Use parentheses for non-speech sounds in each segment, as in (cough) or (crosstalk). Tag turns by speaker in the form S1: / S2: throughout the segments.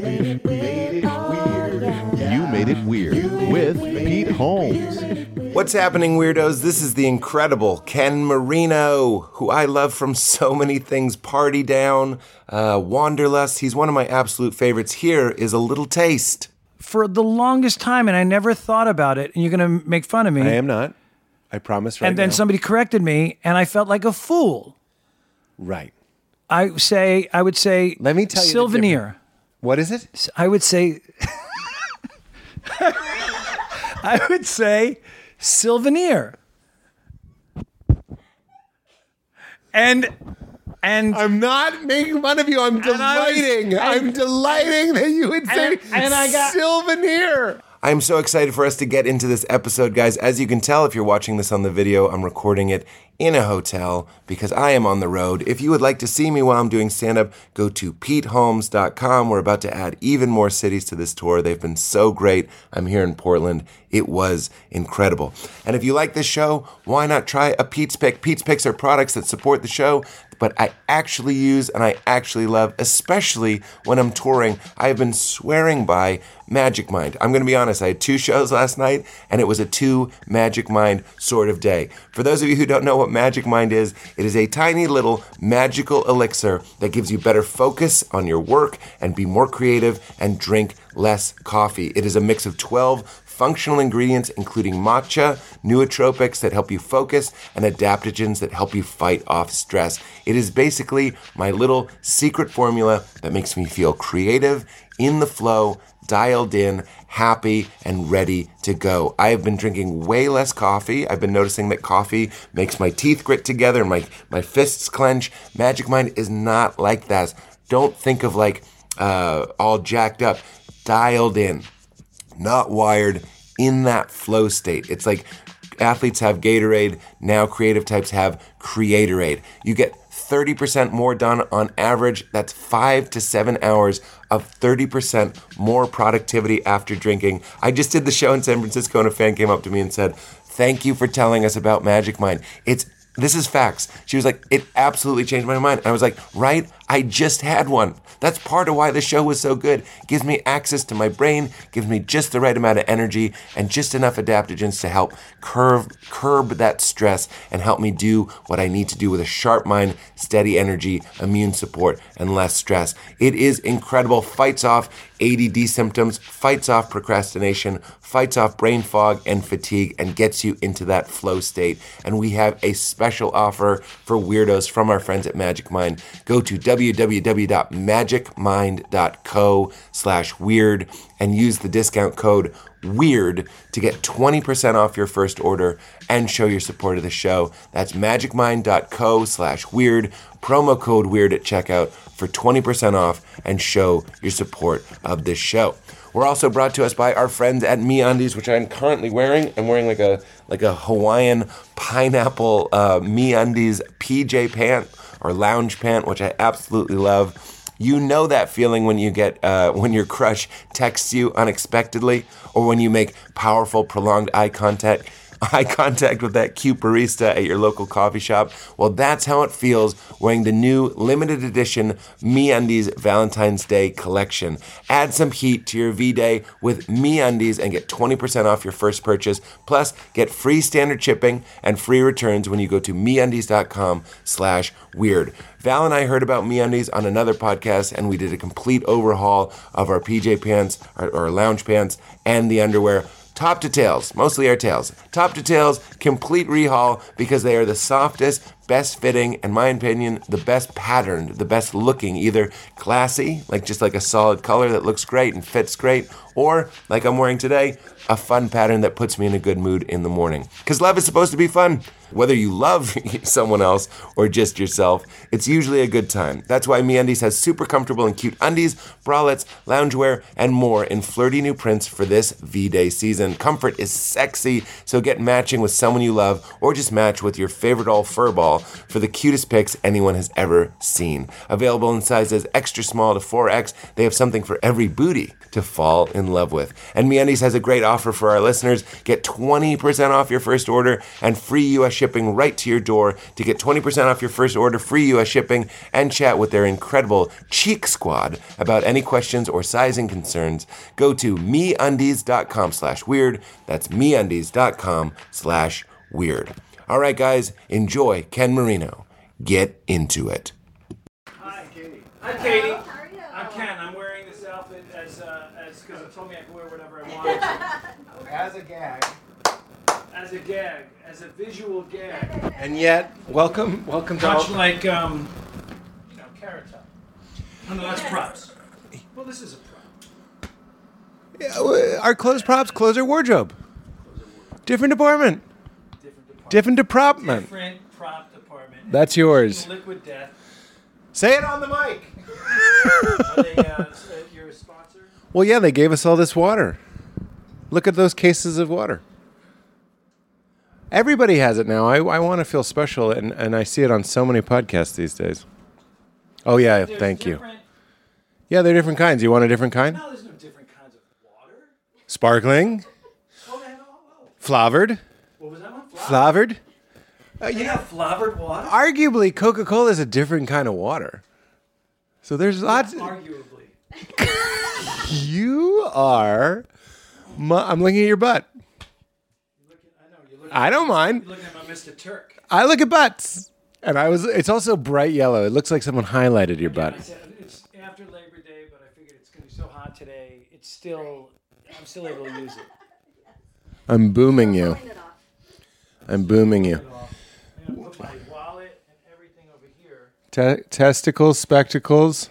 S1: (laughs)
S2: What's happening, weirdos? This is the incredible Ken Marino, who I love from so many things Party Down, uh, Wanderlust. He's one of my absolute favorites. Here is a little taste.
S3: For the longest time, and I never thought about it, and you're going to make fun of me.
S4: I am not. I promise right
S3: and then
S4: now.
S3: somebody corrected me, and I felt like a fool.
S4: right.
S3: I say, I would say,
S4: Let me tell you the
S3: Sylvanir.
S4: What is it?
S3: I would
S4: (laughs)
S3: say, I would say, Sylvanir. And and
S4: I'm not making fun of you. I'm
S3: And I was-
S4: delighting.
S3: I-
S4: I'm delighting that you would say
S3: And- and I got-
S4: Sylvanir.
S2: I am so excited for us to get into this episode, guys. As you can tell, if you're watching this on the video, I'm recording it in a hotel because I am on the road. If you would like to see me while I'm doing stand up, go to peteholmes.com. We're about to add even more cities to this tour. They've been so great. I'm here in Portland. It was incredible. And if you like this show, why not try a Pete's Pick? Pete's Picks are products that support the show but I actually use and I actually love, especially when I'm touring. I have been swearing by Magic Mind. I'm going to be honest, I had two shows last night and it was a two Magic Mind sort of day. For those of you who don't know what Magic Mind is, it is a tiny little magical elixir that gives you better focus on your work and be more creative and drink less coffee. It is a mix of 12 functional ingredients including matcha, nootropics that help you focus, and adaptogens that help you fight off stress. It is basically my little secret formula that makes me feel creative, in the flow, dialed in, happy, and ready to go. I have been drinking way less coffee. I've been noticing that coffee makes my teeth grit together and my, my fists clench. Magic Mind is not like that. Don't think of like uh, all jacked up, dialed in not wired in that flow state. It's like athletes have Gatorade, now creative types have Creatorade. You get 30% more done on average. That's five to seven hours of 30% more productivity after drinking. I just did the show in San Francisco and a fan came up to me and said, Thank you for telling us about Magic Mind. It's this is facts. She was like, it absolutely changed my mind. I was like, right? I just had one. That's part of why the show was so good. gives me access to my brain, gives me just the right amount of energy and just enough adaptogens to help curve, curb that stress and help me do what I need to do with a sharp mind, steady energy, immune support, and less stress. It is incredible. Fights off ADD symptoms, fights off procrastination, fights off brain fog and fatigue, and gets you into that flow state. And we have a special offer for weirdos from our friends at Magic Mind. Go to www.magicmind.co slash weird and use the discount code WEIRD to get 20% off your first order and show your support of the show. That's magicmind.co slash weird, promo code WEIRD at checkout for 20% off and show your support of this show. We're also brought to us by our friends at MeUndies, which I'm currently wearing. I'm wearing like a like a Hawaiian pineapple uh, MeUndies PJ pant or lounge pant, which I absolutely love. You know that feeling when you get uh, when your crush texts you unexpectedly, or when you make powerful, prolonged eye contact (laughs) eye contact with that cute barista at your local coffee shop. Well, that's how it feels wearing the new limited edition MeUndies Valentine's Day collection. Add some heat to your V-Day with MeUndies and get 20% off your first purchase. Plus, get free standard shipping and free returns when you go to MeUndies.com slash weird. Val and I heard about MeUndies on another podcast, and we did a complete overhaul of our PJ pants, our, our lounge pants, and the underwear. Top to tails, mostly our tails. Top to tails, complete rehaul because they are the softest, best fitting, and my opinion, the best patterned, the best looking. Either classy, like just like a solid color that looks great and fits great, or like I'm wearing today, a fun pattern that puts me in a good mood in the morning. Because love is supposed to be fun. Whether you love (laughs) someone else or just yourself, it's usually a good time. That's why MeUndies has super comfortable and cute undies, bralettes, loungewear, and more in flirty new prints for this V-Day season. Comfort is sexy, so get matching with someone you love or just match with your favorite all furball for the cutest pics anyone has ever seen. Available in sizes extra small to 4X, they have something for every booty to fall in love with. And MeUndies has a great offer for our listeners. Get 20% off your first order and free US shipping right to your door to get 20% off your first order, free US shipping, and chat with their incredible Cheek Squad about any questions or sizing concerns. Go to meundies.com slash weird. That's meundies.com slash weird. All right, guys, enjoy Ken Marino. Get into it.
S5: Hi, Katie. Hi, Katie. I'm Ken. I'm wearing this outfit as uh, as because it told me I could wear whatever I wanted to,
S4: As a gag.
S5: as a gag, as a visual gag,
S4: And yet, welcome, welcome to
S5: much
S4: all.
S5: like um, you know, Carrot Top. Oh no, that's props. Well, this is a prop.
S4: Uh, Our clothes props, clothes or wardrobe. Different
S5: Different
S4: department,
S5: department.
S4: different department.
S5: Different prop department.
S4: That's yours.
S5: Liquid Death.
S4: (laughs) Say it on the mic.
S5: Are they uh, s- uh, your sponsor?
S4: Well, yeah, they gave us all this water. Look at those cases of water. Everybody has it now. I, I want to feel special, and, and I see it on so many podcasts these days. Oh, yeah,
S5: There's
S4: thank you.
S5: different-
S4: Yeah, they're different kinds. You want a different kind?
S5: No, there's no different kinds of water.
S4: Sparkling,
S5: Oh, man, oh, oh.
S4: flavored,
S5: What was that one? Flav-
S4: flavored.
S5: you have flavored water?
S4: Arguably, Coca Cola is a different kind of water. So there's lots.
S5: Arguably.
S4: You are. mu- I'm looking at your butt.
S5: Looking, I know, you're looking,
S4: I don't mind.
S5: you're looking at my Mr. Turk.
S4: I look at butts. And I was it's also bright yellow. It looks like someone highlighted your butt.
S5: I said, it's after Labor Day, but I figured it's going to be so hot today. It's still, I'm still able to use it.
S4: I'm booming you.
S6: Clean it off.
S4: I'm booming you.
S5: I'm going to put my wallet and everything over here.
S4: Te- testicles, spectacles.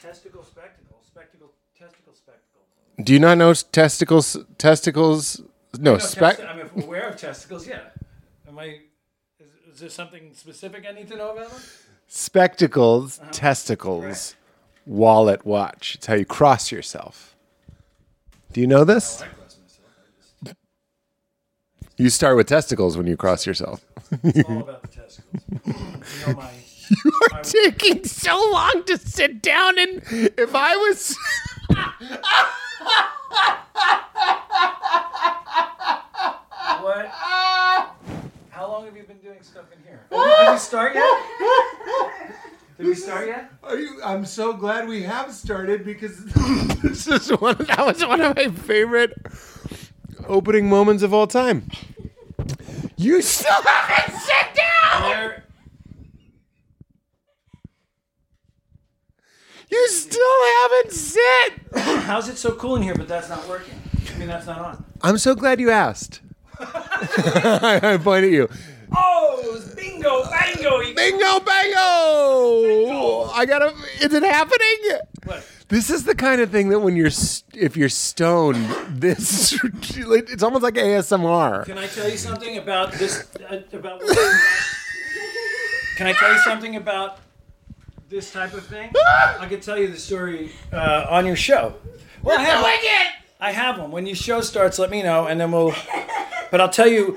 S5: Testicle spectacle, spectacle, testicle spectacle.
S4: Do you not know s- testicles? Testicles. No,
S5: No,
S4: spec.
S5: testi- I'm aware of testicles, yeah. Am I, is, is there something specific I need to know about them?
S4: Spectacles, testicles, wallet, watch. It's how you cross yourself. Do you know this? You start with testicles when you cross yourself.
S5: It's all about the testicles.
S4: (laughs)
S5: you know my.
S4: You (laughs) are taking so long to sit down, and if I was.
S5: What?
S3: Ah!
S5: How long have you been doing stuff in here? Did we start yet? Did we start (laughs) yet?
S4: (laughs) Are you, I'm so glad we have started because (laughs) this is one. That was one of my favorite opening moments of all time. You still haven't sat down.
S5: There,
S4: You still haven't sit.
S5: (coughs) how's it so cool in here, but that's not working? I mean, that's not on.
S4: I'm so glad you asked.
S5: (laughs)
S4: (laughs) I point at you.
S5: Oh, bingo, bango. You,
S4: Bingo, bango!
S5: Bingo.
S4: I gotta. Is it happening?
S5: what?
S4: This is the kind of thing that when you're s- if you're stoned, this (laughs) it's almost like ASMR.
S5: Can I tell you something about this? Uh, about what- Can I tell you something about this type of thing? I could tell you the story uh, on your show. Well, I have, I have one. When your show starts, let me know, and then we'll. But I'll tell you,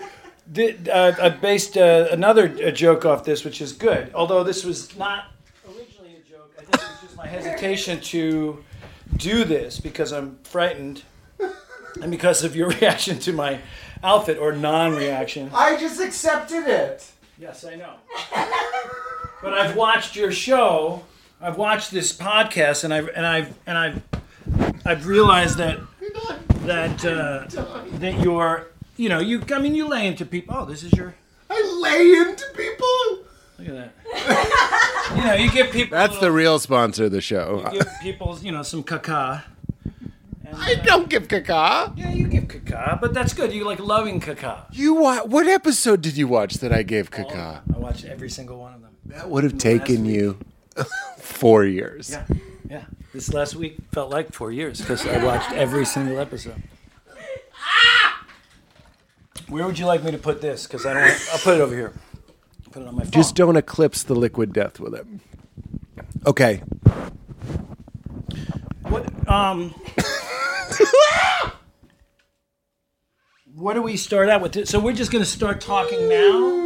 S5: thi- uh, I based uh, another uh, joke off this, which is good. Although this was not originally a joke, I think it was just my hesitation to do this because I'm frightened, and because of your (laughs) reaction to my outfit or non-reaction.
S4: I just accepted it.
S5: Yes, I know. but I've watched your show. I've watched this podcast, and I've and I've and I've I've realized that that uh, that you're you know you I mean you lay into people. Oh, this is your
S4: I lay into people.
S5: look at that. you know, you give people
S4: That's the real sponsor of the show.
S5: give people you know some caca. And,
S4: I
S5: uh,
S4: don't give caca.
S5: yeah, you give caca, but that's good. You like loving caca.
S4: You wa- what episode did you watch that I gave caca?
S5: I watched every single one of them.
S4: That would have taken you (laughs) four years.
S5: Yeah, yeah. This last week felt like four years because I watched every single episode. Where would you like me to put this? Because I don't. Want, I'll put it over here. Put it on my phone.
S4: Just don't eclipse the liquid death with it. Okay.
S5: what? Um. what do we start out with? This? So we're just gonna start talking now.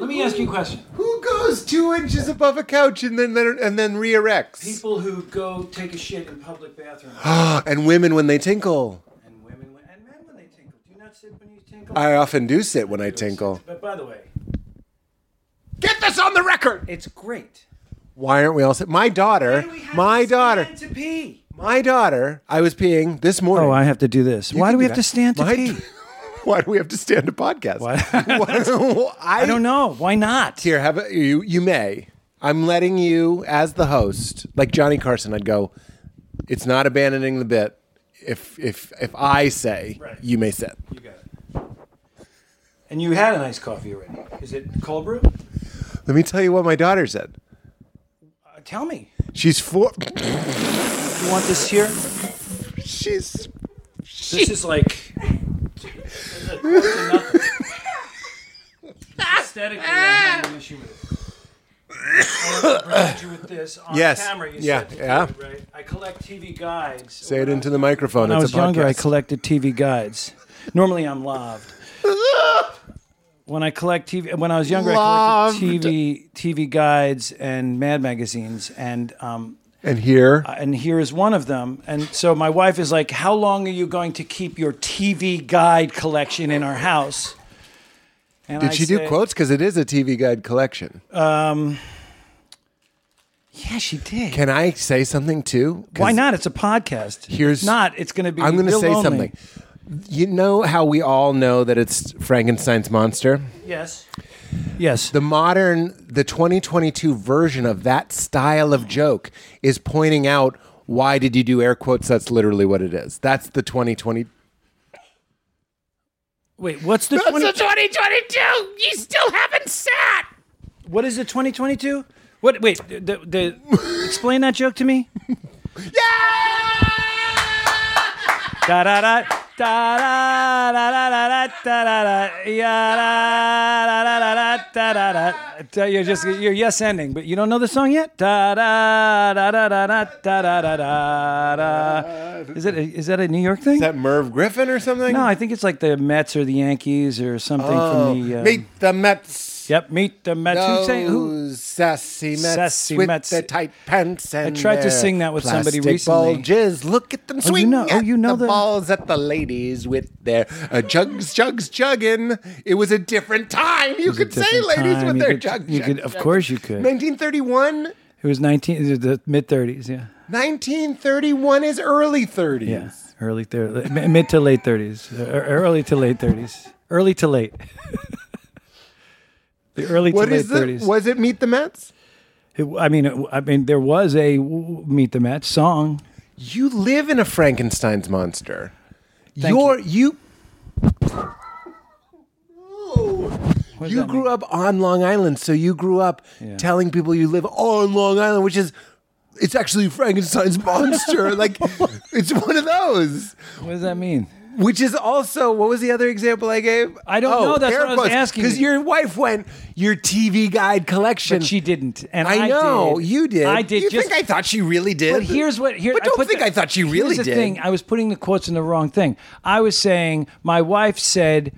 S5: Let me ask you a question.
S4: Who goes two inches above a couch and then and then re-erects?
S5: People who go take a shit in (gasps) public bathrooms
S4: and women when they tinkle.
S5: and women when- and men when they tinkle. Do you not sit when you
S3: tinkle?
S5: I often do sit when I tinkle.
S3: But by the way,
S5: Get this on the record.
S3: it's great.
S5: Why aren't we all sit? My daughter,
S3: Why do we have
S5: my
S3: to
S5: daughter,
S3: stand to pee?
S5: my daughter. I was peeing this morning.
S3: Oh, I have to do this. Why do we
S5: do
S3: have to
S5: that.
S3: stand to
S5: My-
S3: pee?
S5: (laughs) Why do we have to stand a podcast?
S3: Why-
S5: (laughs)
S3: (laughs)
S5: I,
S3: I don't know. Why not?
S5: Here, have a, you. You may. I'm letting you, as the host, like Johnny Carson. I'd go. It's not abandoning the bit. If if if I say,
S3: Right.
S5: you may sit.
S3: You got it. And you had a nice coffee already. Is it cold brew?
S5: Let me tell you what my daughter said.
S3: Uh, tell me.
S5: She's four. (laughs)
S3: You want this here?
S5: She's
S3: This is like. Aesthetically, I'm having an issue with it. I present you with this on
S5: (laughs) Yes.
S3: camera. You
S5: Yeah.
S3: said to do
S5: Yeah.
S3: it, right? I collect TV guides.
S5: say it into the microphone.
S3: When I
S5: it's
S3: was
S5: a podcast.
S3: younger, I collected TV guides. Normally, I'm loved. When I collect TV, when I was younger, I collected TV TV guides and Mad magazines, and um,
S5: and here,
S3: and here is one of them. And so my wife is like, "How long are you going to keep your TV guide collection in our house?" And
S5: did
S3: I
S5: she do
S3: said-
S5: quotes? Because it is a TV guide collection.
S3: Um, Yeah, she did.
S5: Can I say something too? 'Cause
S3: Why not? It's a podcast.
S5: Here's-
S3: If not. It's going to be.
S5: I'm going to
S3: real
S5: say
S3: lonely.
S5: something. You know how we all know that it's Frankenstein's monster?
S3: Yes. Yes.
S5: The modern, the 2022 version of that style of joke is pointing out why did you do air quotes? That's literally what it is. That's the 2020.
S3: Wait. What's the 20-
S5: 2022. You still haven't sat.
S3: What is the 2022? What? Wait. The, the, the explain that joke to me. Da da da da da da da da da da da da ya da da da da da da da da. You're just you're yes ending, but you don't know the song yet. Da da da da da da da da da da. da. Is it is that a New York thing?
S5: Is that Merv Griffin or something?
S3: No, I think it's like the Mets or the Yankees or something from the. Um,
S5: Meet the Mets.
S3: Yep, meet the Mets. Who sang who?
S5: Those sassy Mets
S3: Sassy
S5: with
S3: Mets.
S5: their tight pants and
S3: tried to
S5: their
S3: sing that with somebody
S5: plastic
S3: recently.
S5: Bulges. Look at them swing.
S3: know- oh,
S5: at
S3: you know
S5: the
S3: the-
S5: balls at the ladies with their uh, jugs, jugs, jugging. It was a different time. You could say
S3: different
S5: ladies
S3: time.
S5: with
S3: You
S5: their
S3: could-
S5: jugs.
S3: you
S5: jugs,
S3: could- of
S5: jugging.
S3: course you could.
S5: 1931.
S3: It was 19, the- the mid 30s, yeah.
S5: 1931 is early 30s.
S3: Yeah. Early, thir- mi- mid to late 30s. Uh, Early to late 30s. Early to late. (laughs) the early
S5: What
S3: to late
S5: is the?
S3: 30s.
S5: Was it Meet the Mets?
S3: It- I mean, it- I mean, there was a w- Meet the Mets song.
S5: You live in a Frankenstein's monster.
S3: Thank
S5: You're you.
S3: What does
S5: You
S3: that
S5: grew
S3: mean?
S5: up on Long Island, so you grew up
S3: Yeah.
S5: telling people you live on Long Island, which is it's actually Frankenstein's monster. (laughs) like it's one of those.
S3: What does that mean?
S5: Which is also what was the other example I gave?
S3: I don't know. Oh, That's what I was asking
S5: Because
S3: you.
S5: your wife went your TV guide collection.
S3: But she didn't. And I,
S5: I know
S3: did.
S5: you did.
S3: I did
S5: You
S3: just
S5: think I thought she really did?
S3: But here's what here.
S5: But don't
S3: put
S5: think
S3: the-
S5: I thought she
S3: here's
S5: really
S3: the
S5: did.
S3: Thing I was putting the quotes in the wrong thing. I was saying my wife said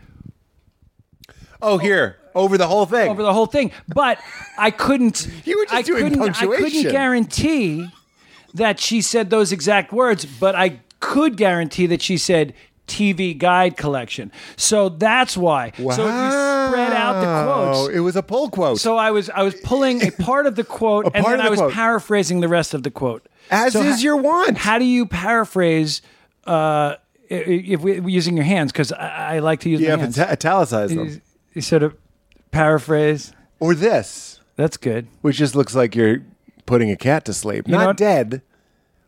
S5: Oh, here over the whole thing.
S3: over the whole thing, but I couldn't.
S5: (laughs) You were just
S3: I
S5: doing
S3: couldn't, I
S5: punctuation.
S3: couldn't guarantee that she said those exact words, but I could guarantee that she said TV guide collection. So that's why. Oh, So you spread out the
S5: Wow.
S3: quotes.
S5: It was a poll quote.
S3: So I was I was pulling a part of the quote and
S5: part
S3: then
S5: of
S3: I
S5: the
S3: was
S5: quote.
S3: paraphrasing the rest of the quote.
S5: As
S3: So
S5: is
S3: ho-
S5: your want.
S3: How do you paraphrase uh, i- i- if we using your hands? Because I, I like to use
S5: you
S3: my
S5: have
S3: hands.
S5: to italicize
S3: You-
S5: them.
S3: you sort of paraphrase.
S5: Or this,
S3: That's good.
S5: which just looks like you're putting a cat to sleep.
S3: know
S5: not
S3: what-
S5: dead.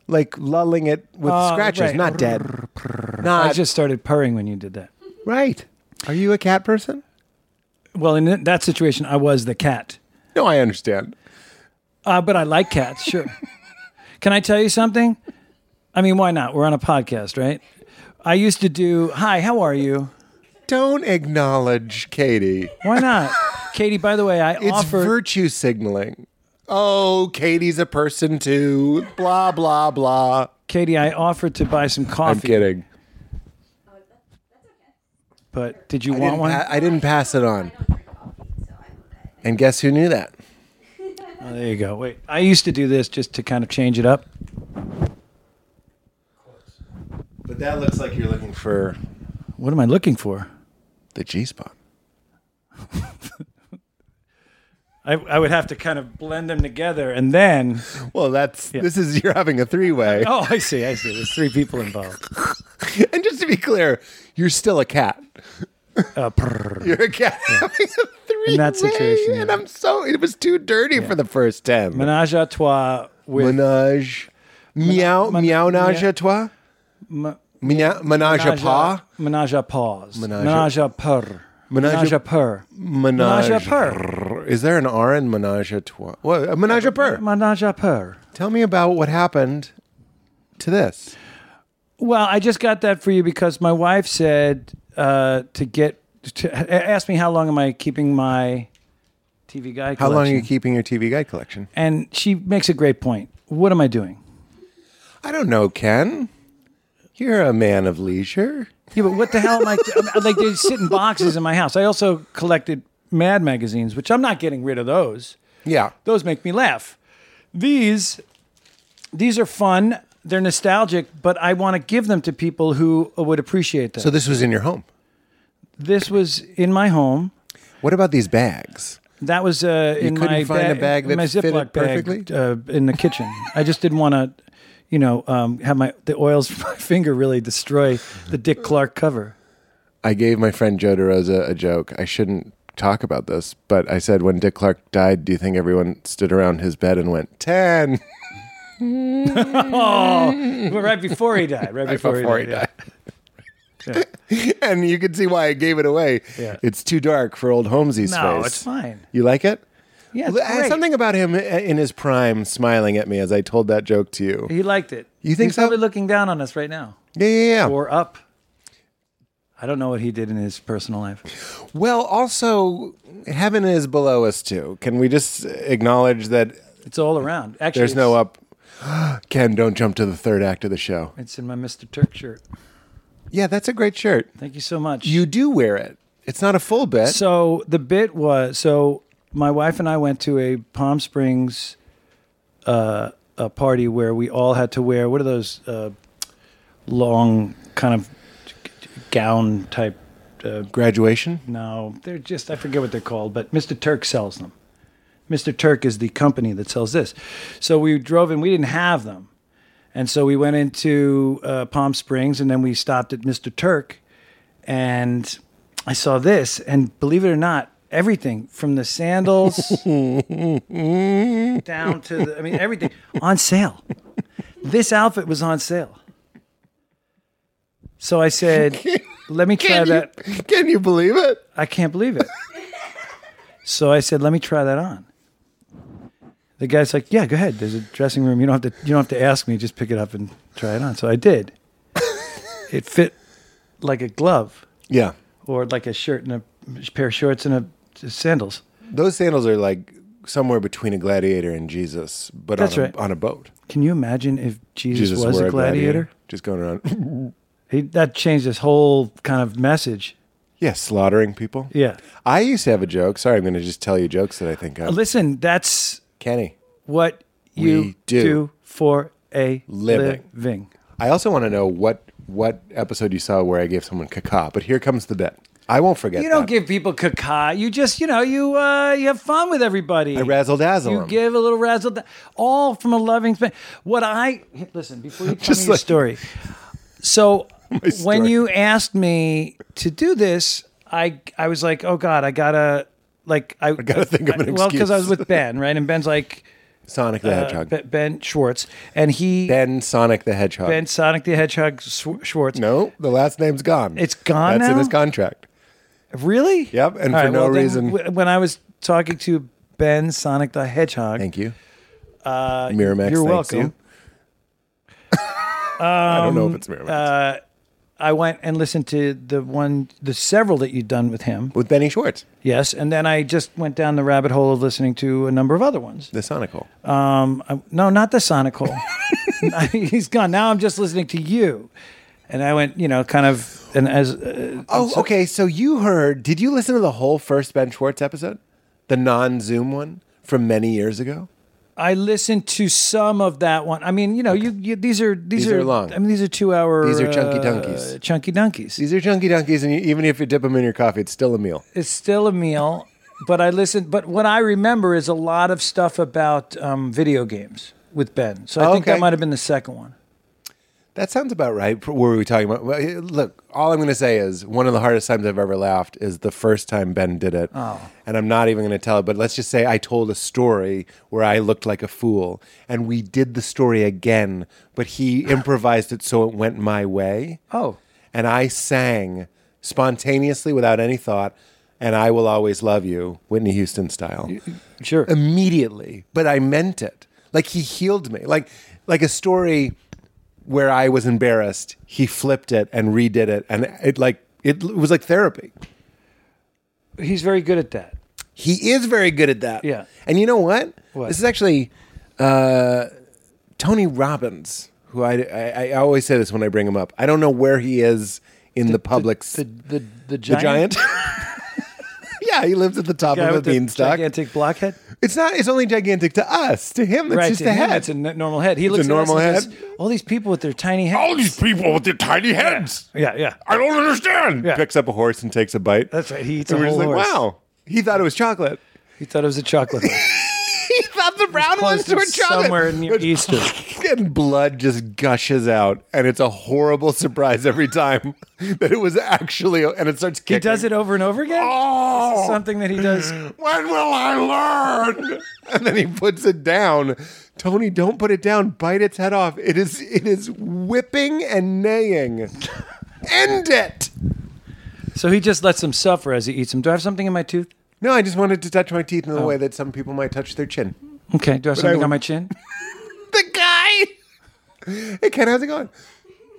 S5: Like lulling it with
S3: Oh,
S5: scratches.
S3: right.
S5: Not dead.
S3: I
S5: not
S3: just started purring when you did that.
S5: right. Are you a cat person?
S3: Well, in th- that situation, I was the cat,
S5: No, I understand.
S3: uh, but I like cats.
S5: (laughs)
S3: Sure. Can I tell you something? I mean, why not? We're on a podcast, right? I used to do. Hi, how are you?
S5: Don't acknowledge Katie.
S3: Why
S5: (laughs)
S3: not? Katie, by the way, I
S5: It's
S3: offered.
S5: virtue signaling. Oh, Katie's a person too. Blah blah blah.
S3: Katie, I offered to buy some coffee.
S5: I'm kidding.
S3: But did you
S5: I
S3: want
S5: didn't,
S3: one?
S5: pa- I didn't pass it on.
S7: don't drink coffee, so I'm good.
S5: And guess who knew that?
S3: Oh, there you go. Wait, I used to do this just to kind of change it up.
S5: But that looks like you're looking for
S3: What am I looking for?
S5: The G spot.
S3: I, I would have to kind of blend them together, and then
S5: Well, that's this is you're having a three way.
S3: (laughs) oh, I see, I see. There's three people involved.
S5: (laughs) And just to be clear, you're still a cat.
S3: Uh, prrr.
S5: You're a cat (laughs) having a three
S3: In that situation,
S5: And
S3: yeah.
S5: I'm so it was too dirty for the first ten.
S3: Menage a trois with
S5: Menage. Meow,
S3: men-
S5: meow, nage
S3: yeah.
S5: à toi?
S3: me-
S5: Meow, menage à pas?
S3: Menage a pause.
S5: Menage a-
S3: Menage a purr.
S5: Menage a-
S3: Menage a purr.
S5: Menage.
S3: Menage a
S5: purr. Is there an R in menage à toi? What? A menage à purr.
S3: Menage a purr.
S5: Tell me about what happened to this.
S3: Well, I just got that for you because my wife said uh, to get to a- ask me how long am I keeping my TV guide.
S5: How long are you
S3: collection.
S5: keeping your TV guide collection?
S3: And she makes a great point. What am I doing?
S5: I don't know, Ken. You're a man of leisure.
S3: Yeah, but what the hell am I? I'm- like they sit in boxes in my house. I also collected Mad magazines, which I'm not getting rid of those.
S5: Yeah.
S3: Those make me laugh. These, these are fun. They're nostalgic, but I want to give them to people who would appreciate them.
S5: So this was in your home.
S3: this was in my home.
S5: What about these bags?
S3: That was uh, in
S5: couldn't
S3: my
S5: find a bag that
S3: my
S5: fitted
S3: Ziploc bag,
S5: perfectly?
S3: uh, in the kitchen. I just didn't want to, you know, um, have my the oils from my (laughs) finger really destroy the Dick Clark
S5: (laughs)
S3: cover.
S5: I gave my friend Joe DeRosa a joke. I shouldn't talk about this, but I said when Dick Clark died, do you think everyone stood around his bed and went, 10
S3: But right before he died, right (laughs) before,
S5: before he
S3: he died. yeah.
S5: died? (laughs) and you can see why I gave it away.
S3: Yeah.
S5: It's too dark for old Holmesy's face.
S3: No, it's fine.
S5: You like it?
S3: Yeah, it's
S5: L- uh,
S3: great.
S5: Something about him i- in his prime smiling at me as I told that joke to you.
S3: He liked it.
S5: You think
S3: He's
S5: so?
S3: probably looking down on us right now
S5: Yeah, yeah, yeah.
S3: or up. I don't know what he did in his personal life.
S5: Well, also, heaven is below us too. Can we just acknowledge that
S3: It's all around. Actually,
S5: there's
S3: it's,
S5: no up? (gasps) Ken, don't jump to the third act of the show.
S3: It's in my Mr. Turk shirt.
S5: Yeah, that's a great shirt.
S3: Thank you so much.
S5: You do wear it. It's not a full bit.
S3: So the bit was so my wife and I went to a Palm Springs uh, a party where we all had to wear what are those uh, long kind of gown type. Uh,
S5: Graduation?
S3: no, they're just I forget what they're called, but Mr. Turk sells them. Mr. Turk is the company that sells this. So we drove in. We didn't have them, and so we went into uh, Palm Springs, and then we stopped at Mr. Turk, and I saw this. And believe it or not, everything from the
S5: (laughs)
S3: sandals down to the, I mean everything on sale. This outfit was on sale. So I said, "Let me try
S5: (laughs) Can you,
S3: that."
S5: can you believe
S4: (laughs)
S5: it?
S3: I can't believe it. so I said, let me try that on. The guy's like, yeah, go ahead. There's a dressing room. You don't have to. You don't have to ask me. Just pick it up and try it on. So I did. it fit like a glove
S5: Yeah.
S3: or like a shirt and a pair of shorts and a sandals.
S5: Those sandals are like somewhere between a gladiator and Jesus, but
S3: That's
S5: on, a,
S3: right.
S5: on a boat.
S3: Can you imagine if Jesus,
S5: Jesus
S3: was
S5: were
S3: a gladiator?
S5: Just going around. (laughs)
S3: He, that changed this whole kind of message.
S5: yeah, slaughtering people.
S3: Yeah.
S5: I used to have a joke. Sorry, I'm going to just tell you jokes that I think of.
S3: Listen, that's
S5: Kenny.
S3: what you
S5: We do.
S3: for a
S5: Living.
S3: living.
S5: I also want to know what what episode you saw where I gave someone caca, but here comes the bit. I won't forget
S3: You don't
S5: that.
S3: give people caca. You just, you know, you uh, you have fun with everybody.
S5: I razzle dazzle
S3: You
S5: them.
S3: give a little razzle, da- all from a loving space. What I listen before
S5: (laughs)
S3: you tell me
S5: Just
S3: your
S5: like-
S3: story.
S5: (laughs)
S3: So when
S5: story.
S3: you asked me to do this, I I was like, oh God, I gotta like I,
S5: gotta think of an
S3: Well, because I was
S5: excuse.
S3: with Ben, right? And Ben's like
S5: Sonic the
S3: uh,
S5: Hedgehog.
S3: Ben- Ben Schwartz, and he ben,
S5: ben Sonic the Hedgehog.
S3: Sonic the Hedgehog Schw- Schwartz.
S5: No, the last name's gone.
S3: It's gone
S5: That's in
S3: now?
S5: his contract.
S3: Really?
S5: Yep, and for no
S3: then
S5: reason.
S3: w- when I was talking to Ben Sonic the Hedgehog,
S5: Thank you. Uh, Miramax.
S3: you're
S5: thanks
S3: welcome. Um,
S5: You. I don't know if it's Miramax.
S3: uh, I went and listened to the one, the several that you'd done with him.
S5: With Benny Schwartz,
S3: Yes, and then I just went down the rabbit hole of listening to a number of other ones.
S5: the Sonic hole.
S3: Um, I, no, not the Sonic
S5: (laughs)
S3: hole. (laughs) He's gone. Now I'm just listening to you, and I went, you know, kind of, and as uh,
S5: oh, okay. So you heard? Did you listen to the whole first Ben Schwartz episode, the non-Zoom one from many years ago?
S3: I listened to some of that one. I mean, you know, you, you these are these,
S5: These are long.
S3: I mean, these are two hour.
S5: These are chunky
S3: uh,
S5: donkeys.
S3: chunky donkeys.
S5: These are chunky donkeys, and you, even if you dip them in your coffee, it's still a meal.
S3: it's still a meal, but I listen. But what I remember is a lot of stuff about um, video games with Ben. So I think
S5: Okay.
S3: that might have been the second one.
S5: That sounds about right. What were we talking about? Well, eh, Look, all I'm going to say is one of the hardest times I've ever laughed is the first time Ben did it. Oh. And I'm not even going to tell it, but let's just say I told a story where I looked like a fool, and we did the story again, but (laughs) he improvised it so it went my way.
S3: Oh.
S5: And I sang spontaneously without any thought, and I Will Always Love You, Whitney Houston style
S3: Sure.
S5: immediately, but I meant it. Like he healed me. Like like a story where I was embarrassed, he flipped it and redid it and it like it l- was like therapy.
S3: He's very good at that.
S5: He is very good at that.
S3: Yeah.
S5: And you know what?
S3: What?
S5: This is actually uh, Tony Robbins, who I, I I always say this when I bring him up. I don't know where he is in the, public.
S3: The the the
S5: the
S3: giant,
S5: giant. yeah, he lives at (laughs) the top
S3: guy
S5: of a
S3: with the
S5: beanstalk.
S3: gigantic blockhead.
S5: It's not. It's only gigantic to us. To him, it's
S3: right.
S5: just
S3: to
S5: a
S3: him,
S5: head.
S3: It's a n- normal head. He looks at
S5: normal
S3: us and
S5: head.
S3: goes, All these people with their tiny heads.
S5: all these people with their tiny heads.
S3: Yeah, yeah.
S5: I don't understand.
S3: Yeah.
S5: Picks up a horse and takes a bite.
S3: That's right. He eats
S5: and
S3: a
S5: we're
S3: whole
S5: just like,
S3: horse.
S5: wow. He thought it was chocolate.
S3: He thought it was a chocolate. horse.
S5: He thought the brown
S3: Close to somewhere near
S5: But-
S3: Easter.
S5: And blood just gushes out, and it's a horrible surprise every time (laughs) that it was actually. And it starts kicking.
S3: He does it over and over again.
S5: Oh,
S3: Something that he does.
S5: when will I learn? (laughs) and then he puts it down. Tony, don't put it down. Bite its head off. It is it is whipping and (laughs) neighing. End it.
S3: So he just lets them suffer as he eats them. Do I have something in my tooth?
S5: No, I just wanted to touch my teeth in the way that some people might touch their chin.
S3: Okay. Do I have something
S5: I-
S3: on my chin?
S5: (laughs) The guy. Hey Ken, how's it going?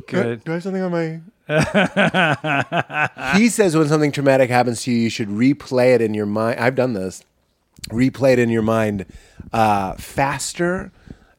S3: Good.
S5: Do I have something on my? he says when something traumatic happens to you, you should replay it in your mind. I've done this. Replay it in your mind uh, faster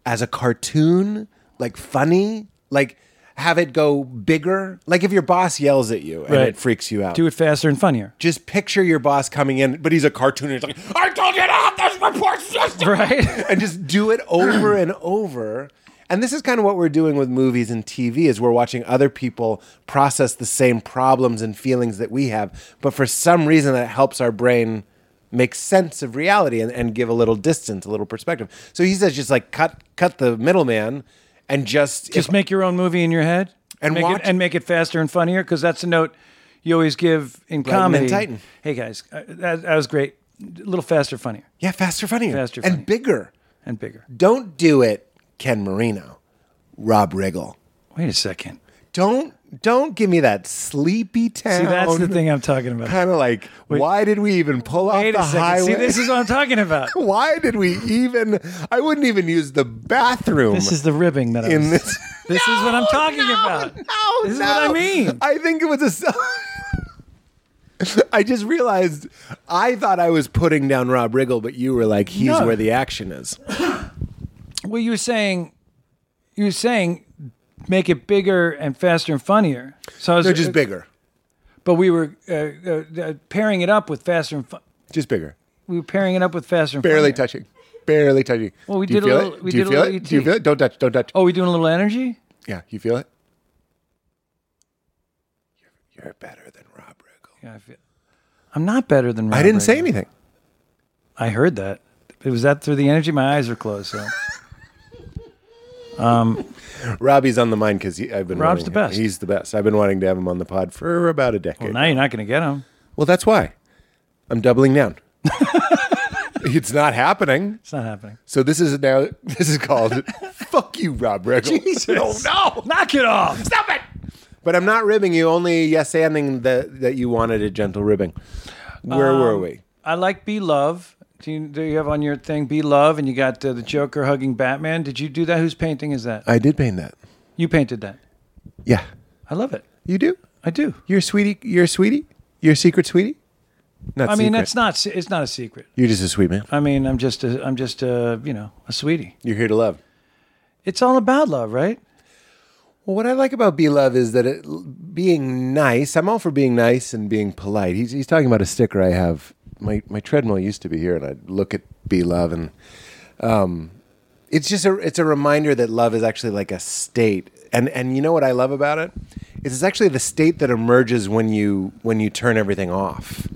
S5: as a cartoon, like funny, like have it go bigger. Like if your boss yells at you and
S3: Right.
S5: it freaks you out.
S3: Do it faster and funnier.
S5: Just picture your boss coming in, but he's a cartoonist. Like I told you to have this report system, (laughs)
S3: Right.
S5: and just do it over and over. And this is kind of what we're doing with movies and TV is we're watching other people process the same problems and feelings that we have, but for some reason that helps our brain make sense of reality and, and give a little distance, a little perspective. So he says just like cut cut the middleman and just,
S3: Just make your own movie in your head
S5: And
S3: make
S5: watch-
S3: it, and make it faster and funnier because that's a note you always give in comedy.
S5: Titan.
S3: Hey guys, uh, that, that was great. A little faster, funnier,
S5: yeah, faster, funnier.
S3: Faster, funnier.
S5: and bigger.
S3: and bigger.
S5: Don't do it, Ken Marino. Rob Riggle.
S3: Wait a second.
S5: don't don't give me that sleepy town.
S3: See, that's the thing I'm talking
S5: (laughs)
S3: about.
S5: Kind of like, why did we even pull off
S3: Wait
S5: the
S3: a second.
S5: highway?
S3: See,
S5: (laughs)
S3: this is what I'm talking about.
S5: why did we even? I wouldn't even use the bathroom
S3: This is the ribbing that I
S5: in
S3: was.
S5: this.
S3: This is what I'm talking
S5: no,
S3: about.
S5: No,
S3: This is
S5: no.
S3: what I mean.
S5: I think it was a. s- I just realized I thought I was putting down Rob Riggle, but you were like, he's
S3: No.
S5: where the action is.
S3: Well, you were saying, you were saying, make it bigger and faster and funnier. So I was
S5: No, just bigger,
S3: But we were uh, uh, uh, pairing it up with faster and fun.
S5: just bigger,
S3: We were pairing it up with faster and
S5: barely
S3: funnier.
S5: touching, barely touching.
S3: Well, we
S5: Do you
S3: did a
S5: feel
S3: little-
S5: It?
S3: we
S5: Do you
S3: did a
S5: feel
S3: little
S5: it? Do you
S3: ET.
S5: feel it? Don't touch. Don't touch.
S3: Oh, we doing a little energy?
S5: Yeah, you feel it? You're, you're better than Rob Riggle.
S3: Yeah, I feel. I'm not better than. Rob
S5: I didn't say
S3: Riggle.
S5: anything.
S3: I heard that. It was that through the energy. My eyes are closed.
S5: (laughs)
S3: So
S5: Robbie's on the mind because I've been.
S3: Rob's
S5: wanting
S3: the
S5: him.
S3: best.
S5: He's the best. I've been wanting to have him on the pod for about a decade.
S3: now you're not going to get them.
S5: Well, that's why I'm doubling down. (laughs) it's not happening.
S3: It's not happening.
S5: So this is now. (laughs) This is called "Fuck You, Rob Riggle." Oh (laughs) no!
S3: Knock it off.
S5: Stop it! But I'm not ribbing you. Only yes, anding that that you wanted a gentle ribbing. Where
S3: Um,
S5: were we?
S3: I like Be Love. Do you, do you have on your thing Be Love and you got uh, the Joker hugging Batman? Did you do that? Whose painting is that?
S5: I did paint that.
S3: You painted that.
S5: Yeah,
S3: I love it.
S5: you do.
S3: I do.
S5: Your sweetie, your sweetie, your secret sweetie. Not
S3: I mean,
S5: secret.
S3: that's not. se- It's not a secret.
S5: You're just a sweet man.
S3: I mean, I'm just a. I'm just a. You know, a sweetie.
S5: You're here to love.
S3: It's all about love, right?
S5: Well, what I like about Be Love is that it, being nice. I'm all for being nice and being polite. He's, he's talking about a sticker I have. My my treadmill used to be here, and I'd look at Be Love, and um,
S4: it's just a it's a reminder that love is actually like a state and and you know what i love about it is it's actually the state that emerges when you when you turn everything off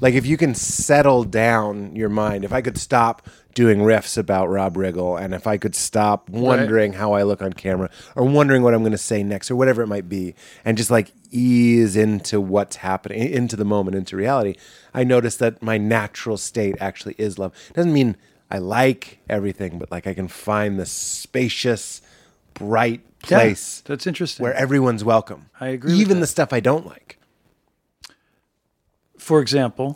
S4: like if you can settle down your mind if i could stop doing riffs about rob riggle and if i could stop wondering how i look on camera or wondering what i'm going to say next or whatever it might be and just like ease into what's happening into the moment into reality i noticed that my natural state actually is love doesn't mean i like everything but like i can find the spacious bright
S3: Yeah,
S4: place
S3: that's interesting.
S4: where everyone's welcome
S3: I agree with
S4: even
S3: that.
S4: the stuff i don't like
S3: For example,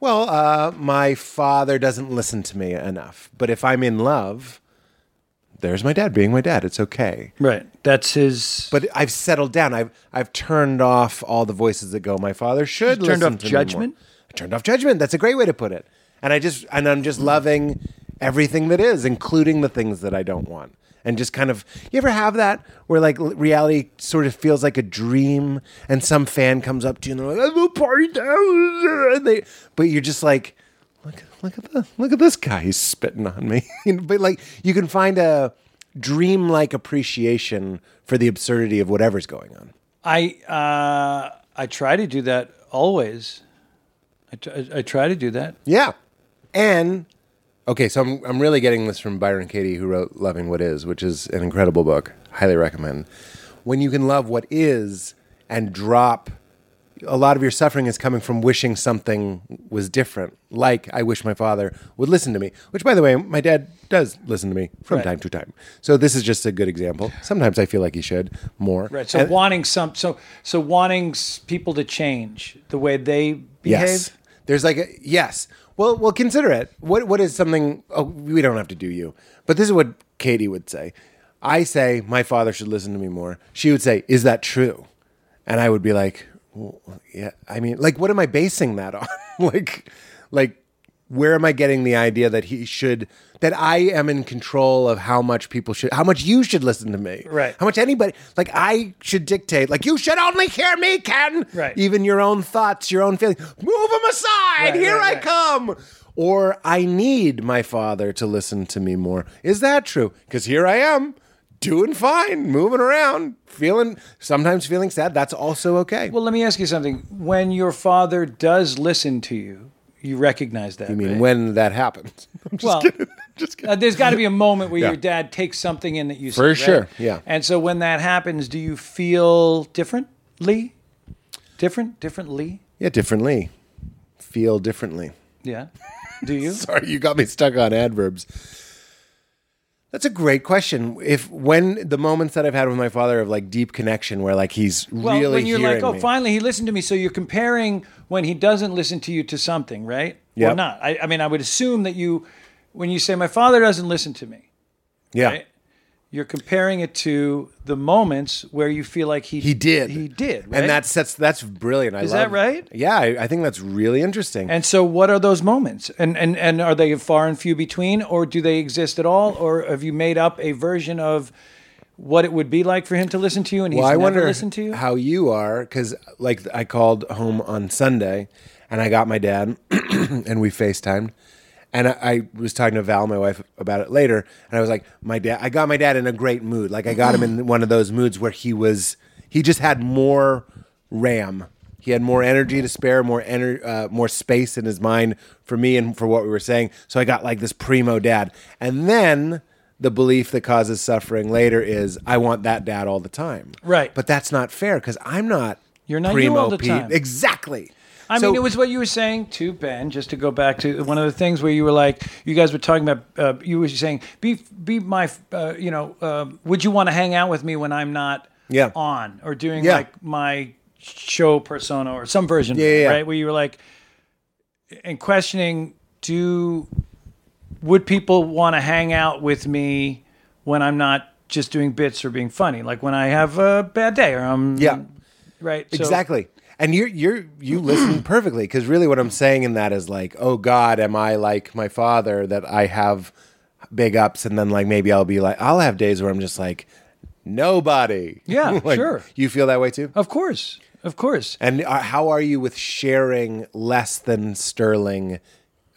S4: Well, uh, my father doesn't listen to me enough. But if I'm in love, there's my dad being my dad. It's okay.
S3: right? That's his.
S4: But I've settled down. I've I've turned off all the voices that go. My father should
S3: You turned
S4: listen
S3: off
S4: to me
S3: judgment?
S4: more." I turned off judgment. That's a great way to put it. And I just and I'm just loving everything that is, including the things that I don't want. And just kind of, you ever have that where like l- reality sort of feels like a dream, and some fan comes up to you and they're like, "I'm a party down," (laughs) and they, but you're just like, look, look at the, look at this guy, he's spitting on me. (laughs) You know, but like, you can find a dreamlike appreciation for the absurdity of whatever's going on.
S3: I uh, I try to do that always. I, tr- I try to do that.
S4: Yeah. And okay, so I'm I'm really getting this from Byron Katie who wrote Loving What Is, which is an incredible book. Highly recommend. When you can love what is and drop a lot of your suffering is coming from wishing something was different. Like I wish my father would listen to me, which by the way, my dad does listen to me from
S3: Right.
S4: time to time. So this is just a good example. Sometimes I feel like he should more.
S3: Right. So
S4: And-
S3: wanting some. So so wanting s- people to change the way they behave.
S4: Yes. There's like a yes. Well, well, consider it. What what is something? Oh, we don't have to do you, but this is what Katie would say. I say my father should listen to me more. She would say, "Is that true?" And I would be like, well, "Yeah." I mean, like, what am I basing that on? (laughs) like, like, where am I getting the idea that he should? That I am in control of how much people should, how much you should listen to me,
S3: Right.
S4: How much anybody, like I should dictate, like you should only hear me, Ken,
S3: Right.
S4: even your own thoughts, your own feelings. Move them aside.
S3: Right,
S4: Here
S3: right,
S4: I
S3: right.
S4: come. Or I need my father to listen to me more. Is that true? Because here I am, doing fine, moving around, feeling sometimes feeling sad. That's also okay.
S3: Well, let me ask you something. When your father does listen to you, you recognize that.
S4: I mean,
S3: right?
S4: when that happens, I'm just
S3: Well,
S4: kidding. (laughs) I'm just kidding.
S3: Uh, there's got to be a moment where
S4: Yeah.
S3: your dad takes something in that you
S4: For
S3: say,
S4: sure,
S3: right?
S4: yeah.
S3: And so when that happens, do you feel differently? Different, differently?
S4: yeah, differently, feel differently. (laughs)
S3: Yeah. Do you?
S4: Sorry, you got me stuck on adverbs. That's a great question. If when the moments that I've had with my father of like deep connection, where like he's
S3: well,
S4: really
S3: when you're like,
S4: hearing
S3: oh,
S4: me.
S3: finally he listened to me. So you're comparing when he doesn't listen to you to something, right?
S4: Yep.
S3: Or not? I, I mean, I would assume that you, when you say my father doesn't listen to me,
S4: yeah,
S3: right? You're comparing it to the moments where you feel like he
S4: He did.
S3: He did. Right?
S4: And that's that's that's brilliant. I
S3: Is
S4: love,
S3: that right?
S4: Yeah, I, I think that's really interesting.
S3: And so, what are those moments? And and and are they far and few between, or do they exist at all? Or have you made up a version of what it would be like for him to listen to you, and he's
S4: well, I
S3: never
S4: wonder
S3: listened to you?
S4: how you are because like I called home on Sunday, and I got my dad, (clears throat) and we Facetimed, and I, I was talking to Val, my wife, about it later, and I was like, my dad, I got my dad in a great mood. Like I got him
S3: Mm.
S4: in one of those moods where he was, he just had more ram. He had more energy to spare, more ener- uh, more space in his mind for me and for what we were saying. So I got like this primo dad, and then the belief that causes suffering later is I want that dad all the time.
S3: Right.
S4: But that's not fair because I'm not.
S3: You're not you
S4: primo
S3: all the
S4: Pete.
S3: time.
S4: Exactly.
S3: I
S4: So-
S3: mean, it was what you were saying to Ben. Just to go back to one of the things where you were like, you guys were talking about, uh, you were saying, be be my, uh, you know, uh, would you want to hang out with me when I'm not
S4: Yeah.
S3: on or doing
S4: Yeah.
S3: like my show persona or some version, of
S4: Yeah,
S3: it,
S4: yeah, yeah.
S3: right? Where you were like, and questioning, do would people want to hang out with me when I'm not just doing bits or being funny, like when I have a bad day or I'm
S4: Yeah.
S3: right So-
S4: Exactly. And you're you're
S3: (clears throat)
S4: you listen perfectly because really what I'm saying in that is like, oh God, am I like my father that I have big ups and then like maybe I'll be like I'll have days where I'm just like nobody.
S3: Yeah,
S4: (laughs) Like,
S3: sure.
S4: You feel that way too.
S3: Of course, of course.
S4: And uh, how are you with sharing less than sterling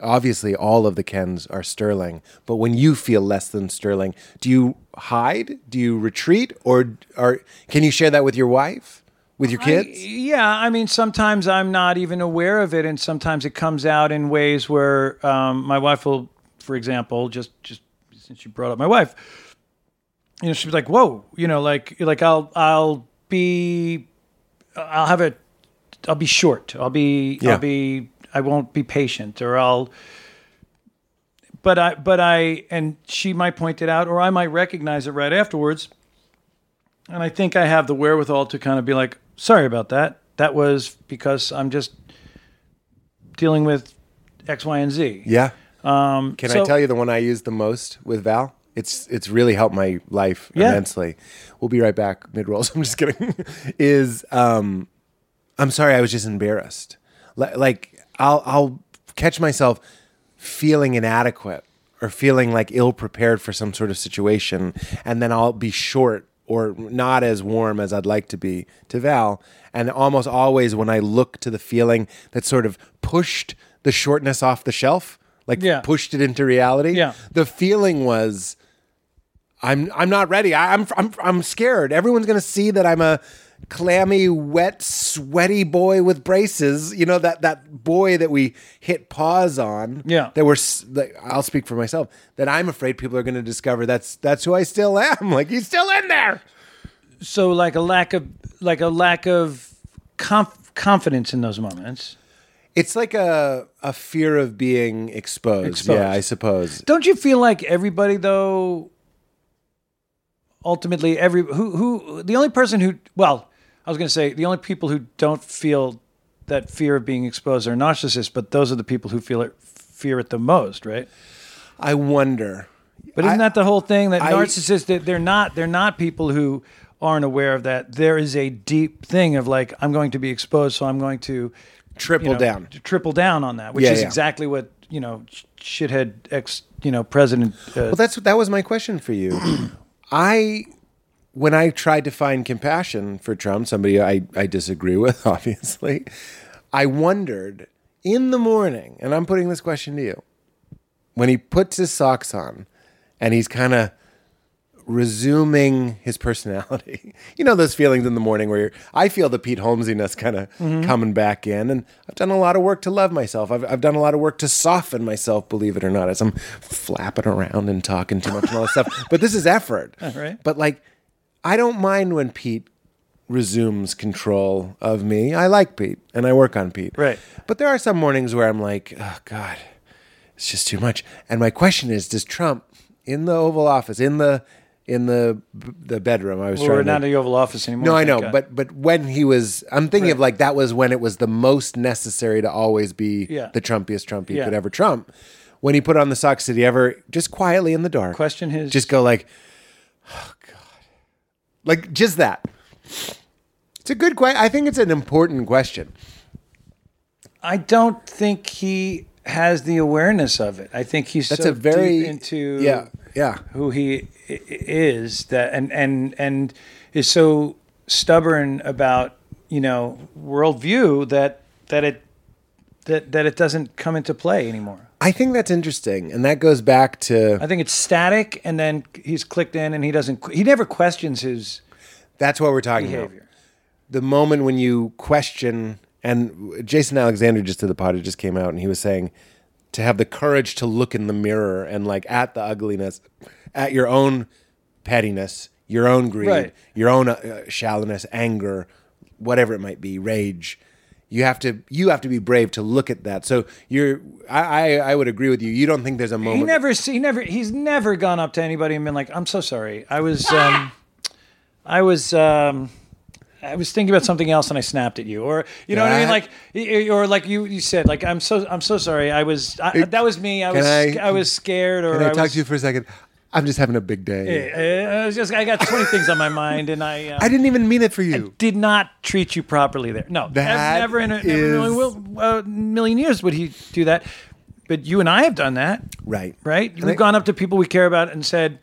S4: obviously all of the Kens are sterling, but when you feel less than sterling, do you hide? Do you retreat? Or are, can you share that with your wife? With your
S3: I-
S4: kids?
S3: yeah, I mean, sometimes I'm not even aware of it, and sometimes it comes out in ways where um, my wife will, for example, just just since you brought up my wife, you know, she'd be like, "Whoa," you know, like like I'll I'll be I'll have a I'll be short. I'll be
S4: Yeah.
S3: I'll be I won't be patient, or I'll. But I but I and she might point it out, or I might recognize it right afterwards. And I think I have the wherewithal to kind of be like, sorry about that. That was because I'm just dealing with X, Y, and Z.
S4: yeah. Um, can I
S3: so-
S4: tell you the one I use the most with Val? It's it's really helped my life
S3: Yeah.
S4: immensely. We'll be right back mid rolls. (laughs) I'm just kidding. Is um, I'm sorry, I was just embarrassed. Li- Like I'll I'll catch myself feeling inadequate or feeling like ill prepared for some sort of situation, and then I'll be short or not as warm as I'd like to be to Val. And almost always when I look to the feeling that sort of pushed the shortness off the shelf, like
S3: Yeah.
S4: pushed it into reality.
S3: Yeah.
S4: The feeling was I'm I'm not ready. I, I'm I'm I'm scared. Everyone's gonna see that I'm a clammy, wet, sweaty boy with braces. You know that that boy that we hit pause on.
S3: Yeah.
S4: That we're. s- That I'll speak for myself. That I'm afraid people are gonna discover that's that's who I still am. (laughs) Like he's still in there.
S3: So like a lack of like a lack of conf- confidence in those moments.
S4: It's like a a fear of being exposed.
S3: Exposed.
S4: Yeah, I suppose.
S3: Don't you feel like everybody though? Ultimately, every who who the only person who well, I was going to say the only people who don't feel that fear of being exposed are narcissists, but those are the people who feel it fear it the most, right?
S4: I wonder.
S3: But isn't
S4: I-
S3: that the whole thing that
S4: I-
S3: narcissists that they're not they're not people who aren't aware of that. There is a deep thing of like I'm going to be exposed, so I'm going to you
S4: Triple
S3: know,
S4: down.
S3: t- triple down on that, which
S4: Yeah,
S3: is
S4: yeah.
S3: exactly what you know sh- shithead ex you know president. Uh,
S4: Well, that's that was my question for you. (clears throat) I when I tried to find compassion for Trump, somebody I, I disagree (laughs) with, obviously, I wondered in the morning, and I'm putting this question to you, when he puts his socks on and he's kind of resuming his personality. (laughs) You know those feelings in the morning where you're, I feel the Pete Holmesiness kind of
S3: Mm-hmm.
S4: coming back in, and I've done a lot of work to love myself. I've, I've done a lot of work to soften myself, believe it or not, as I'm flapping around and talking too much and all that
S3: (laughs)
S4: stuff. But this is effort,
S3: right.
S4: But like, I don't mind when Pete resumes control of me. I like Pete, and I work on Pete,
S3: Right.
S4: But there are some mornings where I'm like, oh god it's just too much. And my question is, does Trump in the Oval Office, in the in the the bedroom, I was
S3: well,
S4: trying
S3: we're
S4: to,
S3: not in the Oval Office anymore.
S4: no, I
S3: thank
S4: know,
S3: God.
S4: but but when he was, I'm thinking of like that was when it was the most necessary to always be
S3: Yeah.
S4: the Trumpiest Trump he
S3: Yeah.
S4: could ever Trump. When he put on the socks, did he ever just quietly in the dark
S3: Question his-
S4: just go like, oh god, like just that? It's a good question. I think it's an important question.
S3: I don't think he has the awareness of it. I think he's
S4: That's
S3: so
S4: a very
S3: deep into
S4: yeah yeah
S3: who he i- i- is that and and and is so stubborn about you know worldview that that it that that it doesn't come into play anymore.
S4: I think that's interesting, and that goes back to
S3: I think it's static, and then he's clicked in, and he doesn't. He never questions his
S4: that's what we're talking
S3: behavior.
S4: about. The moment when you question, and Jason Alexander just did the pod; it just came out, and he was saying to have the courage to look in the mirror and like at the ugliness, at your own pettiness, your own greed,
S3: Right.
S4: your own uh, shallowness, anger, whatever it might be, rage. You have to you have to be brave to look at that. So you're, I I, I would agree with you. You don't think there's a moment.
S3: He never, he never, he's never gone up to anybody and been like, "I'm so sorry. I was,
S4: Ah!
S3: um, I was, um, I was thinking about something else and I snapped at you," or you know what I mean?
S4: That-
S3: Like, y- y- or like you, you said, like, "I'm so, I'm so sorry. I was, I, that was me. I was,
S4: I-
S3: I, was scared." Or
S4: Can I, talk
S3: was,
S4: to you for a second? I'm just having a big day.
S3: I was just, I got 20 things on my mind and I. Uh,
S4: I didn't even mean it for you.
S3: did not treat you properly there. No,
S4: That
S3: never in a, never
S4: is-
S3: in a million, uh, million years would he do that. But you and I have done that
S4: Right.
S3: right?
S4: And
S3: We've
S4: I-
S3: gone up to people we care about and said,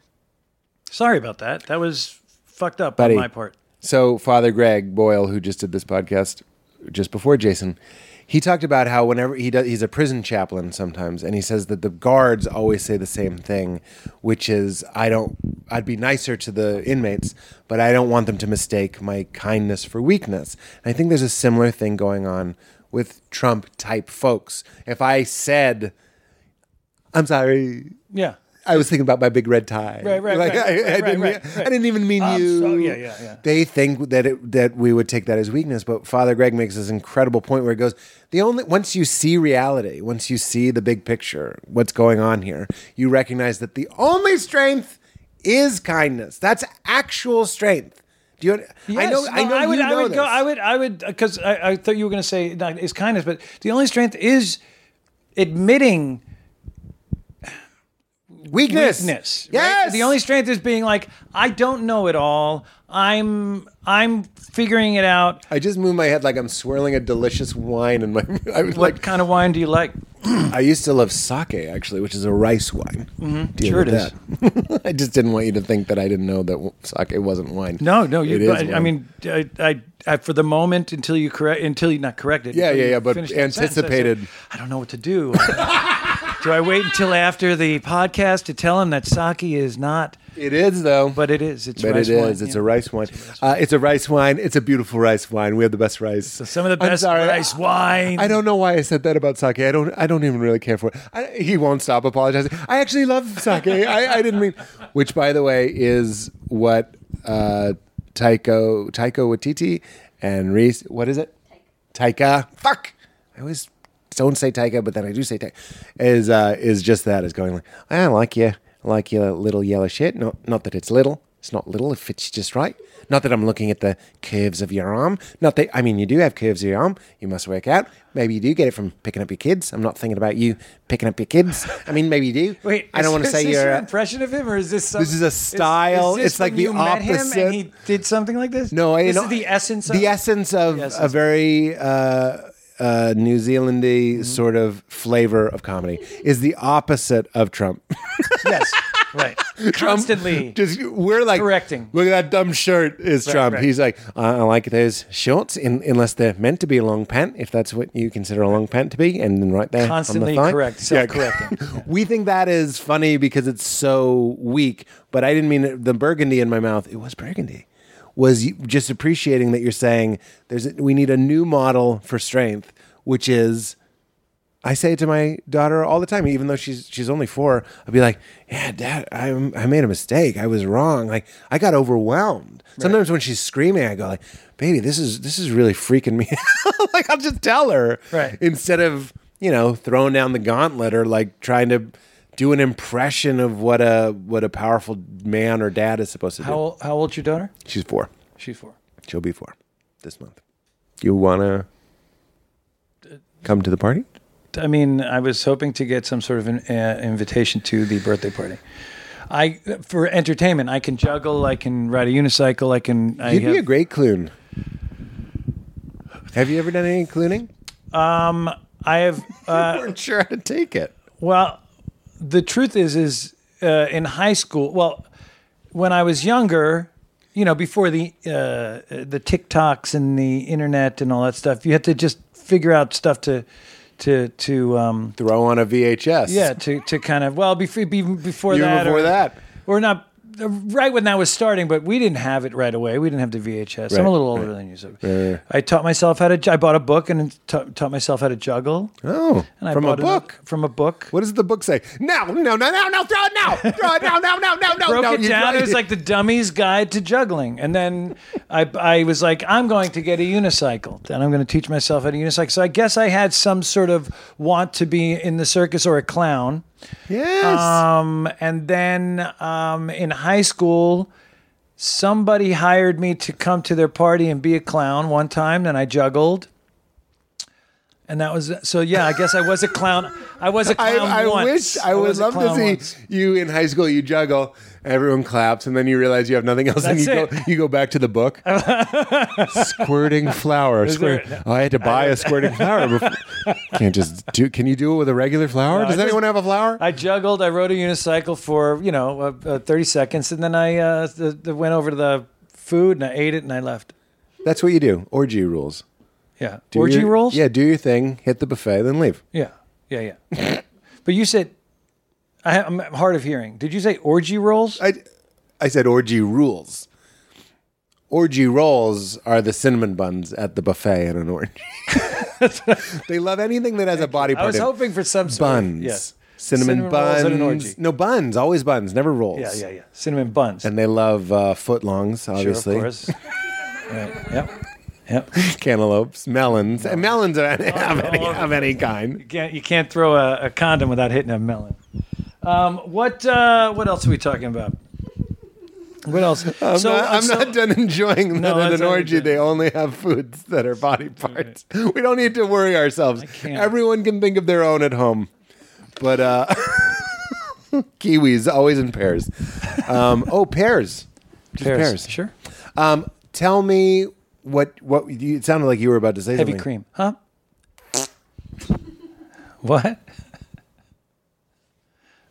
S3: "Sorry about that. That was fucked up
S4: Buddy.
S3: on my part."
S4: So Father Greg Boyle, who just did this podcast just before Jason, He talked about how whenever he does, he's a prison chaplain sometimes, and he says that the guards always say the same thing, which is, "I don't. I'd be nicer to the inmates, but I don't want them to mistake my kindness for weakness." And I think there's a similar thing going on with Trump type folks. If I said, "I'm sorry,"
S3: Yeah.
S4: I was thinking about my big red tie.
S3: Right, right,
S4: Like,
S3: right,
S4: I, I
S3: right,
S4: didn't
S3: right,
S4: mean-
S3: right.
S4: I didn't even mean
S3: I'm
S4: you.
S3: sorry. Yeah, yeah, yeah.
S4: They think that it, that we would take that as weakness, but Father Greg makes this incredible point where he goes, the only once you see reality, once you see the big picture, what's going on here, you recognize that the only strength is kindness. That's actual strength. Do you? I
S3: Yes.
S4: know. I
S3: No,
S4: know.
S3: I would.
S4: you know
S3: I would go.
S4: this.
S3: I would. I would. Because I, I thought you were going to say not, it's kindness, but the only strength is admitting
S4: weakness.
S3: weakness. right?
S4: Yes.
S3: The only strength is being like, I don't know it all. I'm. I'm figuring it out.
S4: I just moved my head like I'm swirling a delicious wine in my. (laughs) I was
S3: What
S4: like,
S3: kind of wine do you like?
S4: I used to love sake actually, which is a rice wine. Deal
S3: Sure it
S4: with
S3: is.
S4: that. (laughs) I just didn't want you to think that I didn't know that w- sake wasn't wine.
S3: No, no. You,
S4: It is
S3: I, I
S4: wine.
S3: mean, I, I, I, for the moment until you correct, until you not correct it.
S4: Yeah,
S3: until
S4: yeah,
S3: you
S4: yeah, but
S3: finish that sentence, I said,
S4: anticipated.
S3: I, don't know what to do. (laughs) do I wait until after the podcast to tell him that sake is not?
S4: it is though.
S3: But it is. It's
S4: But
S3: rice
S4: it is.
S3: wine,
S4: It's
S3: yeah.
S4: a rice wine. Uh, it's a rice wine. It's a beautiful rice wine. We have the best rice.
S3: Some of the
S4: I'm
S3: best
S4: sorry.
S3: rice wine.
S4: I don't know why I said that about sake. I don't. I don't even really care for it. I, he won't stop apologizing. I actually love sake. I, I didn't mean. Which, by the way, is what uh, Taiko Taiko Watiti and Reese. What is it? Taika. Fuck. I always don't say Taika, but then I do say Taika. Is uh, is just that is going like "Ah, I like you, I like your little yellow shit. Not not that it's little. It's not little. It fits just right. Not that I'm looking at the curves of your arm. Not that I mean you do have curves of your arm. You must work out. Maybe you do get it from picking up your kids. I'm not thinking about you picking up your kids. I mean maybe you do.
S3: (laughs) Wait,
S4: I don't want to
S3: is this
S4: say you're.
S3: your
S4: uh,
S3: impression of him, or is this some,
S4: This is a style.
S3: this
S4: It's like
S3: when
S4: the
S3: you met him
S4: opposite.
S3: and he did something like this.
S4: No, I
S3: this
S4: know-
S3: is the essence. Of,
S4: the essence of
S3: The essence
S4: a
S3: of-
S4: very uh, uh, New Zealandy
S3: Mm-hmm.
S4: sort of flavor of comedy is the opposite of Trump.
S3: Yes,
S4: (laughs)
S3: right. Constantly.
S4: Just we're like
S3: Correcting.
S4: Look at that dumb shirt. Is Trump?
S3: right.
S4: He's like, I, I like those shorts, in, unless they're meant to be a long pant, if that's what you consider a long pant to be, and then right there on the
S3: Constantly
S4: thigh.
S3: correct,
S4: Yeah.
S3: self-correcting.
S4: (laughs) we think that is funny because it's so weak, but I didn't mean it, the burgundy in my mouth. It was burgundy. Was you- just appreciating that you're saying there's a, we need a new model for strength, which is. I say it to my daughter all the time, even though she's she's only four. I'll be like, "Yeah, Dad, I I made a mistake. I was wrong. Like I got overwhelmed." Sometimes when she's screaming, I go like, "Baby, this is this is really freaking me." (laughs) out. like I'll just tell her,
S3: Right.
S4: Instead of you know throwing down the gauntlet or like trying to do an impression of what a what a powerful man or dad is supposed to
S3: How old, how old's your daughter?
S4: do. She's four.
S3: She's four.
S4: She'll be four this month. You wanna come to the party?
S3: I mean, I was hoping to get some sort of an uh, invitation to the birthday party. I for entertainment, I can juggle, I can ride a unicycle, I can. I
S4: You'd be
S3: have-
S4: a great clown. Have you ever done any clooning?
S3: I have. Uh,
S4: I weren't sure how to take it.
S3: well, the truth is, is uh, in high school. Well, when I was younger, you know, before the uh, uh, the TikToks and the internet and all that stuff, you had to just figure out stuff to to to um,
S4: Throw on a VHS.
S3: yeah to to kind of well before before
S4: Even
S3: that
S4: before
S3: or-
S4: that.
S3: or not uh, right when that was starting, but we didn't have it right away. We didn't have the VHS. I'm
S4: Right,
S3: a little older than you, so I taught myself how to. ju- I bought a book and ta- taught myself how to juggle.
S4: Oh,
S3: And I
S4: from a
S3: bought another-
S4: book.
S3: from a book.
S4: What does the book say? No, no, no, no, no, throw it now. Throw it now, no, no, no, no,
S3: Broke
S4: no.
S3: it
S4: you
S3: down.
S4: throw
S3: It was like the dummy's guide to juggling. And then I, I was like, I'm going to get a unicycle and I'm going to teach myself how to unicycle. So I guess I had some sort of want to be in the circus or a clown.
S4: Yes.
S3: Um, and then um, in high school, somebody hired me to come to their party and be a clown one time, and I juggled. And that was so. Yeah, I guess I was a clown. I was a
S4: (laughs) I,
S3: clown
S4: I
S3: once.
S4: wish I would
S3: was a
S4: love to
S3: clown
S4: see
S3: once.
S4: you in high school. You juggle, everyone claps, and then you realize you have nothing else, and you
S3: That's
S4: go
S3: it.
S4: you go back to
S3: (laughs)
S4: the book. squirting flour. Squir-
S3: there-
S4: oh, I had to buy a squirting flour. Before.
S3: (laughs)
S4: Can't just do. Can you do it with a regular flour? Does
S3: I
S4: anyone
S3: just-
S4: have a flour?
S3: I juggled. I rode a unicycle for you know uh, uh, thirty seconds, and then I uh, th- th- went over to the food and I ate it and I left.
S4: That's what you do. Orgy rules.
S3: Yeah.
S4: Do
S3: Orgy
S4: your-
S3: rolls?
S4: Yeah, do your thing, hit the buffet, then leave.
S3: Yeah. Yeah. Yeah. (laughs) but you said, I, ha- I'm hard of hearing. Did you say orgy rolls?
S4: I, I said orgy rules. Orgy rolls are the cinnamon buns at the buffet in an orange. (laughs) they love anything that has a body part.
S3: I was
S4: in it.
S3: hoping for some sort of-
S4: buns,
S3: yeah.
S4: cinnamon, buns,
S3: rolls and an orgy.
S4: no buns, always buns, never rolls.
S3: Yeah, yeah, yeah. Cinnamon buns.
S4: And they love uh, footlongs,
S3: Sure,
S4: obviously.
S3: of course. right. Yep. Yep.
S4: (laughs) Cantaloupes, melons. And melons are
S3: Oh,
S4: of, any, of any kind.
S3: You can't, you can't throw a, a condom without hitting a melon. Um, what uh, what else are we talking about? What else?
S4: Um, I'm, not, I'm not done enjoying
S3: (laughs) No,
S4: that at
S3: that's
S4: an orgy.
S3: okay.
S4: They only have foods that are body parts. (laughs) We don't need to worry ourselves.
S3: can't.
S4: Everyone can think of their own at home. But uh, (laughs) kiwis always in pairs. Um, oh, pears. Just pears.
S3: Sure.
S4: Um, tell me what what you, it sounded like you were about to say.
S3: Heavy
S4: something.
S3: cream, huh? what?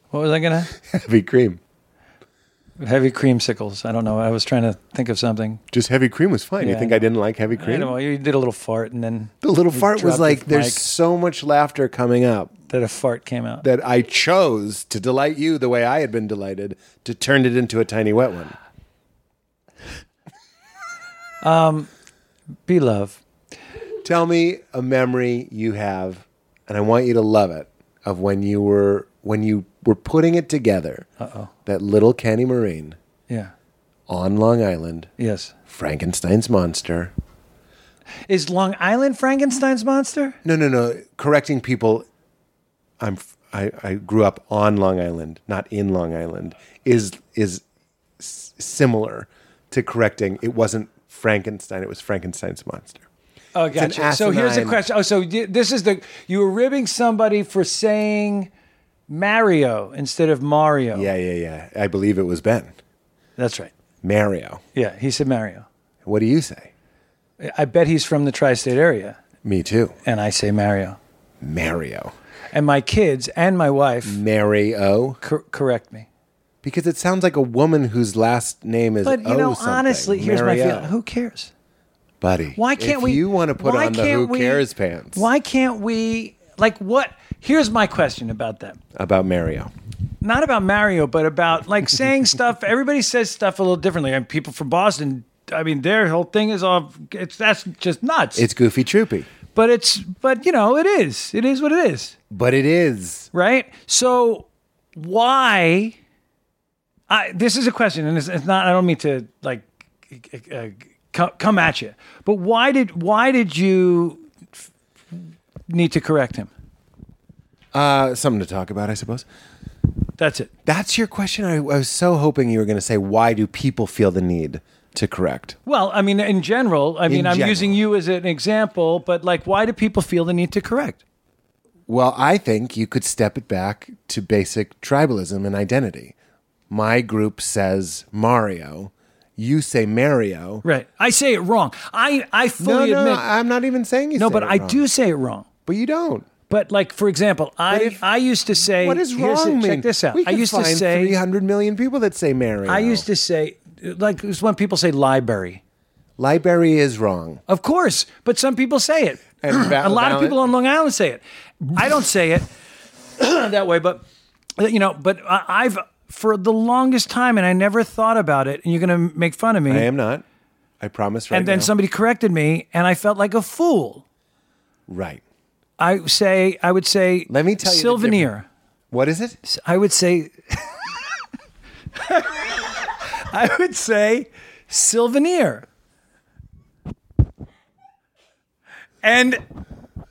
S3: What was I gonna?
S4: Heavy cream.
S3: Heavy creamsicles. I don't know. I was trying to think of something.
S4: Just heavy cream was fine. you
S3: Yeah,
S4: think
S3: I
S4: I didn't like heavy
S3: I don't
S4: cream?
S3: know. You did a little fart, and then
S4: The little fart was
S3: dropped
S4: like,
S3: the
S4: there's
S3: mic.
S4: so much laughter coming up
S3: that a fart came out.
S4: that I chose to delight you the way I had been delighted to turn it into a tiny wet one.
S3: Be love.
S4: Tell me a memory you have, and I want you to love it, of when you were when you were putting it together. Uh-oh. That little Kenny Marine
S3: Yeah.
S4: on Long Island,
S3: Yes.
S4: Frankenstein's monster.
S3: Is Long Island Frankenstein's monster?
S4: No, no, no. Correcting people. I'm. f- I, I grew up on Long Island, not in Long Island. Is is s- similar to correcting. It wasn't Frankenstein. It was Frankenstein's monster.
S3: Oh,
S4: an
S3: gotcha. So here's a
S4: asinine-
S3: question. Oh, so y- this is the you were ribbing somebody for saying Mario instead of Mario.
S4: Yeah, yeah, yeah. I believe it was Ben
S3: that's right.
S4: Mario.
S3: Yeah, he said Mario.
S4: What do you say?
S3: I bet he's from the tri-state area,
S4: Me too.
S3: and I say Mario.
S4: Mario.
S3: And my kids and my wife
S4: Mario.
S3: cor- correct me.
S4: Because it sounds like a woman whose last name is.
S3: But you
S4: O
S3: know,
S4: something.
S3: honestly, here's
S4: Mario.
S3: my feeling. Who cares?
S4: buddy.
S3: Why can't
S4: if
S3: we?
S4: You want to put
S3: why
S4: on the
S3: can't
S4: who
S3: we-
S4: cares pants?
S3: Why can't we? Like what? Here's my question about that.
S4: about Mario?
S3: not about Mario, but about
S4: (laughs)
S3: like saying stuff. Everybody says stuff a little differently. And people from Boston, I mean, their whole thing is all it's that's just nuts.
S4: It's Goofy Troopy.
S3: but it's but you know, it is. It is what it is,
S4: But it is.
S3: right? So why? I this is a question, and it's, it's not. I don't mean to like uh, uh, co- come at you, but why did why did you f- need to correct him?
S4: Uh, something to talk about, I suppose.
S3: That's it.
S4: That's your question. I, I was so hoping you were going to say, why do people feel the need to correct?
S3: Well, I mean, in general, I mean, I'm
S4: general.
S3: using you as an example, but like, why do people feel the need to correct?
S4: Well, I think you could step it back to basic tribalism and identity. My group says Mario. You say Mario.
S3: Right. I say it wrong. I, I
S4: No,
S3: fully
S4: no,
S3: admit.
S4: I'm not even saying you
S3: no,
S4: say
S3: but
S4: it
S3: I
S4: wrong.
S3: do say it wrong.
S4: But you don't.
S3: But like, for example, I,
S4: if-
S3: I used to say,
S4: What is
S3: here's
S4: wrong,
S3: it,
S4: man?
S3: check this out.
S4: We
S3: I
S4: could
S3: used to
S4: find
S3: say,
S4: 300 million people that say Mario.
S3: I used to say, like, it's when people say library.
S4: Library is wrong.
S3: Of course, but some people say it.
S4: (clears throat) And val-
S3: a lot of
S4: valid-
S3: people on Long Island say it. I don't say it (clears throat) that way, but uh, you know, but I- I've for the longest time, and I never thought about it. And you're going to make fun of me,
S4: I am not. I promise right
S3: and then
S4: now.
S3: somebody corrected me, and I felt like a fool.
S4: Right.
S3: I say, I would say,
S4: Let me tell you the
S3: souvenir.
S4: What is it?
S3: I would say, (laughs) I would say, souvenir. And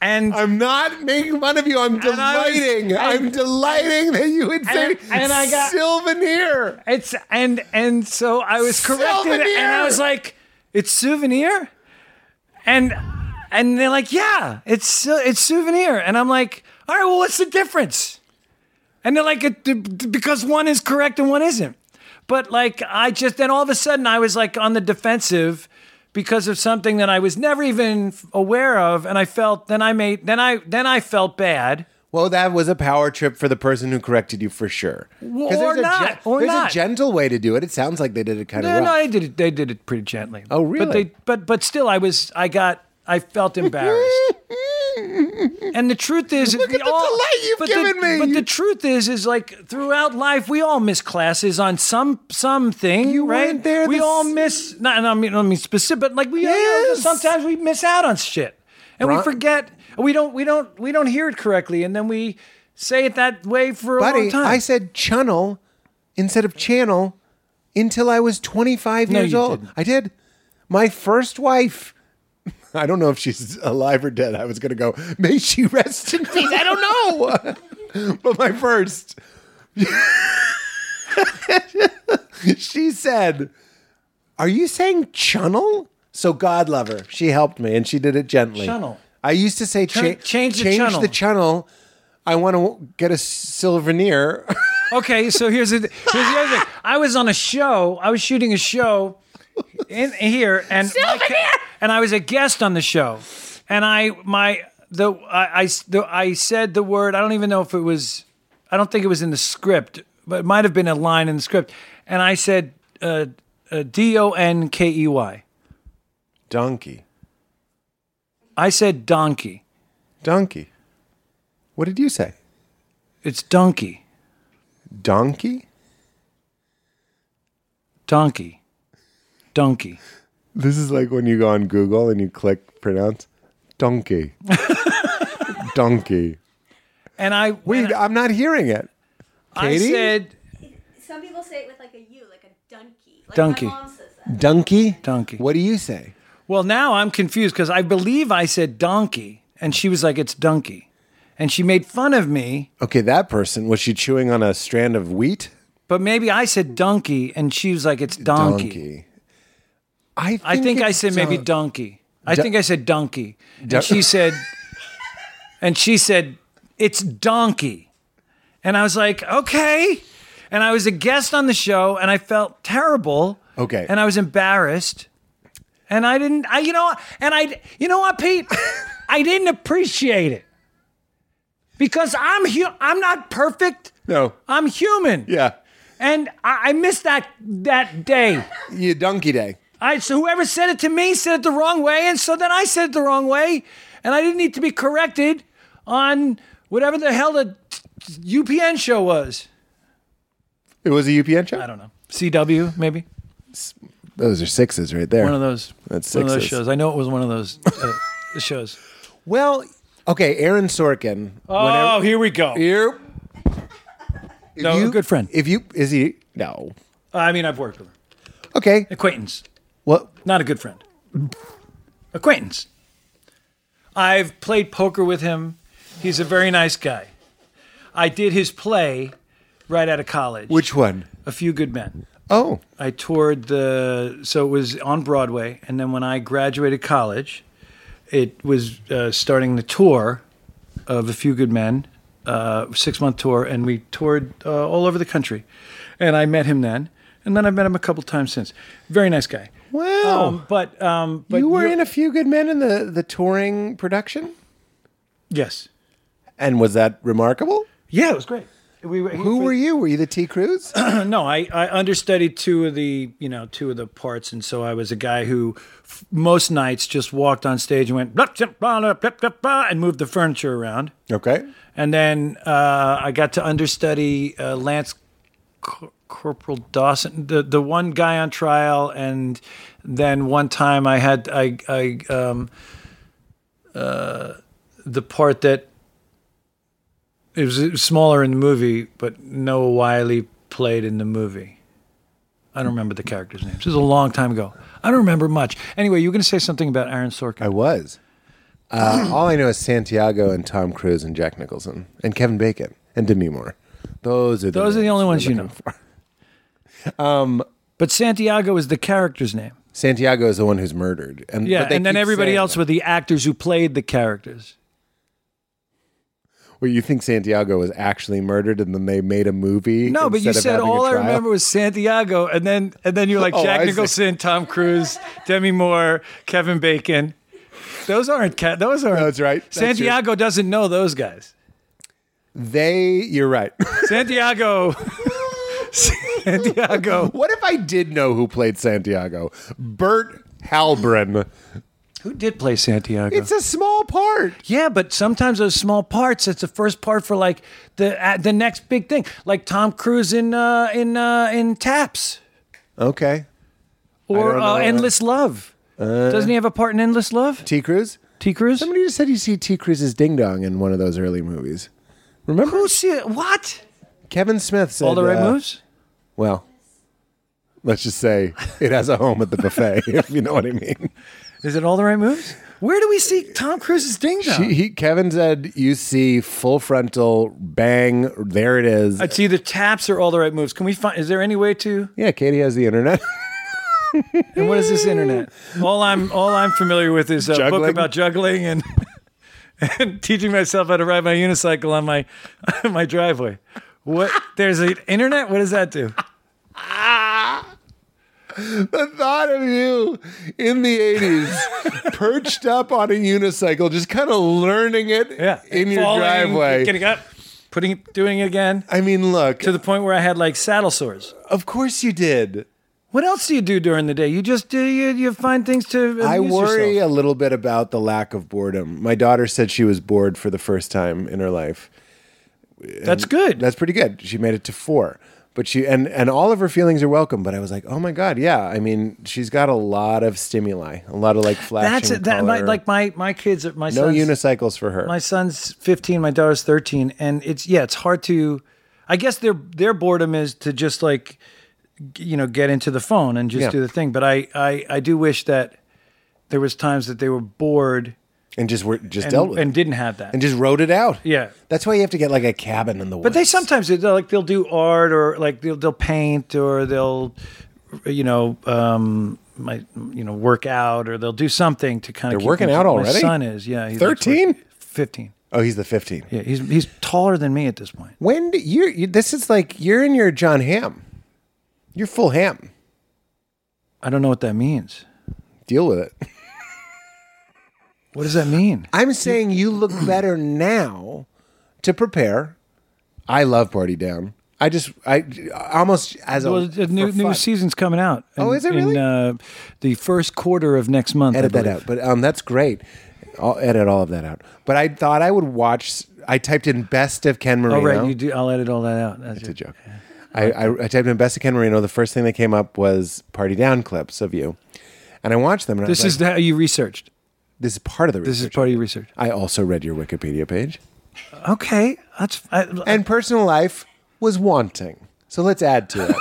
S3: and
S4: I'm not making fun of you. I'm
S3: I was-
S4: delighting.
S3: I-
S4: I'm delighting that you would say
S3: And- and I got-
S4: souvenir.
S3: It's and and so I was corrected,
S4: Souvenir!
S3: and I was like, "It's souvenir," and and they're like, "Yeah, it's sou- it's souvenir," and I'm like, "All right, well, what's the difference?" And they're like, "It- d- d- "Because one is correct and one isn't." But like, I just then all of a sudden I was like on the defensive because of something that I was never even aware of, and I felt then I made then I then I felt bad.
S4: Well, that was a power trip for the person who corrected you for sure. 'Cause
S3: or
S4: there's a
S3: not,
S4: gen-
S3: or
S4: there's
S3: not.
S4: a gentle way to do it. It sounds like they did it kind
S3: No,
S4: of
S3: no,
S4: rough.
S3: they did it. They did it pretty gently.
S4: Oh,
S3: But they,
S4: really?
S3: but but still, I was, I got, I
S4: (laughs)
S3: felt embarrassed. And the truth is,
S4: Look
S3: we
S4: at the
S3: all-
S4: delight you've
S3: but
S4: given
S3: the,
S4: me.
S3: But the truth is, is like throughout life, we all miss classes on some something,
S4: You
S3: right?
S4: weren't there
S3: we
S4: this-
S3: all miss. Not, I mean, I mean specific, but like we you know,
S4: Yes.
S3: sometimes we miss out on shit, and we
S4: Bron-
S3: forget. We don't. We don't. We don't hear it correctly, and then we say it that way for a long
S4: Buddy,
S3: time.
S4: I said channel instead of channel until I was 25
S3: No,
S4: years
S3: you
S4: old.
S3: didn't.
S4: I did. My first wife. (laughs) I don't know if she's alive or dead. I was going to go, may she rest in peace. I don't know. (laughs) but my first. she said, Are you saying channel? So God love her. She helped me and she did it gently.
S3: Channel.
S4: I used to say
S3: Turn-
S4: cha-
S3: change the channel.
S4: the channel. I want to get a souvenir. (laughs)
S3: Okay, so here's the, here's the other thing. I was on a show. I was shooting a show in here, and my ca- and I was a guest on the show, and I my the I I s- the, I said the word. I don't even know if it was. I don't think it was in the script, but it might have been a line in the script. And I said uh, uh, D O N K E Y.
S4: Donkey.
S3: I said donkey.
S4: Donkey. What did you say?
S3: It's donkey,
S4: Donkey?
S3: donkey, donkey.
S4: This is like when you go on Google and you click pronounce donkey. (laughs) donkey.
S3: And I
S4: Wait,
S3: and
S4: I'm not hearing it.
S3: I
S4: Katie?
S3: said
S8: Some people say it with like a U, like a donkey. Like
S3: Donkey.
S8: My mom says that.
S4: Donkey?
S3: Donkey.
S4: What do you say?
S3: Well, now I'm confused because I believe I said donkey, and she was like, "It's donkey," and she made fun of me.
S4: Okay, that person, was she chewing on a strand of wheat?
S3: But maybe I said donkey, and she was like, "It's donkey."
S4: I think
S3: I think I
S4: it's
S3: said maybe
S4: don-
S3: donkey. I
S4: Do-
S3: think I said donkey,
S4: Don-
S3: and she said, and she said, "It's donkey," and I was like, "Okay." And I was a guest on the show, and I felt terrible.
S4: Okay.
S3: And I was embarrassed, and I didn't. I you know, and I you know what, Pete, I didn't appreciate it because I'm hu- I'm not perfect.
S4: No.
S3: I'm human.
S4: Yeah.
S3: And I, I missed that that day.
S4: You donkey day.
S3: I so whoever said it to me said it the wrong way, and so then I said it the wrong way, and I didn't need to be corrected on whatever the hell the UPN show was.
S4: It was a UPN show?
S3: I don't know. CW maybe
S4: Those are sixes right there.
S3: one of those.
S4: That's
S3: one of those
S4: sexist.
S3: shows. I know it was one of those
S4: (laughs)
S3: uh, shows.
S4: Well, okay, Aaron Sorkin.
S3: Oh, here we go.
S4: Here. If
S3: No, a good friend.
S4: If you is he no.
S3: I mean, I've worked with him.
S4: Okay.
S3: acquaintance,
S4: Well,
S3: not a good friend. Acquaintance. I've played poker with him. He's a very nice guy. I did his play right out of college.
S4: which one?
S3: A Few Good Men.
S4: Oh,
S3: I toured the so it was on Broadway, and then when I graduated college, it was uh, starting the tour of A Few Good Men, uh, six month tour, and we toured uh, all over the country, and I met him then, and then I've met him a couple times since. Very nice guy.
S4: Wow.
S3: Um, but um, but
S4: you were
S3: you're-
S4: in a few good men in the the touring production,
S3: yes,
S4: and was that remarkable?
S3: yeah, it was great. We were,
S4: Who were you? Were you the T
S3: (coughs)
S4: Cruz?
S3: (clears throat) no, I, I understudied two of the you know two of the parts, and so I was a guy who f- most nights just walked on stage and went blah, blah, blah, blah, blah, blah, blah, and moved the furniture around.
S4: okay.
S3: And then uh, I got to understudy uh, Lance Cor- Corporal Dawson, the the one guy on trial, and then one time I had I I um, uh, the part that it was it was smaller in the movie, but Noah Wiley played in the movie. I don't remember the characters' names. This is a long time ago. I don't remember much. Anyway, you were going to say something about Aaron Sorkin.
S4: I was. Uh, all I know is Santiago and Tom Cruise and Jack Nicholson and Kevin Bacon and Demi Moore. Those are the
S3: Those are the
S4: names
S3: only
S4: we're
S3: ones you
S4: looking Um,
S3: know.
S4: for.
S3: but Santiago is the character's name.
S4: Santiago is the one who's murdered, and
S3: Yeah,
S4: but they
S3: and then
S4: keep
S3: everybody
S4: saying
S3: else
S4: that.
S3: were the actors who played the characters.
S4: Well, you think Santiago was actually murdered, and then they made a movie.
S3: No, but you
S4: instead of
S3: said
S4: having a
S3: all I
S4: trial?
S3: remember was Santiago, and then and then you're like
S4: (laughs) Oh,
S3: Jack
S4: I see.
S3: Nicholson, Tom Cruise, Demi Moore, Kevin Bacon. Those aren't ca- those aren't.
S4: That's right. That's true.
S3: Santiago doesn't know those guys.
S4: They, you're right. (laughs)
S3: Santiago, Santiago.
S4: what if I did know who played Santiago? Bert Halbrin,
S3: Who did play Santiago?
S4: It's a small part.
S3: yeah, but sometimes those small parts. It's the first part for like the uh, the next big thing, like Tom Cruise in uh, in uh, in Taps
S4: Okay.
S3: or
S4: don't
S3: uh,
S4: know.
S3: Endless Love. Doesn't he have a part in Endless Love?
S4: T. Cruz?
S3: T. Cruise.
S4: Somebody just said you see T. Cruz's ding dong in one of those early movies. Remember?
S3: Who see what?
S4: Kevin Smith said.
S3: All the right
S4: uh,
S3: moves.
S4: Well, let's just say it has a home at the buffet, (laughs) if you know what I mean.
S3: Is it all the right moves? Where do we see Tom Cruise's ding
S4: She,
S3: dong?
S4: he, Kevin said you see full frontal, bang, there it is.
S3: It's either taps or all the right moves. Can we find? Is there any way to?
S4: yeah, Katie has the internet.
S3: And what is this internet? All I'm all I'm familiar with is a book
S4: Juggling?
S3: about juggling and (laughs) and teaching myself how to ride my unicycle on my (laughs) on my driveway. What? There's an internet. What does that do?
S4: the thought of you in the 80s perched up on a unicycle, just kind of learning it
S3: Yeah,
S4: in your
S3: Falling,
S4: driveway.
S3: getting up, putting, it- doing it again
S4: I mean, look,
S3: to the point where I had like saddle sores.
S4: of course you did.
S3: What else do you do during the day? You just do you, you find things to.
S4: I
S3: amuse
S4: worry
S3: yourself.
S4: a little bit about the lack of boredom. My daughter said she was bored for the first time in her life.
S3: That's good.
S4: That's pretty good. She made it to four. But she and and all of her feelings are welcome. But I was like, oh my god, yeah. I mean, she's got a lot of stimuli, a lot of like flashing.
S3: That's it. That, my,
S4: color.
S3: like my my kids, are- my
S4: no
S3: sons,
S4: unicycles for her.
S3: my son's 15, my daughter's 13, and it's yeah, it's hard to. I guess their their boredom is to just like, g- you know, get into the phone and just
S4: Yeah.
S3: do the thing. But I, I I do wish that there was times that they were bored
S4: and just were just
S3: and,
S4: dealt with
S3: and
S4: and,
S3: didn't have that.
S4: and just wrote it out.
S3: yeah.
S4: That's why you have to get like a cabin in the woods.
S3: But they sometimes they'll, like they'll do art or like they'll they'll paint or they'll you know um my you know work out or they'll do something to kind of
S4: They're working out
S3: My
S4: already?
S3: son is yeah he's like
S4: 13?
S3: 14, 15
S4: Oh, he's the fifteen.
S3: yeah he's he's taller than me at this point
S4: When do you, you this is like you're in your John Ham. You're full ham.
S3: I don't know what that means
S4: Deal with it.
S3: what does that
S4: (laughs)
S3: mean
S4: I'm saying you look better now to prepare. I love party down. I just I almost as a
S3: well the new
S4: for
S3: new
S4: fun.
S3: season's coming out
S4: Oh,
S3: in-
S4: is it
S3: in
S4: really?
S3: uh, the first quarter of next month I
S4: edit that
S3: believe.
S4: out. But um, that's great. I'll edit all of that out. But I thought I would watch. I typed in best of Ken Marino.
S3: oh right you do I'll edit all that out That's
S4: It's a
S3: it.
S4: joke. I, I, I typed in best of Ken Marino. The first thing that came up was party down clips of you, and I watched them. And
S3: this
S4: I was
S3: is
S4: like,
S3: how you researched
S4: this is part of the
S3: this
S4: research.
S3: is part of your research
S4: I also read your Wikipedia page,
S3: okay that's I,
S4: and personal life was wanting. So let's add to it.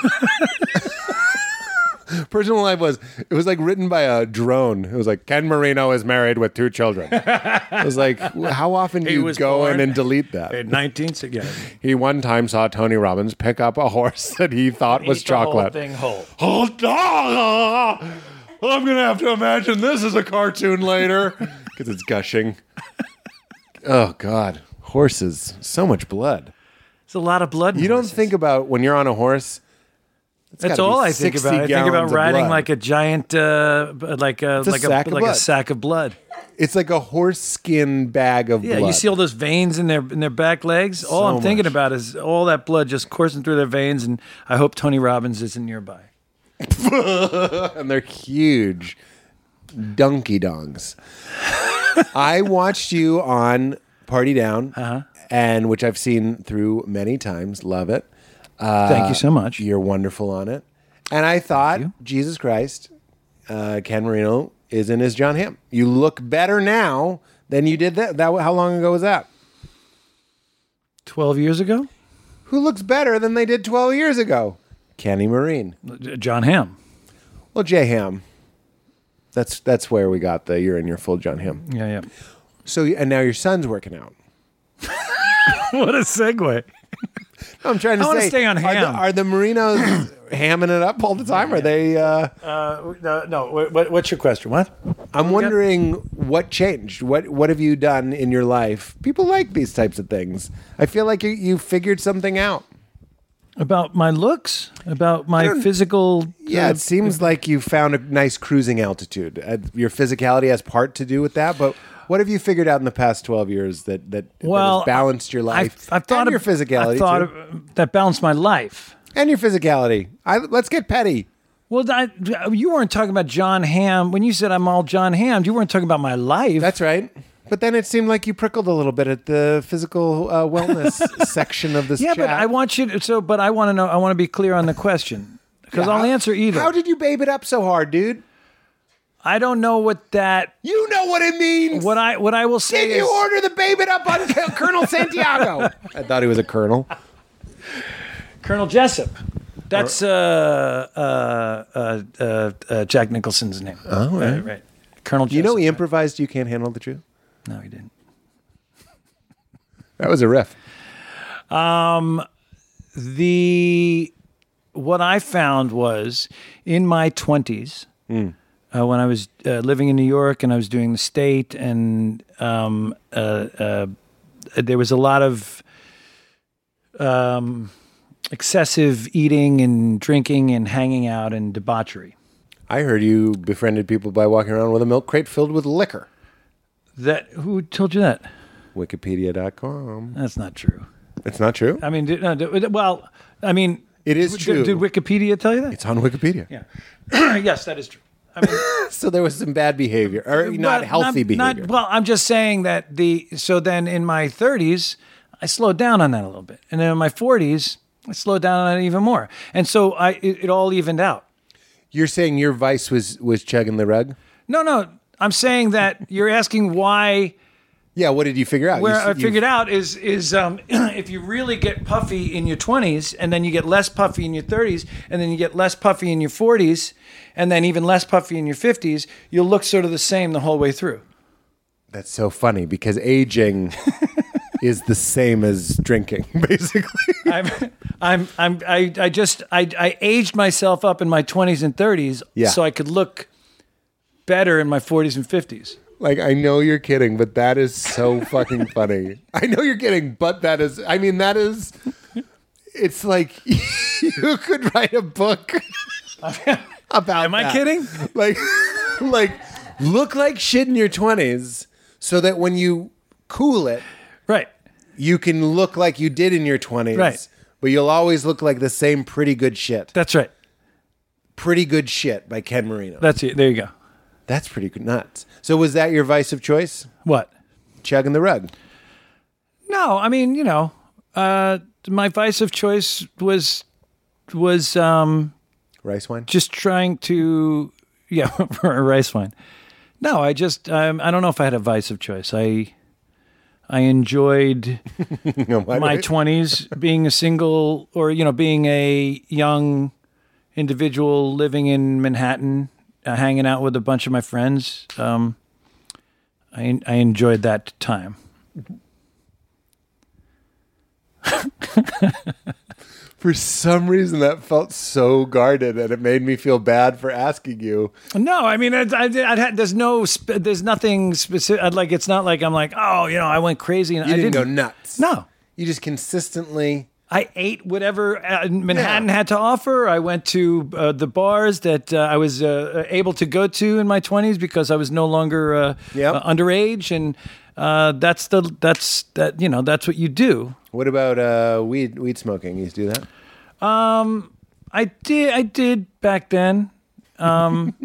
S4: personal life was it was like written by a drone. It was like Ken Marino is married with two children. It was (laughs) like how often do
S3: He
S4: you
S3: was
S4: go in
S3: born-
S4: and delete that?
S3: in 19th again
S4: He one time saw Tony Robbins pick up a horse (laughs) that he thought was chocolate. Oh, (laughs) ah, ah, I'm going to have to imagine this as a cartoon (laughs) later because it's gushing. Oh, God. Horses, so much blood.
S3: It's a lot of blood. in
S4: You don't
S3: horses.
S4: think about when you're on a horse. it's
S3: That's
S4: gotta
S3: all
S4: be
S3: I think
S4: 60
S3: about. I think
S4: gallons
S3: about
S4: of
S3: riding
S4: blood.
S3: like a giant, uh, b- like a,
S4: a
S3: like a
S4: sack of
S3: like a
S4: blood.
S3: sack of blood.
S4: It's like a horse skin bag of
S3: Yeah,
S4: blood.
S3: you see all those veins in their in their back legs. all
S4: So
S3: I'm thinking
S4: much.
S3: about is all that blood just coursing through their veins, and I hope Tony Robbins isn't nearby.
S4: and they're huge
S5: (laughs)
S4: donkey dongs. I watched you on Party Down,
S3: Uh-huh.
S4: and which I've seen through many times. Love it.
S3: Thank you so much.
S4: Uh, You're wonderful on it. And I thought, Jesus Christ, uh, Ken Marino is in his John Hamm. You look better now than you did that. That how long ago was that?
S3: Twelve years ago,
S4: Who looks better than they did 12 years ago? Kenny Marine.
S3: J- John Hamm.
S4: Well, J Ham. That's that's where we got the you're in your full John Ham. (laughs)
S3: Yeah,
S4: So and now your son's working out.
S3: yeah. what a segue.
S4: I'm trying to
S3: I wanna
S4: say,
S3: stay on
S4: Are the,
S3: ham.
S4: are the Marinos (coughs) hamming it up all the time? Are they? Uh,
S3: Uh, no, no. What, what, what's your question? What?
S4: I'm wondering what changed. What What have you done in your life? People like these types of things. I feel like you, you figured something out.
S3: About my looks? About my physical?
S4: Yeah,
S3: uh,
S4: it seems like you found a nice cruising altitude. Uh, your physicality has part to do with that, but. What have you figured out in the past twelve years that that, that has
S3: well,
S4: balanced your life?
S3: I've, I've thought
S4: and your
S3: of
S4: physicality
S3: I thought
S4: too.
S3: of- that balanced my life.
S4: and your physicality. I, let's get petty.
S3: Well, I, you weren't talking about John Ham when you said I'm all John Ham. You weren't talking about my life.
S4: That's right. But then it seemed like you prickled a little bit at the physical uh, wellness
S3: (laughs)
S4: section of this
S3: yeah,
S4: chat.
S3: but I want you to. So, but I want to know. I want to be clear on the question because I'll answer either.
S4: How did you babe it up so hard, dude?
S3: I don't know what that.
S4: You know what it means.
S3: What I what I will say
S4: did
S3: is
S4: you order the babe it up on Colonel Santiago? (laughs) I thought he was a colonel.
S3: Colonel Jessup. That's uh, uh, uh, uh, uh, Jack Nicholson's name. Oh, right, right. Colonel. Jessup.
S4: You know he improvised. You can't handle the truth.
S3: No, he didn't.
S4: That was a riff.
S3: the what I found was in my twenties uh, when I was uh, living in New York and I was doing the state and um, uh, uh, there was a lot of um, excessive eating and drinking and hanging out and debauchery.
S4: I heard you befriended people by walking around with a milk crate filled with liquor.
S3: That who told you that?
S4: Wikipedia.com.
S3: That's not true.
S4: It's not true.
S3: I mean, did, no, did- well, I mean,
S4: It is
S3: did-
S4: true.
S3: Did Wikipedia tell you that?
S4: It's on Wikipedia.
S3: Yeah. (clears throat) yes, that is true. I mean.
S4: So there was some bad behavior, or not
S3: Well,
S4: healthy
S3: not-
S4: behavior.
S3: well, I'm just saying that the so then in my 30s, I slowed down on that a little bit, and then in my 40s, I slowed down on it even more, and so I it, it all evened out.
S4: You're saying your vice was was chugging the rug?
S3: No, no, I'm saying that you're asking why.
S4: Yeah. What did you figure out?
S3: Where
S4: You s-
S3: I
S4: you-
S3: figured out is is um, (clears throat) if you really get puffy in your 20s, and then you get less puffy in your 30s, and then you get less puffy in your 40s, and then even less puffy in your 50s, you'll look sort of the same the whole way through. (laughs)
S4: That's so funny because (laughs) aging is the same as drinking, (laughs) basically.
S3: I'm, I'm, I'm, I, I just, I, I aged myself up in my 20s and 30s
S4: Yeah.
S3: so I could look better in my 40s and 50s.
S4: Like I know you're kidding, but that is so fucking funny. (laughs) I know you're kidding, but that is I mean that is it's like (laughs) you could write a book (laughs) about
S3: Am I
S4: that. (laughs)
S3: kidding?
S4: Like like look like shit in your 20s so that when you cool it,
S3: Right.
S4: you can look like you did in your 20s.
S3: Right.
S4: But you'll always look like the same pretty good shit.
S3: That's right.
S4: Pretty good shit by Ken Marino.
S3: That's it. There you go.
S4: That's pretty good nuts. So was that your vice of choice?
S3: What?
S4: Chugging the rug.
S3: No, I mean, you know, uh, my vice of choice was, was, um,
S4: Rice wine?
S3: just trying to, (laughs) yeah, for a rice wine. No, I just, um, I don't know if I had a vice of choice. I, I enjoyed my 20s being a single or you know being a young individual living in manhattan uh, hanging out with a bunch of my friends um, I, I enjoyed that time
S4: For some reason, that felt so guarded, and it made me feel bad for asking you.
S3: no i mean I, I, I had, there's no sp- there's nothing specific like it's not like i'm like oh you know i went crazy and
S4: You
S3: i
S4: didn't, go nuts.
S3: no
S4: You just consistently.
S3: I ate whatever uh, Manhattan
S4: Yeah.
S3: had to offer. I went to uh, the bars that uh, I was uh, able to go to in my 20s because I was no longer uh,
S4: Yep.
S3: uh, underage and uh, that's the that's that you know that's what you do.
S4: What about uh, weed weed smoking? You used to do that?
S3: I did I did back then. Um,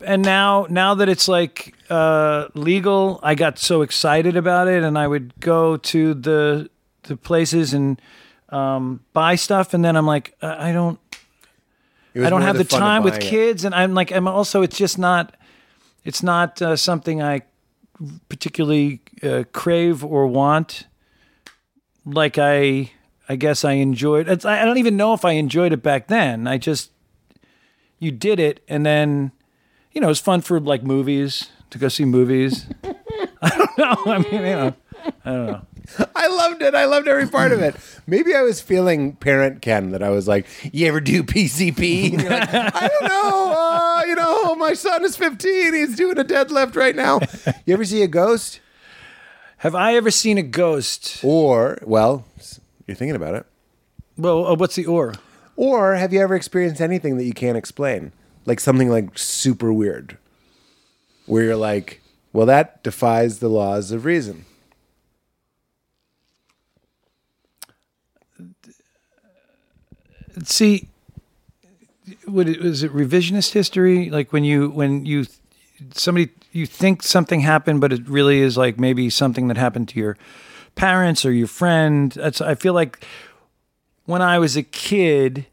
S3: and now now that it's like uh, legal, I got so excited about it and I would go to the the places and um, buy stuff and then I'm like I I don't
S4: It was
S3: I don't
S4: more
S3: have the,
S4: fun of
S3: time with
S4: buying it.
S3: kids, and I'm like, I'm also, it's just not, it's not uh, something I particularly uh, crave or want. Like I, I guess I enjoyed. It's, I I don't even know if I enjoyed it back then. I just, you did it, and then, you know, it's fun for like movies to go see
S4: (laughs)
S3: movies. I don't know. I mean, you know,
S4: I loved it. I loved every part of it. Maybe I was feeling parent Ken that I was like, "You ever do PCP?" And (laughs) you're like, I don't know. Uh, you know, my son is 15. He's doing a deadlift right now. You ever see a ghost?
S3: have I ever seen a ghost?
S4: Or well, you're thinking about it.
S3: Well, uh, what's the or?
S4: Or have you ever experienced anything that you can't explain? Like something like super weird, where you're like, well, that defies the laws of reason.
S3: See, what is it revisionist history? Like when you when you somebody you think something happened, but it really is like maybe something that happened to your parents or your friend. That's I feel like when I was a kid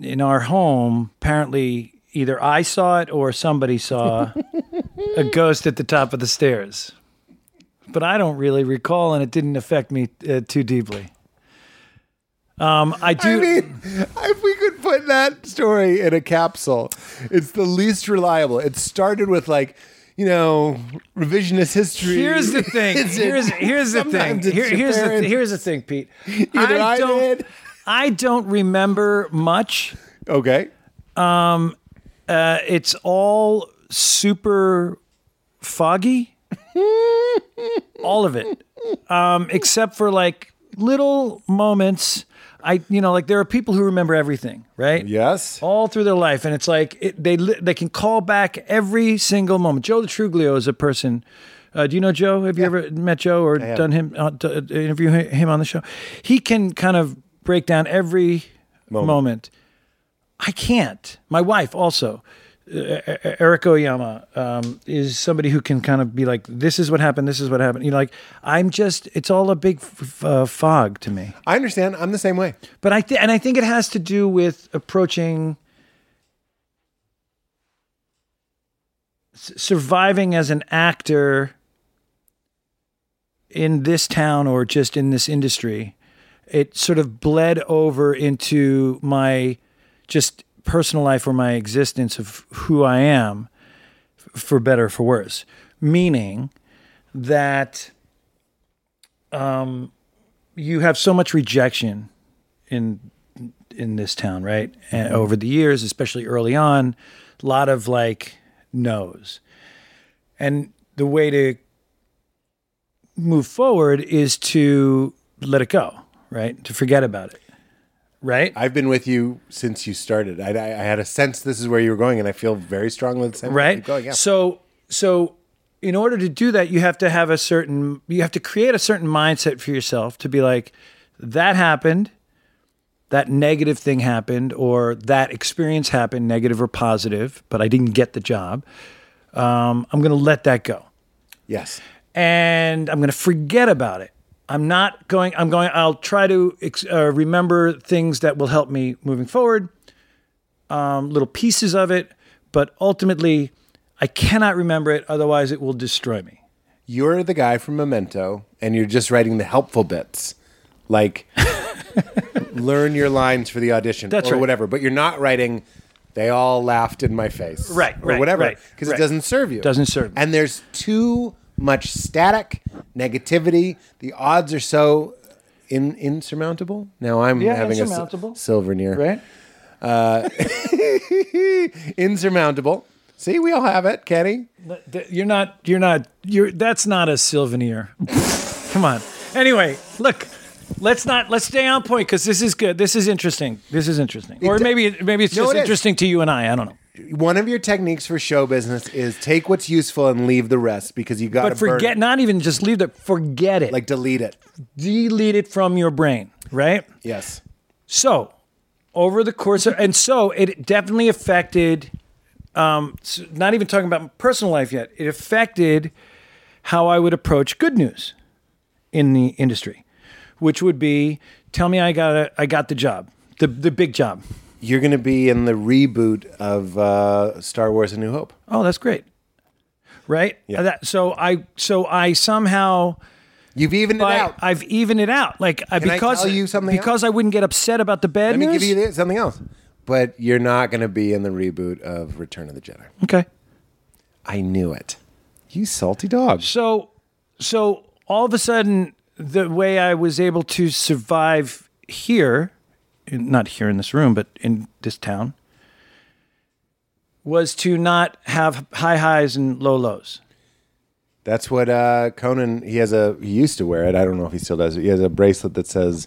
S3: in our home, apparently either I saw it or somebody saw a ghost at the top of the stairs. But I don't really recall, and it didn't affect me uh, too deeply. Um, I do.
S4: I mean, if we could put that story in a capsule, it's the least reliable. It started with like, you know, revisionist history.
S3: Here's the
S4: (laughs)
S3: thing.
S4: It's-
S3: here's here's the thing.
S4: sometimes it's
S3: Here-
S4: your
S3: here's the
S4: parents.
S3: here's the thing, Pete.
S4: Either I did.
S3: I don't remember much.
S4: Okay.
S3: Uh, it's all super foggy. (laughs) all of it, um, except for like little moments. I you know like there are people who remember everything, right?
S4: Yes.
S3: all through their life, and it's like it, they li- they can call back every single moment. Joe Truglio is a person. Uh, do you know Joe? Have you ever met Joe or done him uh, d- uh, interview hi- him on the show? He can kind of break down every moment. I can't. My wife also. E- Eric Oyama um, is somebody who can kind of be like, "This is what happened. This is what happened." You know, like I'm just. It's all a big f- f- uh, fog to me.
S4: I understand. I'm the same way.
S3: But I th- and I think it has to do with approaching s- surviving as an actor in this town or just in this industry. It sort of bled over into my just personal life or my existence of who I am, f- for better or for worse. Meaning that um, you have so much rejection in in this town, right? And over the years, especially early on, a lot of like no's. And the way to move forward is to let it go, right? To forget about it. Right?
S4: I've been with you since you started. I, I, I had a sense this is where you were going, and I feel very strongly the same. way.
S3: right?
S4: Keep going, yeah.
S3: So so in order to do that, you have to have a certain you have to create a certain mindset for yourself to be like that happened, that negative thing happened or that experience happened, negative or positive, but I didn't get the job. Um, I'm going to let that go
S4: yes.
S3: and I'm going to forget about it. I'm not going, I'm going, I'll try to ex- uh, remember things that will help me moving forward, um, little pieces of it, but ultimately I cannot remember it. Otherwise, it will destroy me.
S4: You're the guy from Memento, and you're just writing the helpful bits, like (laughs) learn your lines for the audition
S3: That's
S4: or
S3: right.
S4: whatever. But you're not writing. They all laughed in my face,
S3: Right,
S4: Or
S3: right,
S4: whatever,
S3: right,
S4: because
S3: right.
S4: it doesn't serve you.
S3: Doesn't serve me.
S4: And there's too much static negativity. The odds are so in, insurmountable. Now I'm
S3: Yeah,
S4: having a
S3: insurmountable.
S4: sil- silver near,
S3: Right?
S4: insurmountable. See, we all have it, Kenny.
S3: You're not, you're not, you're, that's not a souvenir. (laughs) Come on. Anyway, look. Let's not let's stay on point because this is good. This is interesting. This is interesting. Or
S4: d-
S3: maybe maybe it's
S4: No,
S3: just
S4: it is.
S3: interesting to you and I. I don't know.
S4: One of your techniques for show business is take what's useful and leave the rest because you got to
S3: But forget not even just leave the forget it.
S4: like delete it.
S3: delete it from your brain, right?
S4: Yes.
S3: So, over the course of, and so it definitely affected, um, s- not even talking about my personal life yet, it affected how I would approach good news in the industry, which would be tell me I got, a, I got the job, the, the big job.
S4: You're going to be in the reboot of uh, Star Wars: A New Hope.
S3: Oh, that's great. Right?
S4: Yeah.
S3: That, so I so I somehow
S4: You've evened it
S3: I,
S4: out.
S3: I've evened it out. Like I
S4: Can I
S3: because
S4: tell you something
S3: because I wouldn't get upset about the bad
S4: Let me
S3: news.
S4: give you th- something else. But you're not going to be in the reboot of Return of the Jedi.
S3: okay.
S4: I knew it. You salty dog.
S3: So, so all of a sudden, the way I was able to survive here, in, not here in this room, but in this town, was to not have high highs and low lows.
S4: That's what uh, Conan. He has a. He used to wear it. I don't know if he still does it. He has a bracelet that says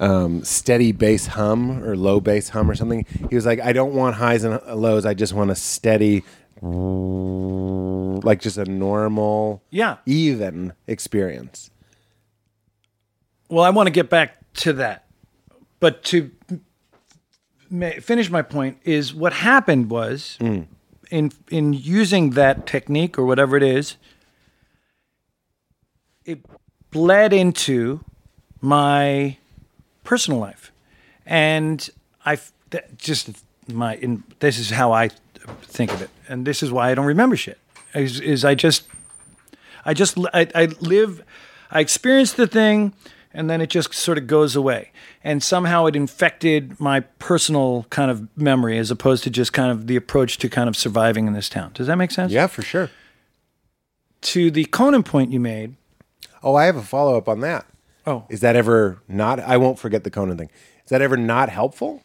S4: um, "steady bass hum" or "low bass hum" or something. He was like, "I don't want highs and lows. I just want a steady, like just a normal,
S3: Yeah.
S4: even experience."
S3: Well, I want to get back to that, but to ma- finish my point is what happened was in in using that technique or whatever it is, it bled into my personal life, and I f- that just my in, this is how I think of it, and this is why I don't remember shit. Is, is I just I just I, I live, I experience the thing, and then it just sort of goes away. And somehow it infected my personal kind of memory as opposed to just kind of the approach to kind of surviving in this town. Does that make sense?
S4: Yeah, for sure.
S3: To the Conan point you made.
S4: Oh, I have a follow up on that.
S3: Oh,
S4: Is that ever not? I won't forget the Conan thing. Is that ever not helpful?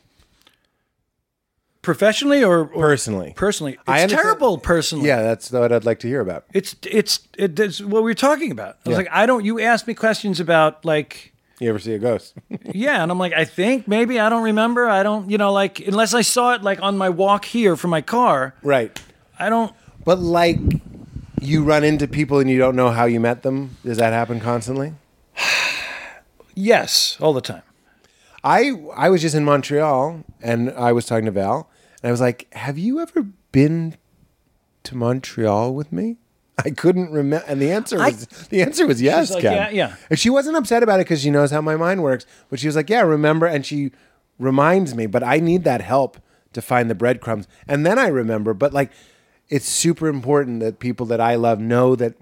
S3: professionally or, or
S4: Personally.
S3: Personally, it's
S4: I understand-
S3: terrible. Personally,
S4: Yeah, that's what I'd like to hear about.
S3: It's it's it, it's what we were talking about. I was like, I don't. You asked me questions about like.
S4: You ever see a ghost?
S3: Yeah, and I'm like, I think maybe I don't remember. I don't, you know, like unless I saw it like on my walk here from my car.
S4: (laughs) right.
S3: I don't.
S4: But like you run into people and you don't know how you met them. Does that happen constantly?
S3: Yes, all the time.
S4: I I was just in Montreal and I was talking to Val and I was like, "Have you ever been to Montreal with me?" I couldn't remember, and the answer
S3: I-
S4: was the answer was yes,
S3: like,
S4: Ken.
S3: "Yeah, yeah."
S4: And she wasn't upset about it because she knows how my mind works. But she was like, "Yeah, remember?" And she reminds me, but I need that help to find the breadcrumbs, and then I remember. But like, it's super important that people that I love know that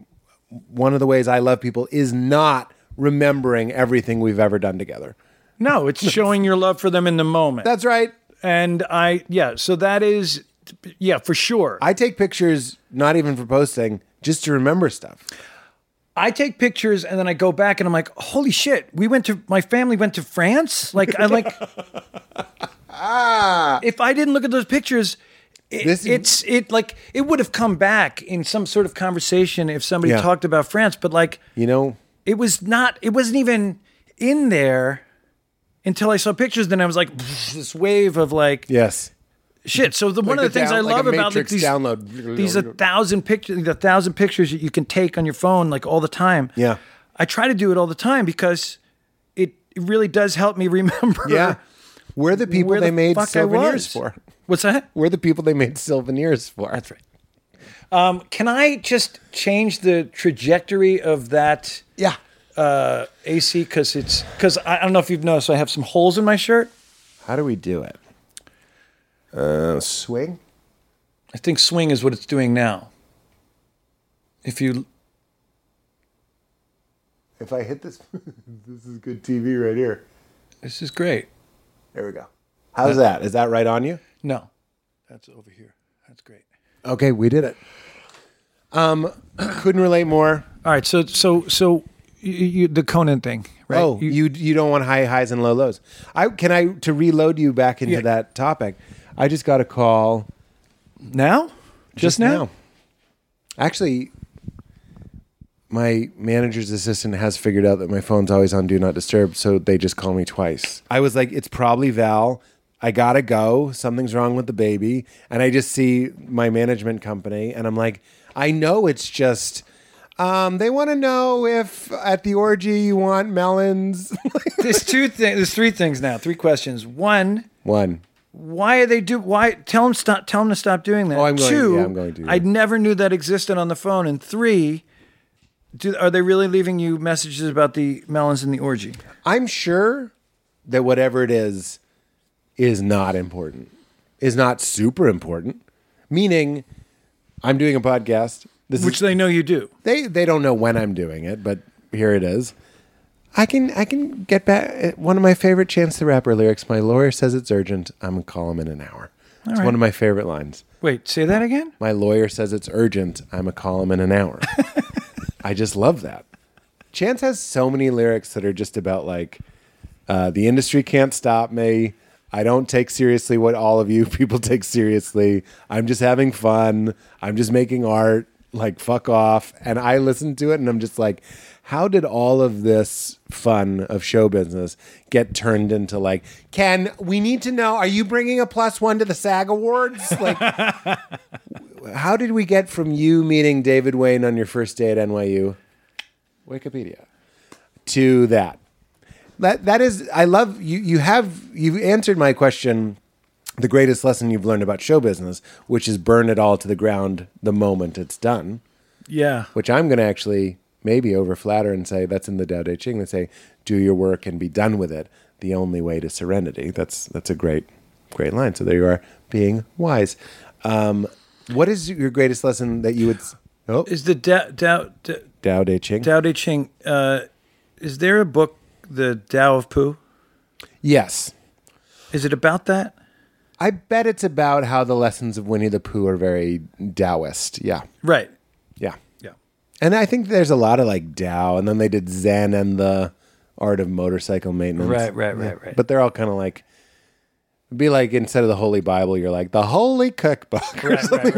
S4: one of the ways I love people is not remembering everything we've ever done together.
S3: No, it's showing your love for them in the moment.
S4: That's right.
S3: and I yeah, so that is yeah, for sure. I,
S4: I take pictures not even for posting, just to remember stuff.
S3: take pictures and then I go back and I'm like, "Holy shit, we went to my family went to France?" Like I like If I didn't look at those pictures, it,
S4: Ah. This-
S3: it's it like it would have come back in some sort of conversation if somebody
S4: Yeah.
S3: talked about France, but like
S4: You know,
S3: it was not it wasn't even in there until I saw pictures then I was like (laughs) this wave of like
S4: yes.
S3: shit. So the one
S4: Like
S3: of the
S4: a
S3: things
S4: down-
S3: I
S4: like a
S3: love about like
S4: Matrix
S3: these
S4: download.
S3: these a thousand pictures, the thousand pictures that you can take on your phone like all the time.
S4: Yeah.
S3: I try to do it all the time because it, it really does help me (laughs) remember.
S4: Yeah, we're the people
S3: where
S4: they
S3: the
S4: made
S3: fuck I
S4: souvenirs
S3: was.
S4: for.
S3: What's that?
S4: We're the people they made souvenirs for. That's right.
S3: Um, can I just change the trajectory of that
S4: Yeah.
S3: uh, AC because it's because I, I don't know if you've noticed I have some holes in my shirt.
S4: How do we do it? Uh, swing.
S3: I think swing is what it's doing now. If you
S4: If I hit this, (laughs) this is good TV right here.
S3: this is great.
S4: There we go. How's that? Is that right on you?
S3: No, that's over here. That's great.
S4: Okay, we did it. Um, (clears throat) couldn't relate more.
S3: All right, so so so you, you, the Conan thing, right?
S4: Oh,
S3: You-
S4: you you don't want high highs and low lows. I can I to reload you back into
S3: Yeah.
S4: that topic. I just got a call
S3: now, just, now?
S4: Actually, my manager's assistant has figured out that my phone's always on do not disturb, so they just call me twice. I was like, it's probably Val. I gotta go. Something's wrong with the baby. And I just see my management company, and I'm like, I know it's just. Um, they want to know if at the orgy you want melons.
S3: (laughs) there's two things. There's three things now. Three questions. One,
S4: One.
S3: why are they do? Why tell them stop? Tell them to stop doing that.
S4: Oh, I'm going-
S3: two,
S4: yeah, I'm going to,
S3: I
S4: yeah.
S3: never knew that existed on the phone. And three, do, are they really leaving you messages about the melons and the orgy?
S4: I'm sure that whatever it is is not important. Is not super important. Meaning I'm doing a podcast. This
S3: Which
S4: is,
S3: they know you do.
S4: they they don't know when I'm doing it, but here it is. I can I can get back one of my favorite Chance the Rapper lyrics. My lawyer says it's urgent. I'm gonna call him in an hour. it's
S3: right.
S4: one of my favorite lines.
S3: Wait, say that again.
S4: My lawyer says it's urgent. I'm a call him in an hour. I just love that. Chance has so many lyrics that are just about like, uh, the industry can't stop me. I don't take seriously what all of you (laughs) people take seriously. I'm just having fun. I'm just making art. Like, fuck off. And I listen to it and I'm just like, how did all of this fun of show business get turned into like, Ken, we need to know, are you bringing a plus one to the SAG Awards? Like, how did we get from you meeting David Wayne on your first day at NYU, Wikipedia, to that? That that is, I love you. You have you answered my question the greatest lesson you've learned about show business, which is burn it all to the ground the moment it's done.
S3: Yeah.
S4: Which I'm going to actually maybe overflatter and say that's in the Tao Te Ching. They say, do your work and be done with it. The only way to serenity. That's that's a great, great line. So there you are, being wise. Um, what is your greatest lesson that you would? s- Oh,
S3: Is the Tao Tao Tao-
S4: Tao Te Ching.
S3: Tao Te Ching? Uh, is there a book, the Tao of Pooh?
S4: yes,
S3: Is it about that?
S4: I bet it's about how the lessons of Winnie the Pooh are very Taoist. Yeah,
S3: Right.
S4: yeah.
S3: Yeah.
S4: And I think there's a lot of like Tao, and then they did Zen and the Art of Motorcycle Maintenance.
S3: Right, right, right, right.
S4: But they're all kind of like, it'd be like instead of the Holy Bible, you're like the Holy Cookbook. (laughs) or something.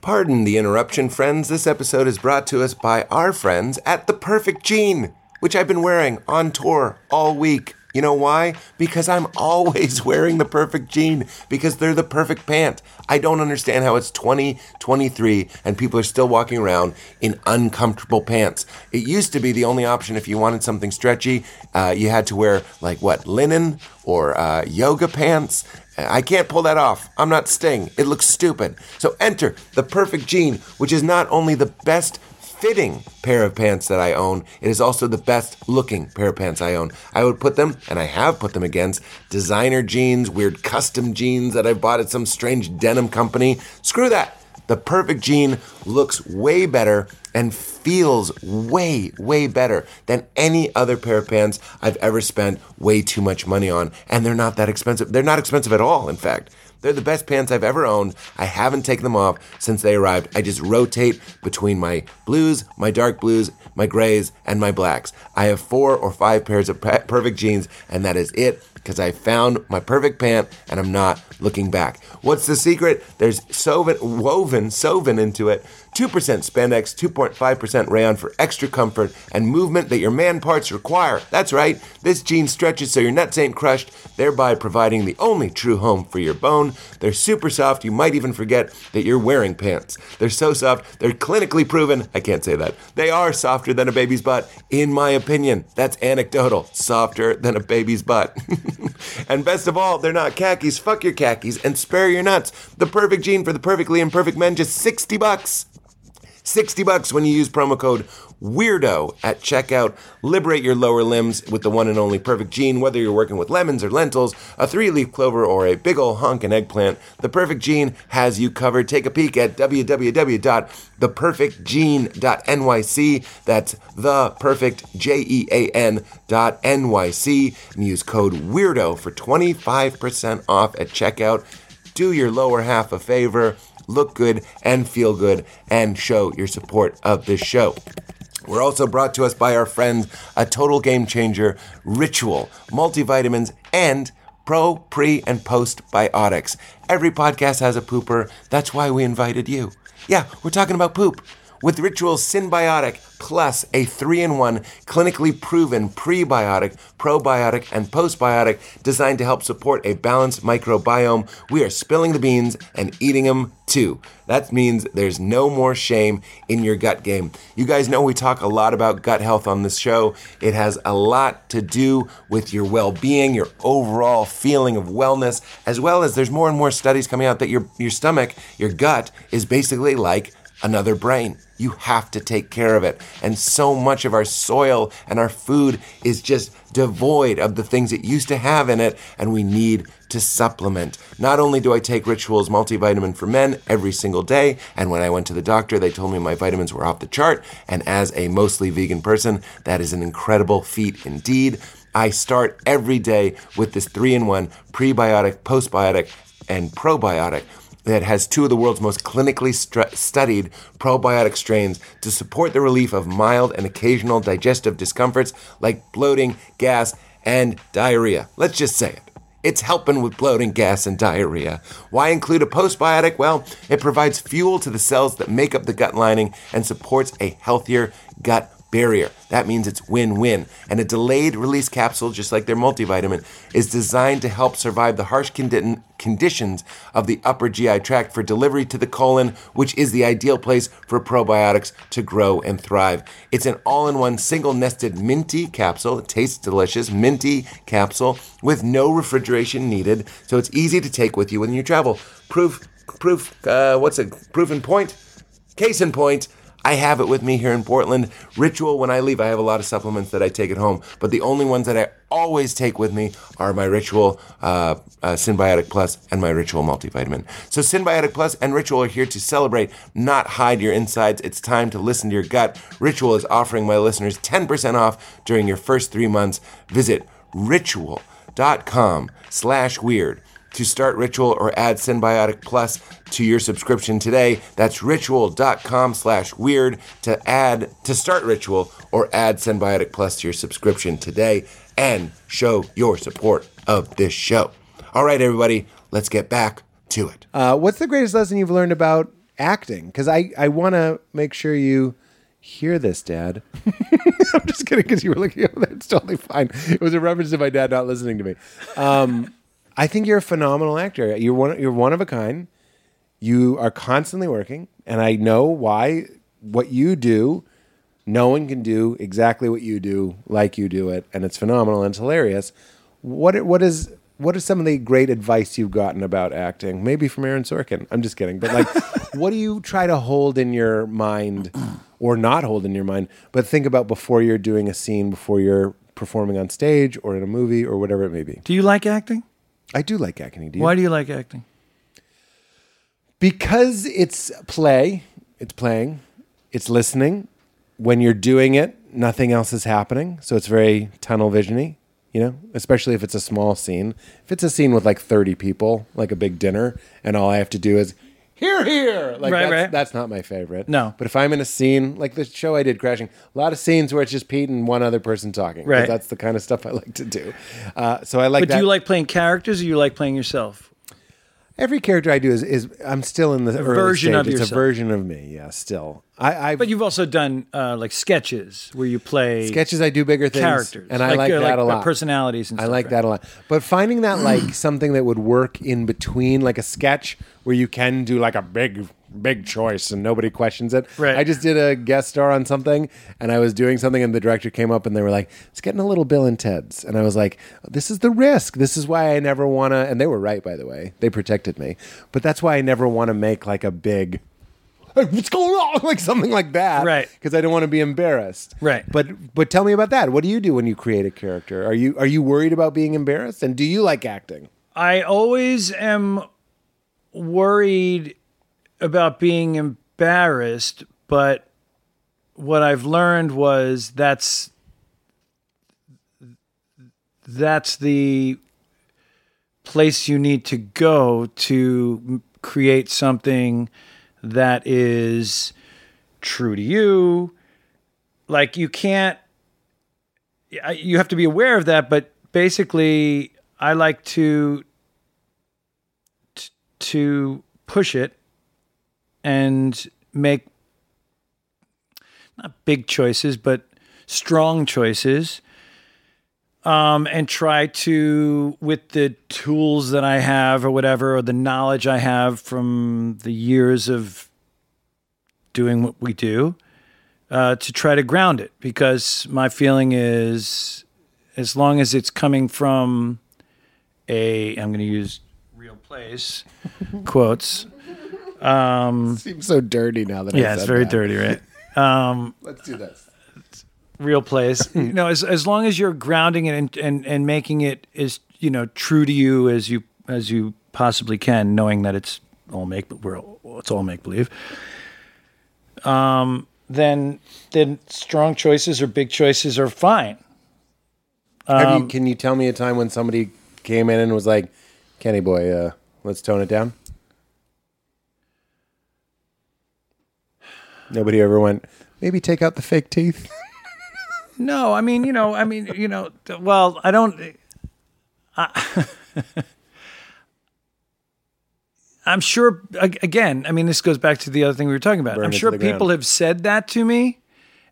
S2: Pardon the interruption, friends. This episode is brought to us by our friends at The Perfect Jean, which I've been wearing on tour all week. You know why? Because I'm (laughs) always wearing the perfect jean because they're the perfect pant. I don't understand how it's 2023 and people are still walking around in uncomfortable pants. It used to be the only option if you wanted something stretchy. Uh, you had to wear, like, what, linen or uh, yoga pants? I can't pull that off. I'm not Sting. It looks stupid. So enter the perfect jean, which is not only the best fitting pair of pants that I own, it is also the best looking pair of pants I own. I would put them, and I have put them against designer jeans, weird custom jeans that I bought at some strange denim company. Screw that. The perfect jean looks way better and feels way, way better than any other pair of pants I've ever spent way too much money on. And they're not that expensive. They're not expensive at all, in fact. They're the best pants I've ever owned. I haven't taken them off since they arrived. I just rotate between my blues, my dark blues, my grays, and my blacks. I have four or five pairs of pe- perfect jeans, and that is it because I found my perfect pant and I'm not looking back. What's the secret? There's soven, woven, soven into it 2% spandex, 2.5% rayon for extra comfort and movement that your man parts require. That's right, this jean stretches so your nuts ain't crushed, thereby providing the only true home for your bone. They're super soft, you might even forget that you're wearing pants. They're so soft, they're clinically proven. I can't say that. They are softer than a baby's butt, in my opinion. That's anecdotal. Softer than a baby's butt. (laughs) and best of all, they're not khakis. Fuck your khakis and spare your nuts. The perfect jean for the perfectly imperfect men, just 60 bucks. 60 bucks when you use promo code weirdo at checkout liberate your lower limbs with the one and only perfect gene whether you're working with lemons or lentils a three-leaf clover or a big ol' honkin' eggplant the perfect gene has you covered take a peek at www.theperfectgene.nyc that's the perfect j-e-a-n dot n-y-c and use code weirdo for 25% off at checkout do your lower half a favor, look good and feel good, and show your support of this show. We're also brought to us by our friends, a total game changer, Ritual, multivitamins, and pro, pre, and post biotics. Every podcast has a pooper. That's why we invited you. Yeah, we're talking about poop. With Ritual Symbiotic plus a 3-in-1 clinically proven prebiotic, probiotic, and postbiotic designed to help support a balanced microbiome, we are spilling the beans and eating them too. That means there's no more shame in your gut game. You guys know we talk a lot about gut health on this show. It has a lot to do with your well-being, your overall feeling of wellness, as well as there's more and more studies coming out that your your stomach, your gut is basically like another brain. You have to take care of it. And so much of our soil and our food is just devoid of the things it used to have in it, and we need to supplement. Not only do I take Rituals multivitamin for men every single day, and when I went to the doctor, they told me my vitamins were off the chart, and as a mostly vegan person, that is an incredible feat indeed. I start every day with this three in one prebiotic, postbiotic, and probiotic that has two of the world's most clinically stru- studied probiotic strains to support the relief of mild and occasional digestive discomforts like bloating, gas, and diarrhea. Let's just say it. It's helping with bloating, gas, and diarrhea. Why include a postbiotic? Well, it provides fuel to the cells that make up the gut lining and supports a healthier gut barrier. That means it's win win. And a delayed release capsule, just like their multivitamin, is designed to help survive the harsh condi- conditions of the upper GI tract for delivery to the colon, which is the ideal place for probiotics to grow and thrive. It's an all in one single nested minty capsule. It tastes delicious, minty capsule with no refrigeration needed, so it's easy to take with you when you travel. Proof, proof, uh, what's it? Proof and point? Case in point, I have it with me here in Portland. Ritual, when I leave, I have a lot of supplements that I take at home, but the only ones that I always take with me are my Ritual uh, uh, Symbiotic Plus and my Ritual Multivitamin. So, Symbiotic Plus and Ritual are here to celebrate, not hide your insides. It's time to listen to your gut. Ritual is offering my listeners 10% off during your first three months. Visit ritual.com slash weird to start Ritual or add Symbiotic Plus to your subscription today. That's ritual.com slash weird to add to start Ritual or add Symbiotic Plus to your subscription today and show your support of this show. All right, everybody, let's get back to it.
S4: Uh, what's the greatest lesson you've learned about acting? Because I, I want to make sure you hear this, Dad. (laughs) I'm just kidding because you were looking over there. It's totally fine. It was a reference to my dad not listening to me. Um, I think you're a phenomenal actor. You're one, you're one of a kind. You are constantly working, and I know why what you do. No one can do exactly what you do like you do it, and it's phenomenal and it's hilarious. What what is what is some of the great advice you've gotten about acting? Maybe from Aaron Sorkin. I'm just kidding, but like, what do you try to hold in your mind, or not hold in your mind, but think about before you're doing a scene, before you're performing on stage or in a movie or whatever it may be?
S3: Do you like acting?
S4: I do like acting. Do you?
S3: Why do you like acting?
S4: because it's play, it's playing, it's listening. When you're doing it, nothing else is happening, so it's very tunnel visiony. You know, especially if it's a small scene. If it's a scene with like 30 people, like a big dinner, and all I have to do is here, here. Like
S3: Right,
S4: that's,
S3: right.
S4: that's not my favorite.
S3: No.
S4: but if I'm in a scene like the show I did, Crashing, a lot of scenes where it's just Pete and one other person talking. 'cause
S3: Right.
S4: that's the kind of stuff I like to do. Uh, so I like.
S3: But
S4: that.
S3: do you like playing characters or you like playing yourself?
S4: Every character I do is, is I'm still in the early
S3: version
S4: stage.
S3: of
S4: it's a
S3: yourself.
S4: version of me. Yeah, still. I I
S3: But you've also done uh, like sketches where you play
S4: sketches. I do bigger things,
S3: characters,
S4: and I like,
S3: uh,
S4: that a
S3: uh,
S4: lot.
S3: Personalities and
S4: I
S3: stuff,
S4: like
S3: right?
S4: that a lot. But
S3: (clears throat)
S4: finding that like something that would work in between, like a sketch where you can do like a big big choice and nobody questions it.
S3: Right.
S4: I just did a guest star on something, and I was doing something, and the director came up and they were like, "It's getting a little Bill and Ted's," and I was like, "This is the risk. This is why I never want to." And they were right, by the way. They protected me, but that's why I never want to make like a big. "Hey, What's going on? (laughs) Like something like that,
S3: Right.
S4: Because I don't want to be embarrassed,
S3: Right.
S4: But but tell me about that. What do you do when you create a character? Are you are you worried about being embarrassed? And do you like acting?
S3: I always am worried about being embarrassed, but what I've learned was that's that's the place you need to go to m- create something that is true to you. Like you can't I- you have to be aware of that, but basically I like to t- to push it and make not big choices, but strong choices. Um, and try to, with the tools that I have or whatever, or the knowledge I have from the years of doing what we do, uh, to try to ground it. Because my feeling is, as long as it's coming from a, I'm going to use real place quotes.
S4: Seems so dirty now that I
S3: Yeah, it's
S4: said
S3: very
S4: that.
S3: dirty, right?
S4: (laughs)
S3: Um,
S4: Let's do this.
S3: real place.
S4: (laughs)
S3: you know, as as long as you're grounding it and, and and making it as you know true to you as you as you possibly can, knowing that it's all make we're all, it's all make believe. Um, then then strong choices or big choices are fine.
S4: Have
S3: um,
S4: you, can you tell me a time when somebody came in and was like, "Kenny boy, uh, let's tone it down"? Nobody ever went. Maybe take out the fake teeth.
S3: No, I mean, you know, I mean, you know, th- well, I don't. I, (laughs) I'm sure, ag- again, I mean, this goes back to the other thing we were talking about.
S4: Burn
S3: I'm
S4: it to
S3: sure
S4: the
S3: people
S4: ground.
S3: have said that to me,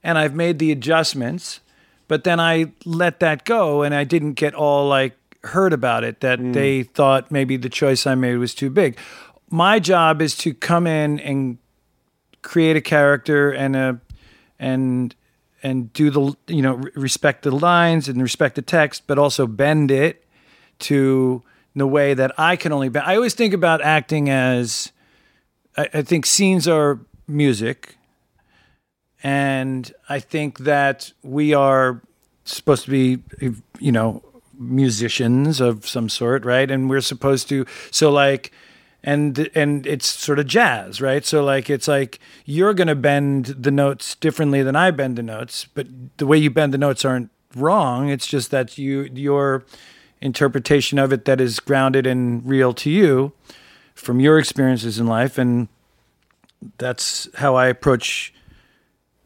S3: and I've made the adjustments, but then I let that go and I didn't get all like hurt about it that they thought maybe the choice I made was too big. My job is to come in and create a character and a and and do the you know re- respect the lines and respect the text but also bend it to the way that I can only bend. I always think about acting as I, I think scenes are music and I think that we are supposed to be, you know, musicians of some sort, right? And we're supposed to, so like, and and it's sort of jazz, right? So like, it's like you're gonna bend the notes differently than I bend the notes, but the way you bend the notes aren't wrong. It's just that you your interpretation of it that is grounded and real to you from your experiences in life and that's how I approach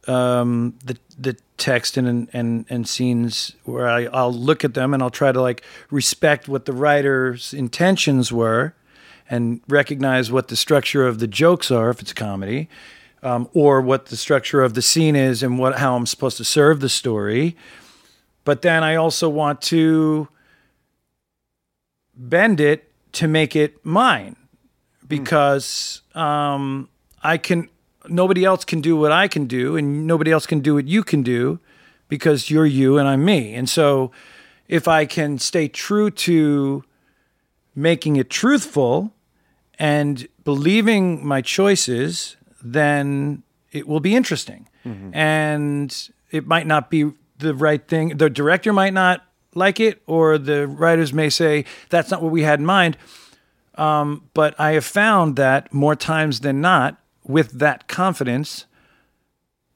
S3: the the text and and and scenes where I, I'll look at them and I'll try to like respect what the writer's intentions were and recognize what the structure of the jokes are if it's a comedy um, or what the structure of the scene is and what how I'm supposed to serve the story but then I also want to bend it to make it mine because um, I can nobody else can do what I can do, and nobody else can do what you can do because you're you and I'm me. And so, if I can stay true to making it truthful and believing my choices, then it will be interesting. And it might not be the right thing. The director might not like it, or the writers may say, that's not what we had in mind but I have found that more times than not, with that confidence,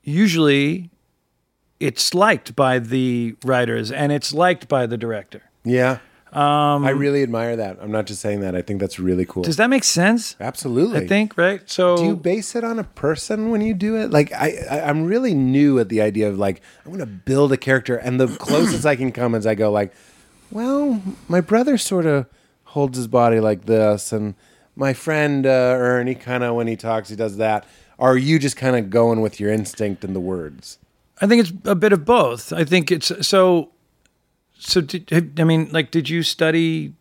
S3: usually it's liked by the writers and it's liked by the director.
S4: Yeah. Um, I really admire that. I'm not just saying that. I think that's really cool.
S3: Does that make sense?
S4: Absolutely.
S3: I think, right? So
S4: Do you base it on a person when you do it? Like I, I I'm really new at the idea of like I'm gonna build a character, and the closest I can come is I go like, well, my brother sort of holds his body like this, and my friend uh, Ernie kind of when he talks he does that. Are you just kind of going with your instinct and the words?
S3: I think it's a bit of both. I think it's so. So did, I mean, like, did you study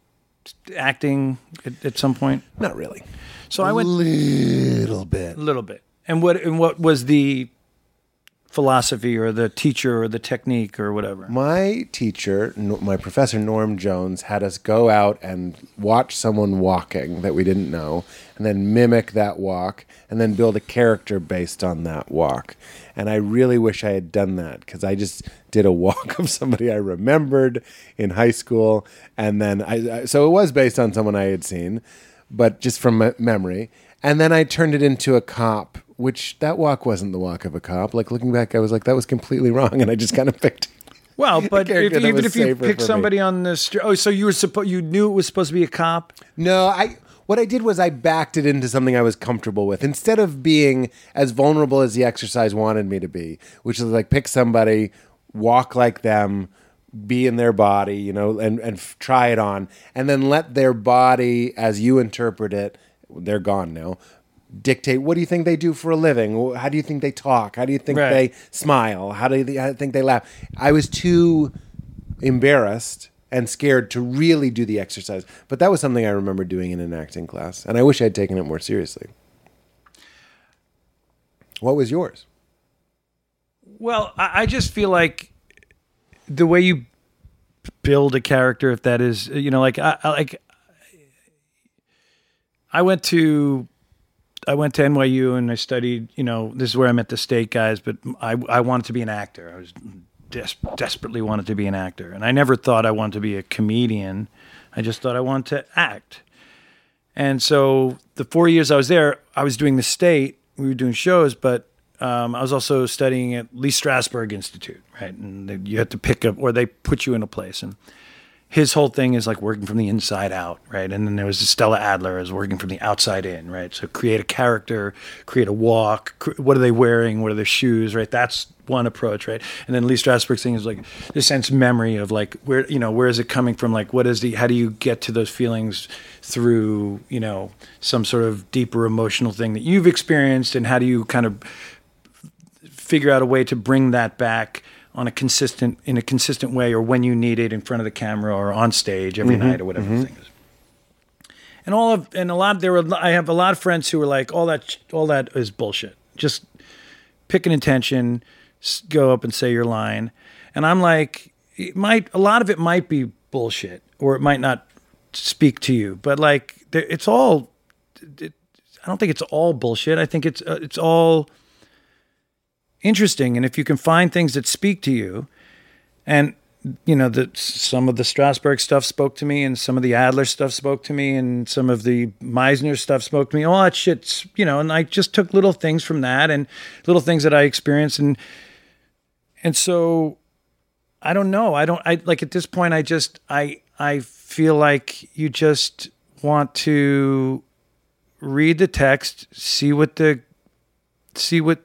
S3: acting at, at some point?
S4: Not really.
S3: So I went
S4: little bit.
S3: a little bit. And what and what was the philosophy or the teacher or the technique or whatever?
S4: My teacher, N- my professor Norm Jones, had us go out and watch someone walking that we didn't know, and then mimic that walk, and then build a character based on that walk. And I really wish I had done that because I just did a walk (laughs) of somebody I remembered in high school, and then I, I so it was based on someone I had seen, but just from me- memory. And then I turned it into a cop, which that walk wasn't the walk of a cop. Like looking back, I was like, that was completely wrong, (laughs) and I just kind of picked.
S3: Well, but if,
S4: character that
S3: even
S4: was
S3: if you
S4: safer
S3: pick
S4: for me.
S3: somebody on the street, oh, so you were supposed you knew it was supposed to be a cop.
S4: No, I. What I did was I backed it into something I was comfortable with instead of being as vulnerable as the exercise wanted me to be, which is like pick somebody, walk like them, be in their body, you know, and and f- try it on, and then let their body, as you interpret it, they're gone now. Dictate what do you think they do for a living? How do you think they talk? How do you think
S3: Right.
S4: they smile? How do you how do you think they laugh? I was too embarrassed and scared to really do the exercise. But that was something I remember doing in an acting class, and I wish I'd taken it more seriously. What was yours?
S3: Well, I, I just feel like the way you build a character, if that is, you know, like I, I like I went to I went to NYU and I studied. You know, this is where I met the state guys, but I I wanted to be an actor. I was des- desperately wanted to be an actor, and I never thought I wanted to be a comedian. I just thought I wanted to act. And so the four years I was there, I was doing the state. We were doing shows, but um, I was also studying at Lee Strasberg Institute, right? And they, you had to pick up, or they put you in a place. And his whole thing is like working from the inside out, right? And then there was Stella Adler is working from the outside in, right? So create a character, create a walk. cr- What are they wearing? What are their shoes, right? That's one approach, right? And then Lee Strasberg's thing is like the sense memory of like where you know where is it coming from? Like what is the how do you get to those feelings through you know some sort of deeper emotional thing that you've experienced, and how do you kind of figure out a way to bring that back on a consistent in a consistent way, or when you need it in front of the camera or on stage every night or whatever the thing is. And all of and a lot there were I have a lot of friends who were like all that sh- all that is bullshit. Just pick an intention, s- go up and say your line. And I'm like, it might a lot of it might be bullshit, or it might not speak to you. But like, there- it's all. It, I don't think it's all bullshit. I think it's uh, it's all interesting. And if you can find things that speak to you, and you know that some of the Strasbourg stuff spoke to me, and some of the Adler stuff spoke to me, and some of the Meisner stuff spoke to me. All that shit's you know, and I just took little things from that and little things that I experienced, and and so I don't know. I don't. I like at this point. I just. I. I feel like you just want to read the text, see what the, see what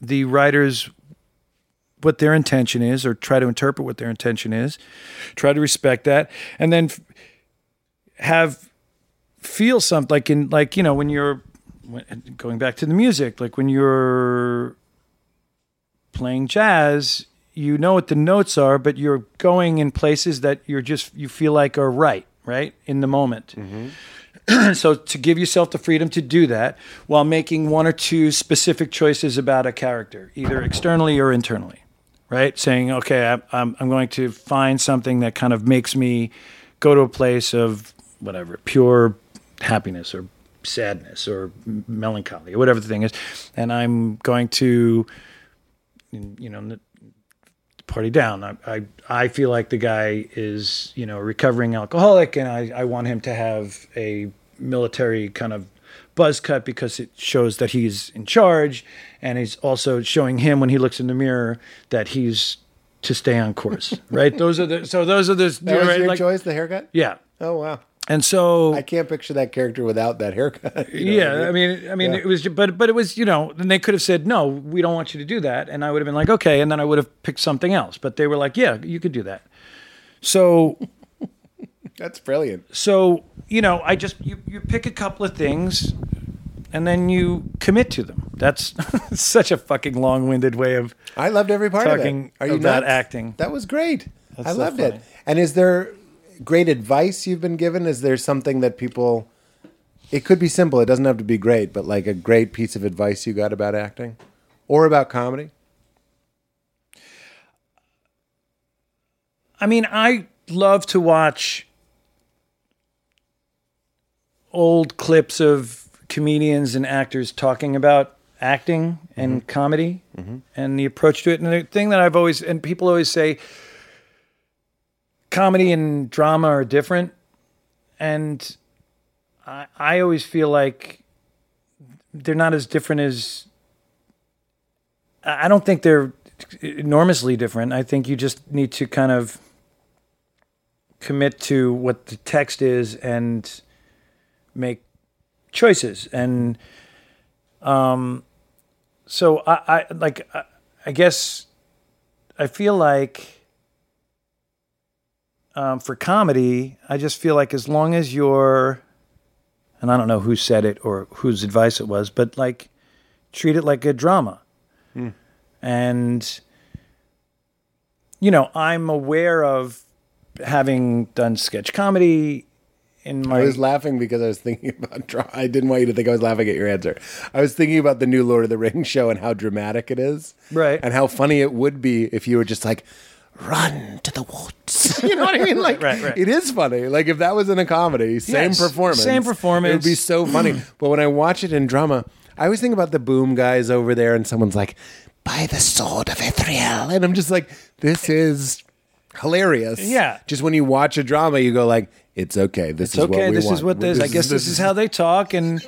S3: the writers, what their intention is, or try to interpret what their intention is, try to respect that, and then f- have feel something like in like you know when you're when- going back to the music like when you're playing jazz, you know what the notes are, but you're going in places that you're just you feel like are right, right in the moment. (clears throat) so to give yourself the freedom to do that while making one or two specific choices about a character, either externally or internally, right? Saying, okay, I- I'm I'm going to find something that kind of makes me go to a place of whatever pure happiness or sadness or m- melancholy or whatever the thing is and i'm going to in, you know, in the party down. I, I, I feel like the guy is, you know, a recovering alcoholic and I, I want him to have a military kind of buzz cut because it shows that he's in charge and he's also showing him when he looks in the mirror that he's to stay on course, (laughs) right? Those are the, so those are the,
S5: That was
S3: right,
S5: your
S3: like-
S5: choice, the haircut?
S3: yeah.
S5: Oh, wow.
S3: And so
S5: I can't picture that character without that haircut. (laughs) You know what
S3: yeah, I mean, I mean, it was, but but it was, you know, then they could have said, no, we don't want you to do that, and I would have been like, okay, and then I would have picked something else. But they were like, yeah, you could do that. So
S5: That's brilliant.
S3: so you know, I just you you pick a couple of things, and then you commit to them. That's (laughs) such a fucking long winded way of
S5: I loved every part of
S3: Talking
S5: it. Are you
S3: about
S5: nuts?
S3: acting.
S5: That was great. I
S3: so
S5: loved it.
S3: funny.
S5: And is there great advice you've been given? Is there something that people? It could be simple. It doesn't have to be great, but like a great piece of advice you got about acting, or about comedy.
S3: I mean, I love to watch old clips of comedians and actors talking about acting and comedy and the approach to it. And the thing that I've always, and people always say, comedy and drama are different. And I, I always feel like they're not as different as I I don't think they're enormously different. I think you just need to kind of commit to what the text is and make choices. And um, so I, I like I, I guess I feel like um, for comedy, I just feel like as long as you're, and I don't know who said it or whose advice it was, but like treat it like a drama and you know i'm aware of having done sketch comedy in my
S5: I was laughing because I was thinking (laughs) about. dra- I didn't want you to think I was laughing at your answer. I was thinking about the new Lord of the Rings show and how dramatic it is,
S3: Right.
S5: And how funny it would be if you were just like, "Run to the woods." (laughs) you know what I mean? Like,
S3: Right, right.
S5: it is funny. Like if that was in a comedy, same
S3: Yes,
S5: performance,
S3: same
S5: it would
S3: performance.
S5: be so funny. but when I watch it in drama, I always think about the boom guys over there, and someone's like, "By the sword of Ithriel," and I'm just like, "This is." Hilarious.
S3: Yeah.
S5: Just when you watch a drama, you go like, "It's okay. This
S3: it's okay this is
S5: want.
S3: what this i guess this, is how they talk
S5: (laughs)
S3: and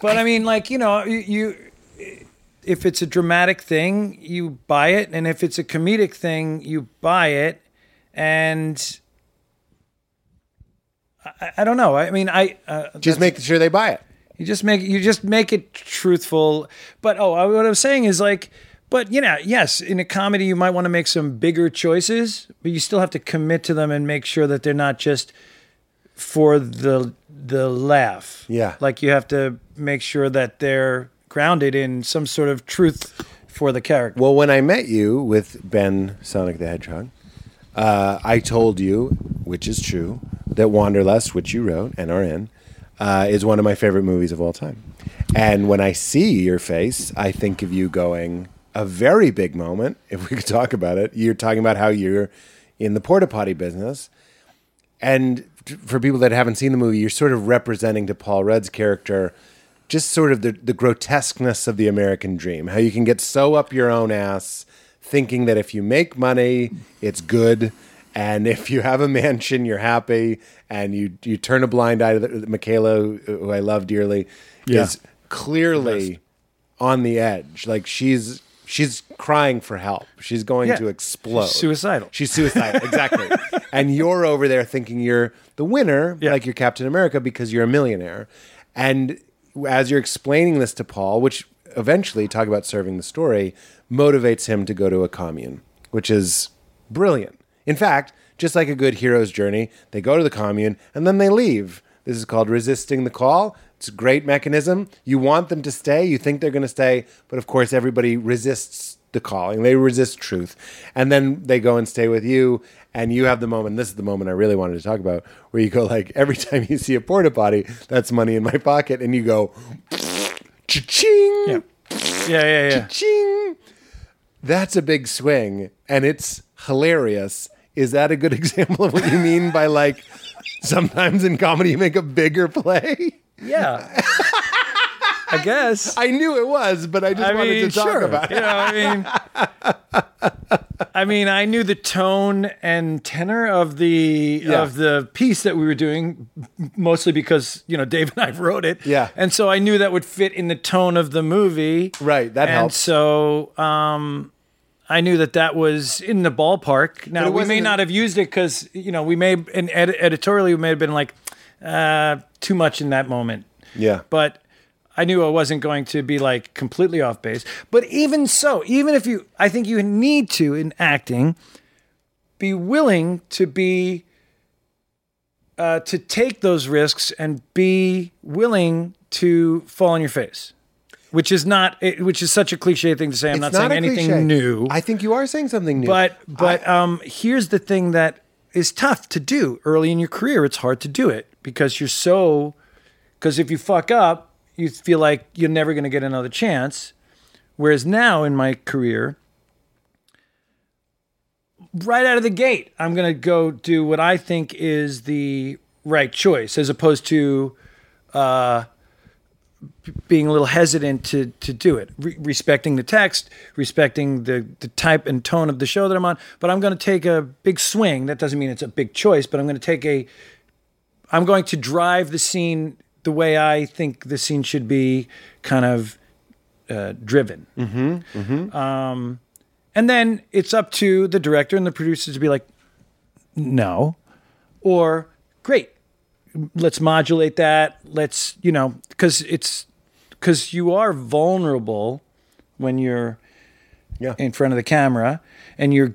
S3: but i mean like you know you, you if it's a dramatic thing you buy it and if it's a comedic thing you buy it and I, I don't know. I mean, I uh,
S5: just make sure they buy it.
S3: You just make you just make it truthful. But oh, I- what I'm saying is like, but you know, yes, in a comedy you might want to make some bigger choices, but you still have to commit to them and make sure that they're not just for the the laugh.
S5: Yeah.
S3: like you have to make sure that they're grounded in some sort of truth for the character.
S4: Well, when I met you with Ben Sonic the Hedgehog, uh, I told you, which is true, that Wanderlust, which you wrote, NRN, uh, is one of my favorite movies of all time. And when I see your face, I think of you going, a very big moment, if we could talk about it. You're talking about how you're in the porta potty business. And t- for people that haven't seen the movie, you're sort of representing to Paul Rudd's character just sort of the, the grotesqueness of the American dream, how you can get so up your own ass thinking that if you make money, it's good. And if you have a mansion, you're happy. And you, you turn a blind eye to the, Michaela, who I love dearly,
S9: Yeah.
S4: is clearly on the edge. Like she's she's crying for help. She's going
S3: Yeah.
S4: to explode.
S3: She's suicidal.
S4: She's suicidal,
S3: (laughs)
S4: exactly. and you're over there thinking you're the winner,
S3: Yeah.
S4: like you're Captain America because you're a millionaire. And as you're explaining this to Paul, which eventually talk about serving the story, motivates him to go to a commune, which is brilliant. In fact, just like a good hero's journey, they go to the commune and then they leave. This is called resisting the call. It's a great mechanism. You want them to stay, you think they're going to stay, but of course, everybody resists the calling. They resist (laughs) truth. And then they go and stay with you and you have the moment. This is the moment I really wanted to talk about where you go like every time you see a porta potty, that's money in my pocket and you go (laughs) ching
S3: Yeah. Yeah, yeah, yeah.
S4: ching. That's a big swing and it's hilarious. Is that a good (laughs) example of what you mean by like sometimes in comedy you make a bigger play? (laughs)
S3: Yeah. I guess.
S4: I knew it was, but I just
S3: I
S4: wanted
S3: mean,
S4: to talk
S3: sure.
S4: about it.
S3: You know, I mean, I mean, I knew the tone and tenor of the of the piece that we were doing, mostly because you know Dave and I wrote it.
S4: Yeah.
S3: and so I knew that would fit in the tone of the movie.
S4: Right, that
S3: and
S4: helps.
S3: so um, I knew that that was in the ballpark. Now we may
S4: wasn't-
S3: not have used it because you know we may and ed- editorially we may have been like uh, too much in that moment
S4: Yeah.
S3: but I knew I wasn't going to be like completely off base. But even so, even if you, I think you need to in acting be willing to be uh, to take those risks and be willing to fall on your face, which is not, it- which is such a cliche thing to say. I'm not,
S4: It's
S3: saying
S4: a
S3: anything
S4: cliche.
S3: new,
S4: I think you are saying something new.
S3: but but um, here's the thing that is tough to do early in your career. It's hard to do it because you're so because if you fuck up, you feel like you're never going to get another chance. Whereas now in my career, right out of the gate, I'm going to go do what I think is the right choice, as opposed to uh, b- being a little hesitant to to do it, Re- respecting the text, respecting the the type and tone of the show that I'm on. But I'm going to take a big swing. That doesn't mean it's a big choice, but I'm going to take a I'm going to drive the scene the way I think the scene should be kind of uh, driven. Mm-hmm. Mm-hmm. Um, and then it's up to the director and the producers to be like, no, or great, let's modulate that. Let's, you know, because it's because you are vulnerable when you're
S4: Yeah.
S3: in front of the camera and you're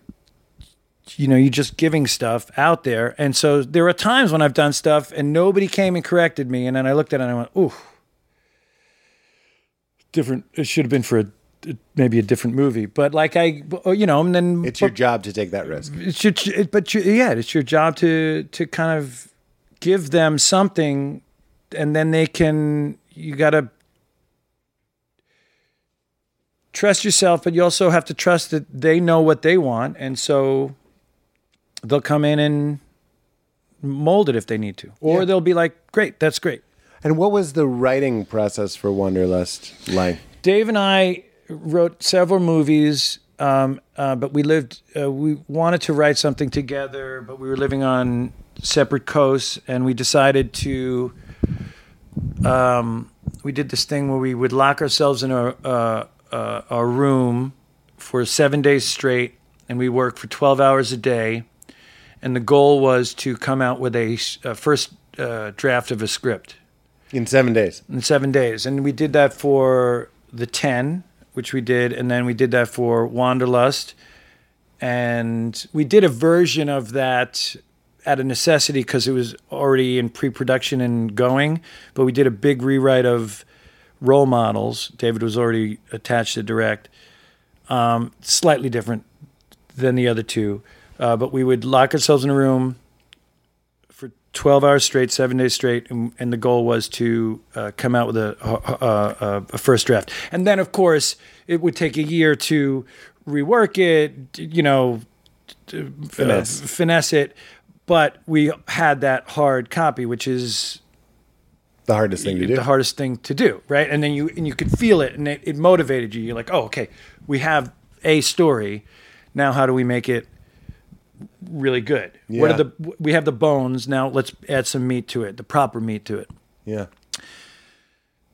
S3: you know, you're just giving stuff out there. And so there are times when I've done stuff and nobody came and corrected me. And then I looked at it and I went, ooh, different. It should have been for a, maybe a different movie. But like I, you know, and then
S4: it's your job to take that risk.
S3: it's your, it, but you, yeah, it's your job to to kind of give them something, and then they can. You gotta trust yourself, but you also have to trust that they know what they want, and so they'll come in and mold it if they need to, or they'll be like, "Great, that's great."
S4: And what was the writing process for Wanderlust like?
S3: Dave and I wrote several movies, um, uh, but we lived. Uh, we wanted to write something together, but we were living on separate coasts, and we decided to. Um, we did this thing where we would lock ourselves in a uh, uh, a room for seven days straight, and we worked for twelve hours a day, and the goal was to come out with a, s- a first uh, draft of a script
S4: In seven days.
S3: in seven days. And we did that for the 10, which we did. And then we did that for Wanderlust. And we did a version of that out of necessity because it was already in pre production and going. But we did a big rewrite of role models. David was already attached to direct, um, slightly different than the other two, uh, but we would lock ourselves in a room for 12 hours straight, seven days straight, and, and the goal was to uh, come out with a, a, a, a first draft. And then, of course, it would take a year to rework it, d- you know, d- uh,
S5: Finesse.
S3: finesse it. But we had that hard copy, which is
S5: The hardest thing to do.
S3: the hardest thing to do, right? And then you and you could feel it, and it, it motivated you. You're like, oh, okay, we have a story. Now, how do we make it really good? What
S5: Yeah.
S3: are the we have the bones now? Let's add some meat to it, the proper meat to it.
S5: yeah.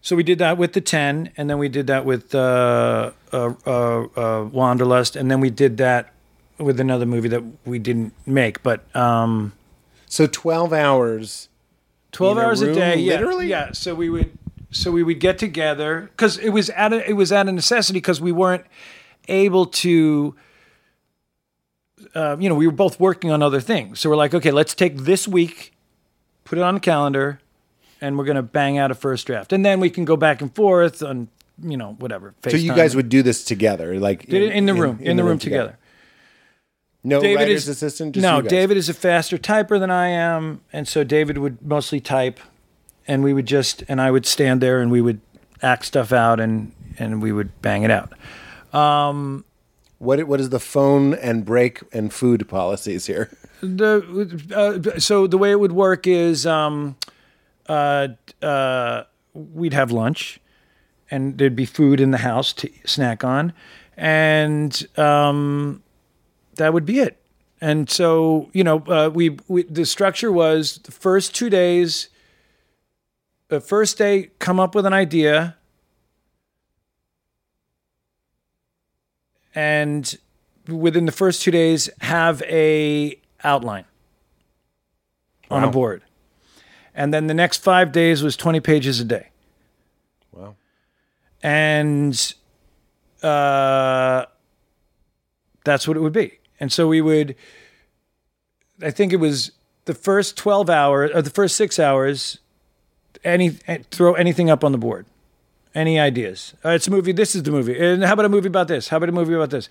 S3: So we did that with the ten, and then we did that with uh, uh, uh, uh, Wanderlust, and then we did that with another movie that we didn't make, but. Um,
S5: So 12 hours.
S3: 12
S5: In a
S3: hours a,
S5: room,
S3: day yeah,
S5: literally?
S3: yeah so we would so we would get together because it was out of it was out of necessity because we weren't able to uh, you know we were both working on other things so we're like okay let's take this week put it on the calendar and we're going to bang out a first draft and then we can go back and forth on you know whatever
S5: So you guys would do this together, like
S3: did it in the room in, the, room together.
S5: No
S3: David
S5: writer's
S3: is
S5: assistant. Just
S3: no,
S5: you guys.
S3: David is a faster typer than I am, and so David would mostly type, and we would just and I would stand there and we would act stuff out and and we would bang it out.
S5: What what is the phone and break and food policies (laughs) here?
S3: The uh, so the way it would work is um, uh, uh, we'd have lunch, and there'd be food in the house to snack on, and um, that would be it. And so you know, uh, we, we the structure was the first two days. The first day, come up with an idea, and within the first two days, have a outline on a board, and then the next five days was twenty pages a day
S5: Wow.
S3: and uh, that's what it would be. And so we would, I think it was the first twelve hours or the first six hours, any eh, throw anything up on the board, any ideas. Uh, it's a movie. This is the movie. And how about a movie about this? How about a movie about this?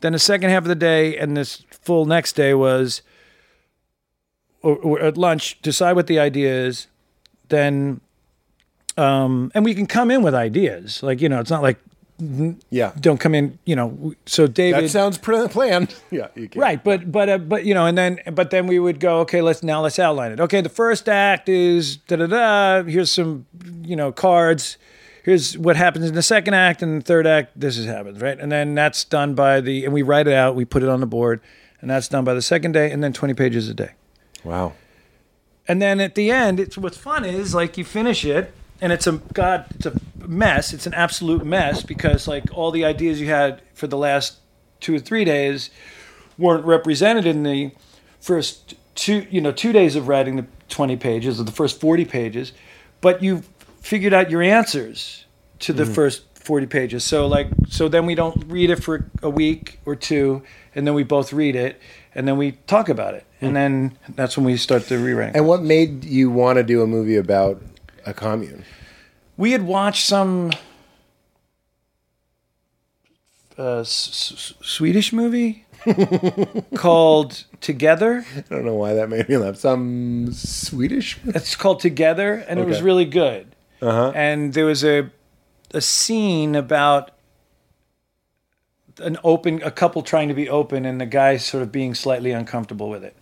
S3: Then the second half of the day and this full next day was, or, or at lunch, decide what the idea is, then um, and we can come in with ideas. Like you know, it's not like
S5: Yeah.
S3: don't come in. You know, w- so David,
S5: That sounds pr-
S4: (laughs)
S5: planned. yeah. You can.
S3: right? But but uh, but you know, and then but then we would go. Okay, let's now let's outline it. Okay, the first act is da da da. Here's some you know cards. Here's what happens in the second act and the third act. This is happens right, and then that's done by the and we write it out. We put it on the board, and that's done by the second day, and then twenty pages a day.
S5: Wow.
S3: And then at the end, it's what's fun is like you finish it, and it's a god, it's a mess. It's an absolute mess because like all the ideas you had for the last two or three days weren't represented in the first two, you know, two days of writing the twenty pages or the first forty pages, but you figured out your answers to the first forty pages. So like, so then we don't read it for a week or two, and then we both read it, and then we talk about it, and then that's when we start the rewriting.
S5: And what made you want to do a movie about a commune?
S3: we had watched some uh, s- s- Swedish movie called Together.
S5: I don't know why that made me laugh. Some Swedish.
S3: It's called Together, and it was
S5: Okay.
S3: really good. Uh-huh. And there was a a scene about an open a couple trying to be open and the guy sort of being slightly uncomfortable with it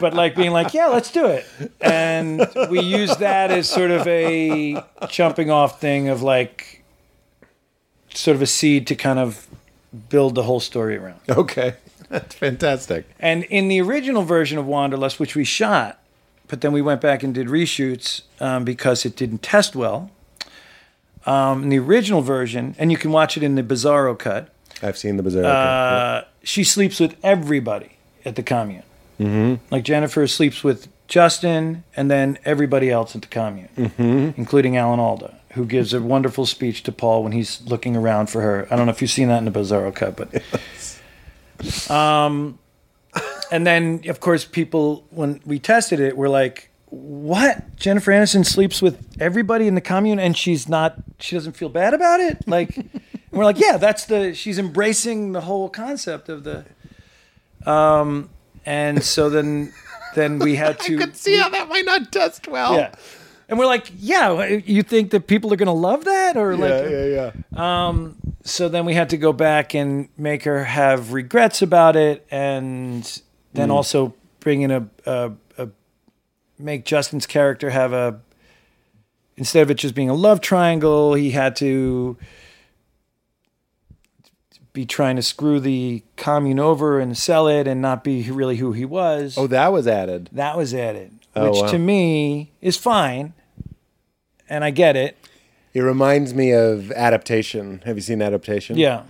S3: but like being like yeah let's do it and we use that as sort of a jumping off thing of like sort of a seed to kind of build the whole story around
S4: (laughs)
S5: Okay. That's fantastic.
S3: and in the original version of Wanderlust, which we shot, but then we went back and did reshoots um, because it didn't test well. Um, in the original version, and you can watch it in the Bizarro cut,
S5: I've seen the Berserker.
S3: uh, she sleeps with everybody at the commune. Mm-hmm. Like Jennifer sleeps with Justin and then everybody else at the commune,
S5: Mm-hmm.
S3: including Alan Alda, who gives a wonderful speech to Paul when he's looking around for her. I don't know if you've seen that in the Bizarro cut, but. Um, and then, of course, people, when we tested it, were like, what? Jennifer Aniston sleeps with everybody in the commune and she's not, she doesn't feel bad about it? Like, and we're like, yeah, that's the, she's embracing the whole concept of the, um, and so then, then we had to,
S1: see how that might not test well.
S3: yeah. And we're like, yeah, uh, you think that people are going to love that? Or like,
S1: yeah,
S3: so then we had to go back and make her have regrets about it and then
S1: Mm.
S3: also bring in a, a, a make justin's character have a instead of it just being a love triangle he had to be trying to screw the commune over and sell it and not be really who he was
S4: Oh, that was added.
S3: that was added
S4: Oh,
S3: which
S4: wow.
S3: to me is fine and i get it
S4: It reminds me of adaptation. Have you seen adaptation?
S3: yeah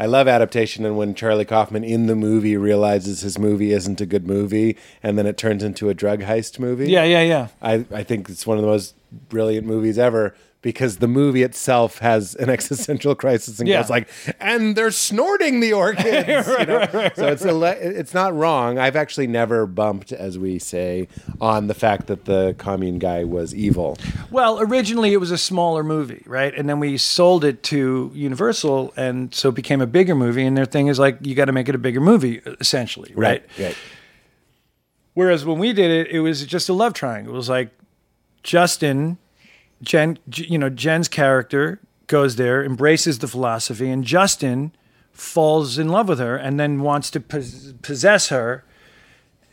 S4: I love adaptation, and when Charlie Kaufman in the movie realizes his movie isn't a good movie, and then it turns into a drug heist movie.
S3: yeah yeah yeah
S4: I, I think it's one of the most brilliant movies ever because the movie itself has an (laughs) existential crisis and
S3: Yeah.
S4: goes like, and they're snorting the orchids.
S3: (laughs)
S4: you know? so it's a le- it's not wrong. I've actually never bumped, as we say, on the fact that the commune guy was evil.
S3: Well, originally it was a smaller movie, right? And then we sold it to Universal, and so it became a bigger movie. And their thing is like, you got to make it a bigger movie, essentially, right?
S4: Right.
S3: Whereas when we did it, it was just a love triangle. It was like Justin, Jen, J- you know, Jen's character goes there, embraces the philosophy, and Justin falls in love with her, and then wants to pos- possess her,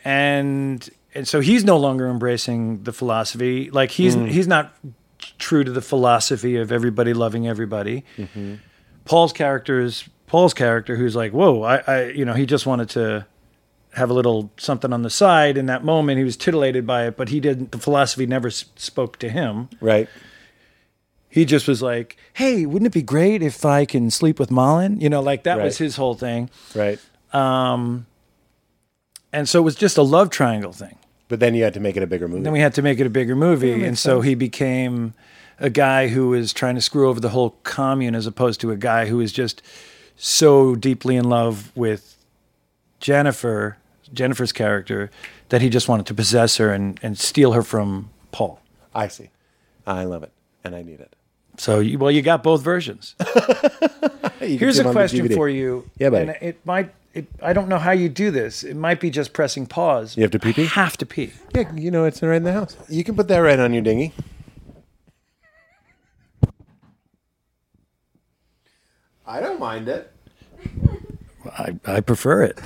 S3: and and so he's no longer embracing the philosophy. Like he's he's not true to the philosophy of everybody loving everybody. Paul's character is Paul's character, who's like, whoa, I, I, you know, he just wanted to have a little something on the side in that moment. He was titillated by it, but he didn't. The philosophy never s- spoke to him.
S4: Right.
S3: He just was like, "Hey, wouldn't it be great if I can sleep with Malin?" You know, like that was
S4: Right.
S3: his whole thing.
S4: Right.
S3: And so it was just a love triangle thing.
S4: But then you had to make it a bigger movie.
S3: Then we had to make it a bigger movie, and so he became a guy who was trying to screw over the whole commune, as opposed to a guy who was just so deeply in love with Jennifer, Jennifer's character, that he just wanted to possess her and, and steal her from Paul.
S4: I see. I love it, and I need it.
S3: So, you, well, you got both
S4: (laughs)
S3: versions. Here's a question for you.
S4: Yeah, buddy.
S3: And it might. It, I don't know how you do this. It might be just pressing pause. You
S4: have to pee-pee?
S3: I have to pee.
S4: Yeah, you know it's right in the house. You can put that right on your dinghy. I don't mind it.
S3: I, I prefer it.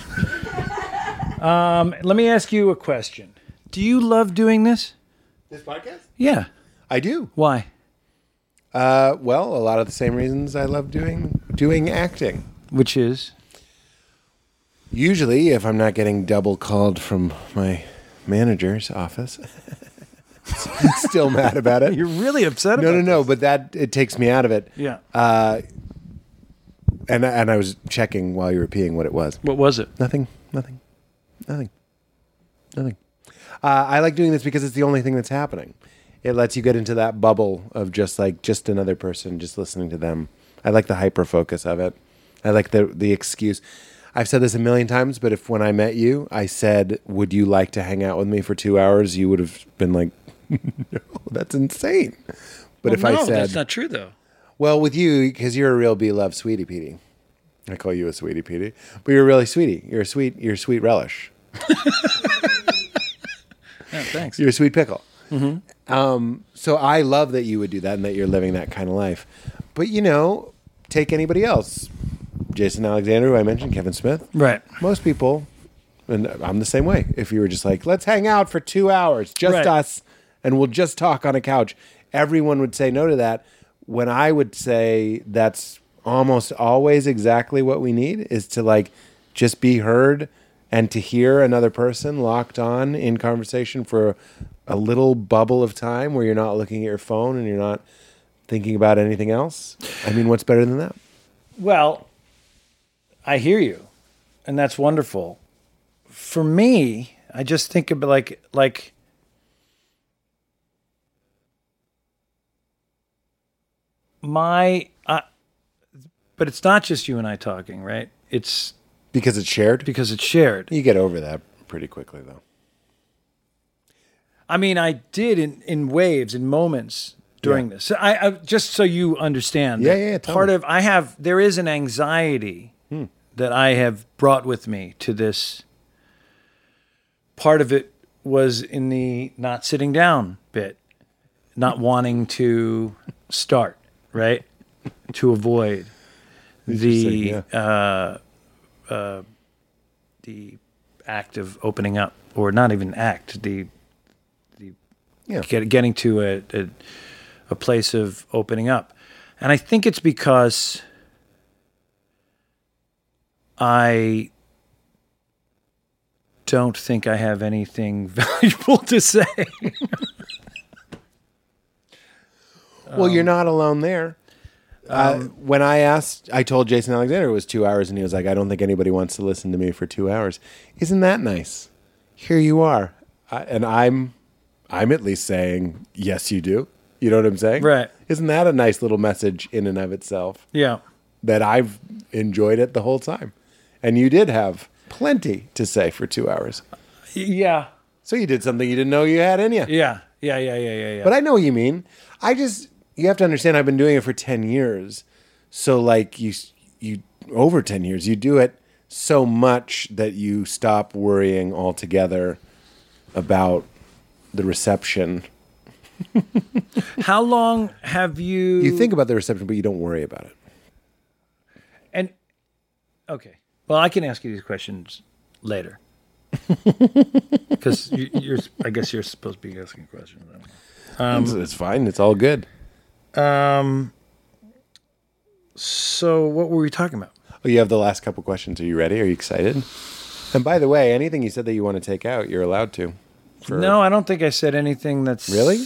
S3: (laughs) um, let me ask you a question. Do you love doing this?
S4: This podcast?
S3: Yeah.
S4: I do.
S3: Why?
S4: Uh, well, a lot of the same reasons I love doing doing acting.
S3: Which is
S4: Usually, if I'm not getting double called from my manager's office, (laughs) still mad
S3: (laughs)
S4: about it.
S3: you're really upset.
S4: no,
S3: about
S4: no, no. But that it takes me out of it. Uh,
S3: Yeah.
S4: And and I was checking while you were peeing what it was.
S3: what was it?
S4: Nothing. Nothing. Nothing. Nothing. Uh, I like doing this because it's the only thing that's happening. It lets you get into that bubble of just like just another person, just listening to them. I like the hyper focus of it. I like the the excuse. I've said this a million times, but if when I met you, I said, "Would you like to hang out with me for two hours?" You would have been like, (laughs) "No, that's insane." But if I said,
S3: that's not true though.
S4: well, with you, because you're a real bee love sweetie Petey. I call you a sweetie Petey, but you're really sweetie. You're a sweet. You're a sweet relish.
S3: Yeah, thanks.
S4: You're a sweet pickle. Um, so I love that you would do that and that you're living that kind of life. But you know, take anybody else. Jason Alexander, who I mentioned, Kevin Smith.
S3: Right.
S4: Most people, and I'm the same way. If you were just like, let's hang out for two hours, just
S3: Right.
S4: us, and we'll just talk on a couch, everyone would say no to that. When I would say that's almost always exactly what we need is to like just be heard and to hear another person locked on in conversation for a little bubble of time where you're not looking at your phone and you're not thinking about anything else. I mean, what's better than that?
S3: Well, I hear you, and that's wonderful. For me, I just think about like like my. Uh, but it's not just you and I talking, right? It's
S4: Because it's shared.
S3: because it's shared.
S4: You get over that pretty quickly, though.
S3: I mean, I did in, in waves, in moments during this. So I, I just so you understand.
S4: Yeah,
S3: that
S4: yeah, yeah, tell
S3: Part
S4: me.
S3: of
S4: Hmm.
S3: I have there is an anxiety that I have brought with me to this. Part of it was in the not sitting down bit, not
S4: (laughs)
S3: wanting to start right to avoid the
S4: Interesting,
S3: uh, uh, the act of opening up, or not even act the
S4: Yeah.
S3: get, getting to a, a a place of opening up, and I think it's because I don't think I have anything (laughs) valuable to say.
S4: Well, you're not alone there. uh, when Um, I asked, I told Jason Alexander it was two hours, and he was like, "I don't think anybody wants to listen to me for two hours." Isn't that nice? Here you are, I, and I'm, I'm at least saying yes, you do. You know what I'm saying?
S3: Right.
S4: Isn't that a nice little message in and of itself
S3: yeah,
S4: that I've enjoyed it the whole time, and you did have plenty to say for two hours.
S3: yeah,
S4: So you did something you didn't know you had in you.
S3: yeah, yeah, yeah, yeah, yeah, yeah.
S4: But I know what you mean. I just you have to understand. I've been doing it for ten years, so like you you over ten years, you do it so much that you stop worrying altogether about the reception.
S3: How long have you?
S4: You think about the reception, but you don't worry about it.
S3: And okay, well, I can ask you these questions (laughs) later because you, you're. I guess you're supposed to be asking questions.
S4: it's, it's fine. It's all good.
S3: Um. So what were we talking about?
S4: Oh, you have the last couple questions. Are you ready? Are you excited? And by the way, anything you said that you want to take out, you're allowed to. For-
S3: No, I don't think I said anything that's
S4: Really?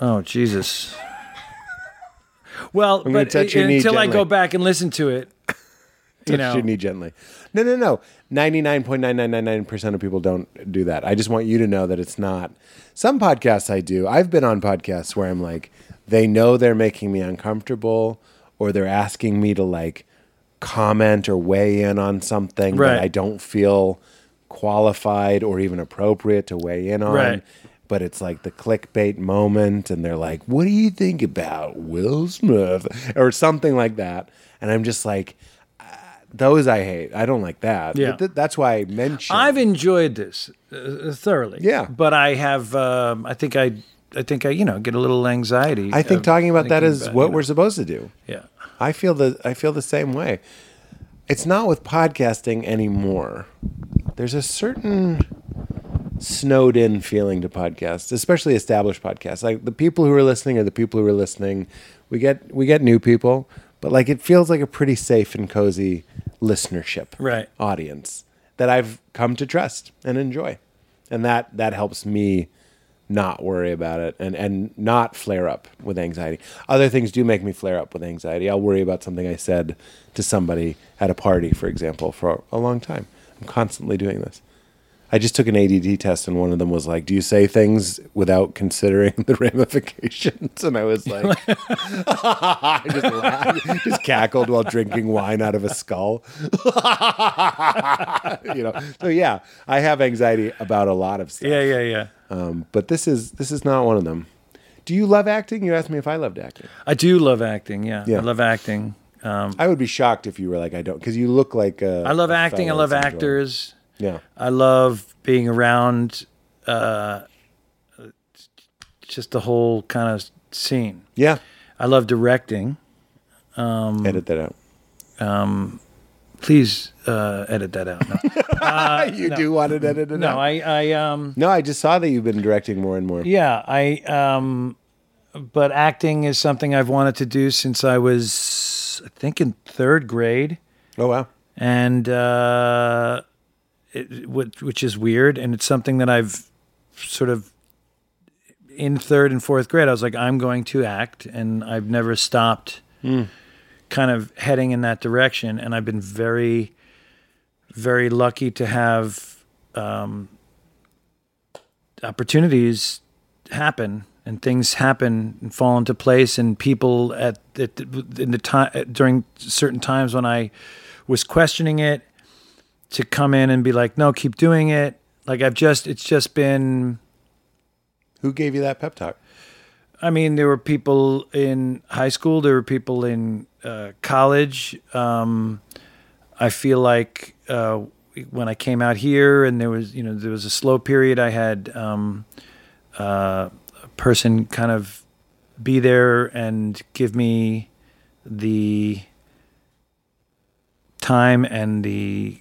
S3: Oh Jesus. Well,
S4: gonna
S3: but
S4: touch your knee
S3: until I go
S4: gently.
S3: back and listen to
S4: (laughs)
S3: it, you know,
S4: Touch your knee gently. No, no, no. Ninety-nine point nine nine nine nine percent of people don't do that. I just want you to know that it's not. Some podcasts I do. I've been on podcasts where I'm like, they know they're making me uncomfortable, or they're asking me to like comment or weigh in on something
S3: Right.
S4: that I don't feel qualified or even appropriate to weigh in on.
S3: Right.
S4: But it's like the clickbait moment, and they're like, "What do you think about Will Smith?" or something like that. And I'm just like, those I hate. I don't like that.
S3: Yeah.
S4: But th- that's why I mentioned.
S3: I've enjoyed this uh, thoroughly.
S4: Yeah.
S3: but I have. Um, I think I. I think I. You know, get a little anxiety.
S4: I think
S3: of
S4: talking about that
S3: thinking
S4: is
S3: about,
S4: what
S3: you know.
S4: we're supposed to do.
S3: Yeah.
S4: I feel the I feel the same way. It's not with podcasting anymore. There's a certain snowed in feeling to podcasts, especially established podcasts. Like the people who are listening are the people who are listening. We get we get new people, but like it feels like a pretty safe and cozy listenership
S3: Right.
S4: audience that I've come to trust and enjoy. And that that helps me not worry about it and and not flare up with anxiety. Other things do make me flare up with anxiety. I'll worry about something I said to somebody at a party, for example, for a long time. I'm constantly doing this. I just took an ADD test and one of them was like, "Do you say things without considering (laughs) the ramifications?" And I was
S3: (laughs)
S4: like, (laughs) I just laughed, just cackled while drinking wine out of a skull. (laughs) you know. So yeah, I have anxiety about a lot of stuff.
S3: Yeah, yeah, yeah.
S4: Um, but this is this is not one of them. Do you love acting? You asked me if I loved acting.
S3: I do love acting. Yeah,
S4: Yeah.
S3: I love acting. Um,
S4: I would be shocked if you were like I don't because you look like a.
S3: I love
S4: a
S3: acting. I
S4: fellow
S3: love
S4: that's enjoying-
S3: actors.
S4: Yeah.
S3: I love being around uh, just the whole kind of scene.
S4: Yeah.
S3: I love directing.
S4: Edit that out.
S3: Please uh, edit that out. No,
S4: (laughs) you do want to edit it
S3: Uh,
S4: out.
S3: no I, I um,
S4: no, I just saw that you've been directing more and more.
S3: yeah, I, um, but acting is something I've wanted to do since I was, I think, in third grade.
S4: Oh wow.
S3: and uh, it, which, which is weird, and it's something that I've sort of in third and fourth grade. I was like, I'm going to act, and I've never stopped, kind of heading in that direction. And I've been very, very lucky to have um, opportunities happen. And things happen and fall into place, and people at, at the- in the time during certain times when I was questioning it to come in and be like, no, keep doing it. Like I've just, it's just been
S5: Who gave you that pep talk?
S3: I mean, there were people in high school. There were people in uh, college. Um, I feel like uh, when I came out here, and there was you know there was a slow period. I had um, uh, a person kind of be there and give me the time and the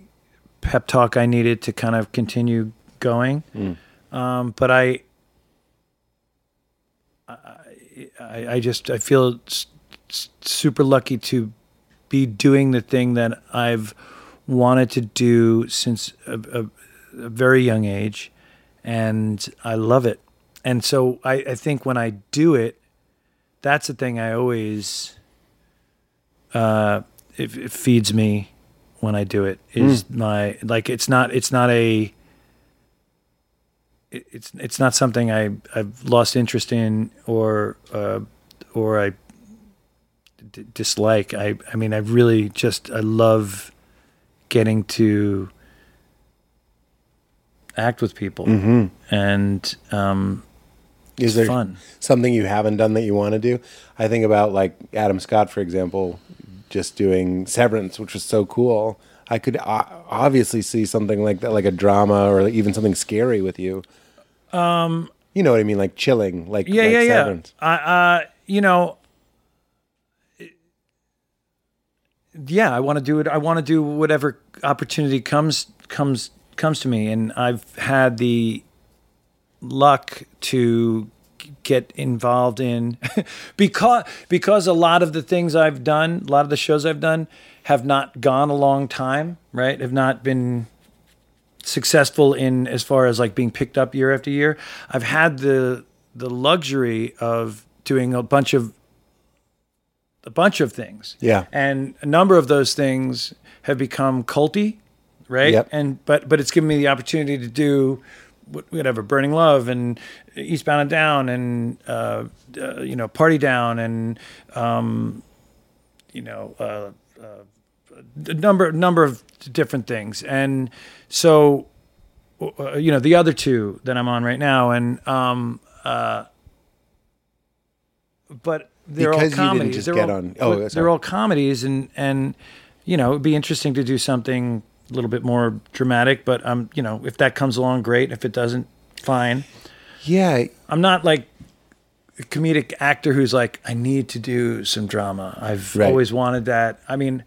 S3: pep talk I needed to kind of continue going. Um, but I I, I just I feel s- s- super lucky to be doing the thing that I've wanted to do since a, a, a very young age, and I love it. And so I, I think when I do it, that's the thing I always uh, it, it feeds me when I do it is my like it's not it's not a it- it's it's not something I I've lost interest in or uh, or I d- dislike. I I mean I really just I love getting to act with people and um,
S5: Is there
S3: fun.
S5: something you haven't done that you want to do? I think about like Adam Scott, for example, just doing Severance, which was so cool. I could o- obviously see something like that, like a drama or even something scary with you. Um, you know what I mean, like chilling, like
S3: Um, yeah
S5: like
S3: yeah yeah.
S5: Severance.
S3: I uh, you know. it- Yeah, I want to do it. I want to do whatever opportunity comes comes comes to me, and I've had the luck to get involved in (laughs) because because a lot of the things I've done, a lot of the shows I've done have not gone a long time, right? Have not been successful in as far as like being picked up year after year. I've had the the luxury of doing a bunch of a bunch of things.
S5: Yeah.
S3: And a number of those things have become culty, right?
S5: Yep.
S3: And but but it's given me the opportunity to do wh- whatever Burning Love and Eastbound and Down and uh, uh, you know Party Down and um, you know uh, a number number of different things and so uh, you know the other two that I'm on right now and um uh but they're
S5: Because you
S3: all
S5: didn't
S3: comedies
S5: just
S3: they're
S5: get
S3: all,
S5: on- oh,
S3: but
S5: sorry.
S3: they're all comedies and and you know it'd be interesting to do something a little bit more dramatic but um you know if that comes along great if it doesn't fine
S5: Yeah,
S3: I'm not like a comedic actor who's like, I need to do some drama. I've
S5: Right.
S3: always wanted that. I mean,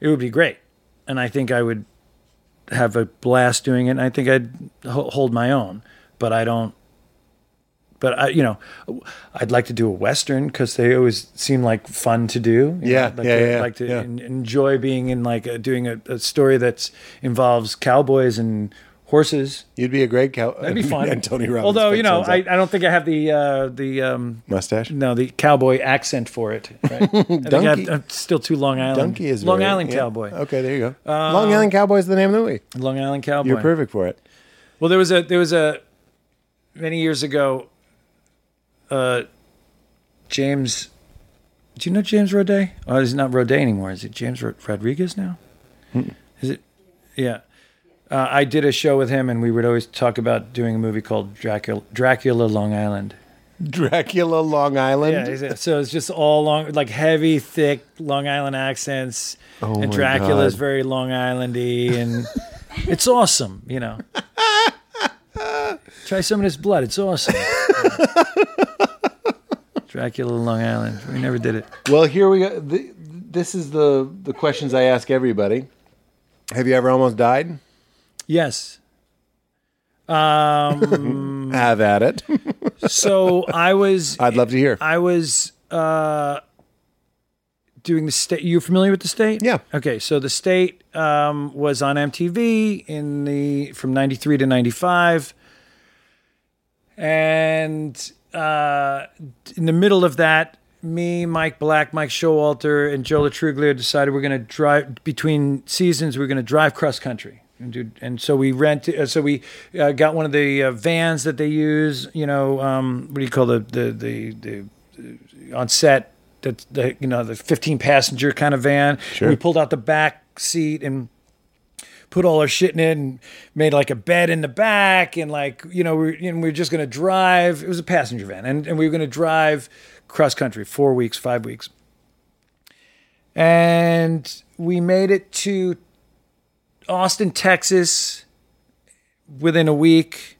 S3: it would be great. And I think I would have a blast doing it. And I think I'd ho- hold my own, but I don't. But I, you know, I'd like to do a western because they always seem like fun to do. you
S5: Yeah,
S3: know, like
S5: yeah,
S3: to,
S5: yeah,
S3: Like to
S5: yeah.
S3: en- enjoy being in like a, doing a, a story that's involves cowboys and horses.
S5: you'd be a great cow.
S3: That'd be
S5: (laughs)
S3: fun.
S5: and Tony Robbins.
S3: Although you
S5: puts
S3: know,
S5: his
S3: I, I
S5: up.
S3: don't think I have the uh, the um,
S5: mustache.
S3: no the cowboy accent for it. Right? I think I
S5: Donkey.
S3: am still too Long Island.
S5: Donkey is
S3: Long
S5: very-
S3: Island
S5: yeah.
S3: cowboy. Um,
S5: Okay, there you go. Long Island Cowboy is the name of the movie.
S3: Long Island cowboy.
S5: You're perfect for it.
S3: Well, there was a there was a many years ago. Uh, James, do you know James Roday? Oh, he's not Roday anymore. Is it James Ro- Rodriguez now?
S5: Hmm.
S3: Is it? Yeah. Uh, I did a show with him, and we would always talk about doing a movie called Dracula, Dracula Long Island.
S5: Dracula, Long Island.
S3: Yeah, exa- so it's just all long, like heavy, thick Long Island accents, and
S5: Oh my
S3: Dracula's
S5: God.
S3: very Long Islandy,
S5: (laughs)
S3: and it's awesome, you know. Try some of this blood; it's
S5: (laughs)
S3: awesome. Dracula, Long Island. We never did it.
S5: Well, here we go. Th this is the the questions I ask everybody. Have you ever almost died?
S3: Yes. Um,
S5: (laughs) Have at it.
S3: So I was.
S5: (laughs) I'd love to hear.
S3: I was uh, doing the state. You familiar with the state?
S5: Yeah.
S3: Okay, so the state um, was on MTV in the from '93 to '95, and uh, in the middle of that, me, Mike Black, Mike Showalter, and Joe Latruglio decided we're going to drive between seasons. We're going to drive cross country. And, do, and so we rent. Uh, so we uh, got one of the uh, vans that they use. You know, um, what do you call the the the, the uh, on set that the you know the 15 passenger kind of van. We pulled out the back seat and put all our shit in it and made like a bed in the back and like you know we were, you know, we were just gonna drive. It was a passenger van and, and we were gonna drive cross country four weeks, five weeks, and we made it to Austin, Texas within a week.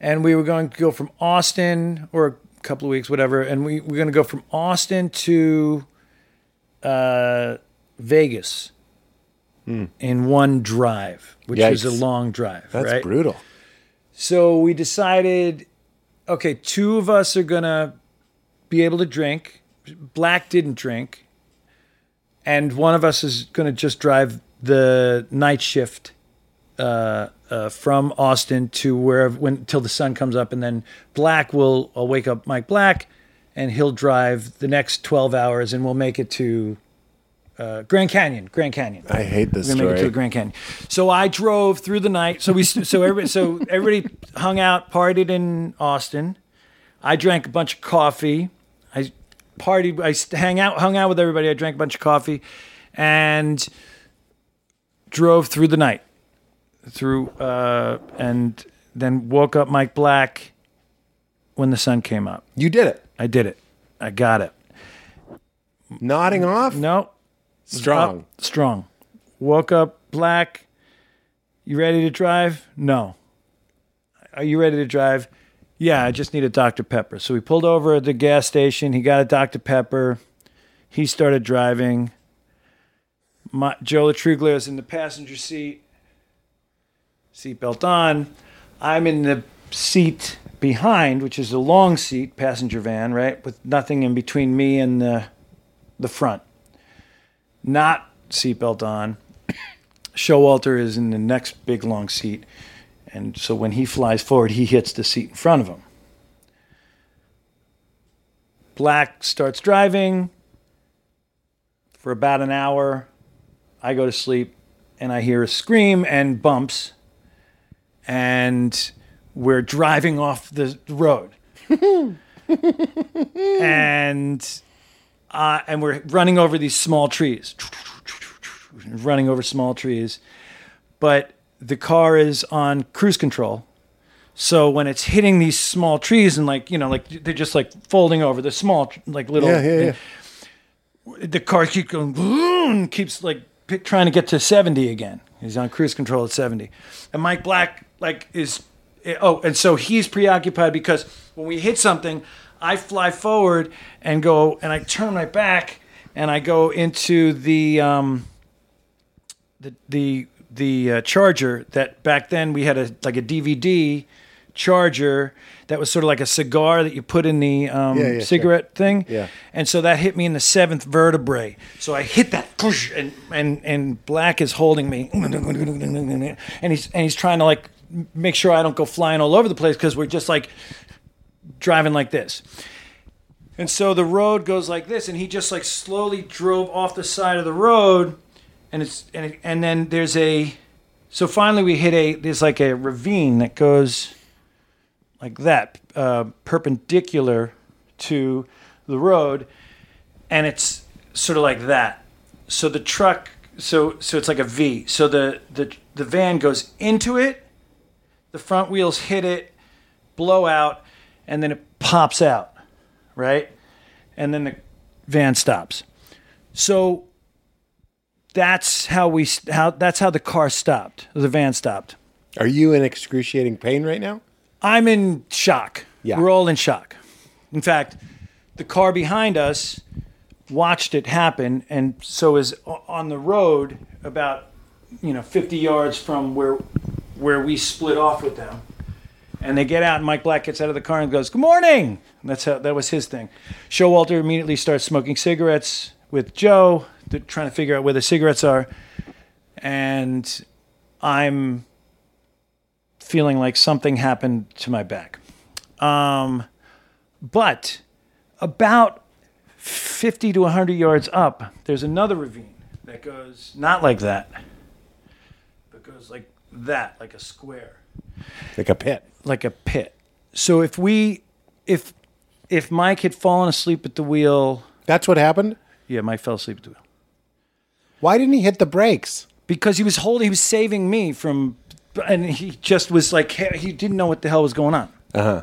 S3: And we were going to go from Austin or a couple of weeks, whatever. And we were going to go from Austin to uh, Vegas in one drive, which is a
S5: Hmm. Yikes.
S3: long drive.
S5: That's
S3: right?
S5: brutal.
S3: So we decided, okay, two of us are gonna be able to drink. Black didn't drink, and one of us is gonna just drive the night shift uh, uh, from Austin to wherever when till the sun comes up, and then Black will I'll wake up Mike Black, and he'll drive the next twelve hours, and we'll make it to uh, Grand Canyon. Grand Canyon.
S5: I hate this
S3: We're gonna make it to
S5: story.
S3: the Grand Canyon. So I drove through the night. So we so everybody so everybody hung out, partied in Austin. I drank a bunch of coffee. I partied. I st- hang out, hung out with everybody. I drank a bunch of coffee, and drove through the night, through uh, and then woke up Mike Black when the sun came up.
S5: You did it.
S3: I did it. I got it.
S5: Nodding off.
S3: No,
S5: Strong.
S3: Up, strong. Woke up black. You ready to drive? No. Are you ready to drive? Yeah, I just need a Dr. Pepper. So we pulled over at the gas station. He got a Dr. Pepper. He started driving. My, Joe Latruglia is in the passenger seat, seatbelt on. I'm in the seat behind, which is a long seat, passenger van, right? With nothing in between me and the, the front not seatbelt on. Showalter is in the next big long seat, and so when he flies forward, he hits the seat in front of him. Black starts driving for about an hour. I go to sleep, and I hear a scream and bumps, and we're driving off the road. and uh, and we're running over these small trees, running over small trees. But the car is on cruise control. So when it's hitting these small trees and like, you know, like they're just like folding over the small, like little,
S5: Yeah, yeah, yeah.
S3: the car keeps going, vroom, keeps like p- trying to get to 70 again. He's on cruise control at 70. And Mike Black, like, is, oh, and so he's preoccupied because when we hit something, I fly forward and go, and I turn my back and I go into the, um, the, the, the uh, charger that back then we had a like a DVD charger that was sort of like a cigar that you put in the um,
S5: Yeah, yeah, sure.
S3: cigarette thing.
S5: Yeah.
S3: And so that hit me in the seventh vertebrae. So I hit that push and and and Black is holding me and he's and he's trying to like m- make sure I don't go flying all over the place because we're just like driving like this. And so the road goes like this, and he just like slowly drove off the side of the road, and it's and it, and then there's a, so finally we hit a there's like a ravine that goes, like that, uh, perpendicular to the road, and it's sort of like that. So the truck, so so it's like a V. So the the the van goes into it, the front wheels hit it, blow out, and then it pops out, right? And then the van stops. So that's how we s- how that's how the car stopped. The van stopped.
S5: Are you in excruciating pain right now?
S3: I'm in shock.
S5: Yeah.
S3: We're all in shock. In fact, the car behind us watched it happen and so is o- on the road about you know 50 yards from where where we split off with them. And they get out and Mike Black gets out of the car and goes, "Good morning." And that's how that was his thing. Showalter immediately starts smoking cigarettes with Joe, they're trying to figure out where the cigarettes are. And I'm feeling like something happened to my back. Um, but about 50 to 100 yards up, there's another ravine that goes not like that, but goes like that, like a square
S5: Like a pit.
S3: like a pit. So if we, if if Mike had fallen asleep at the wheel,
S5: That's what happened.
S3: yeah, Mike fell asleep at the wheel.
S5: Why didn't he hit the brakes?
S3: because he was holding, he was saving me from, and he just was like, he didn't know what the hell was going on. Uh
S4: Uh-huh.
S3: huh.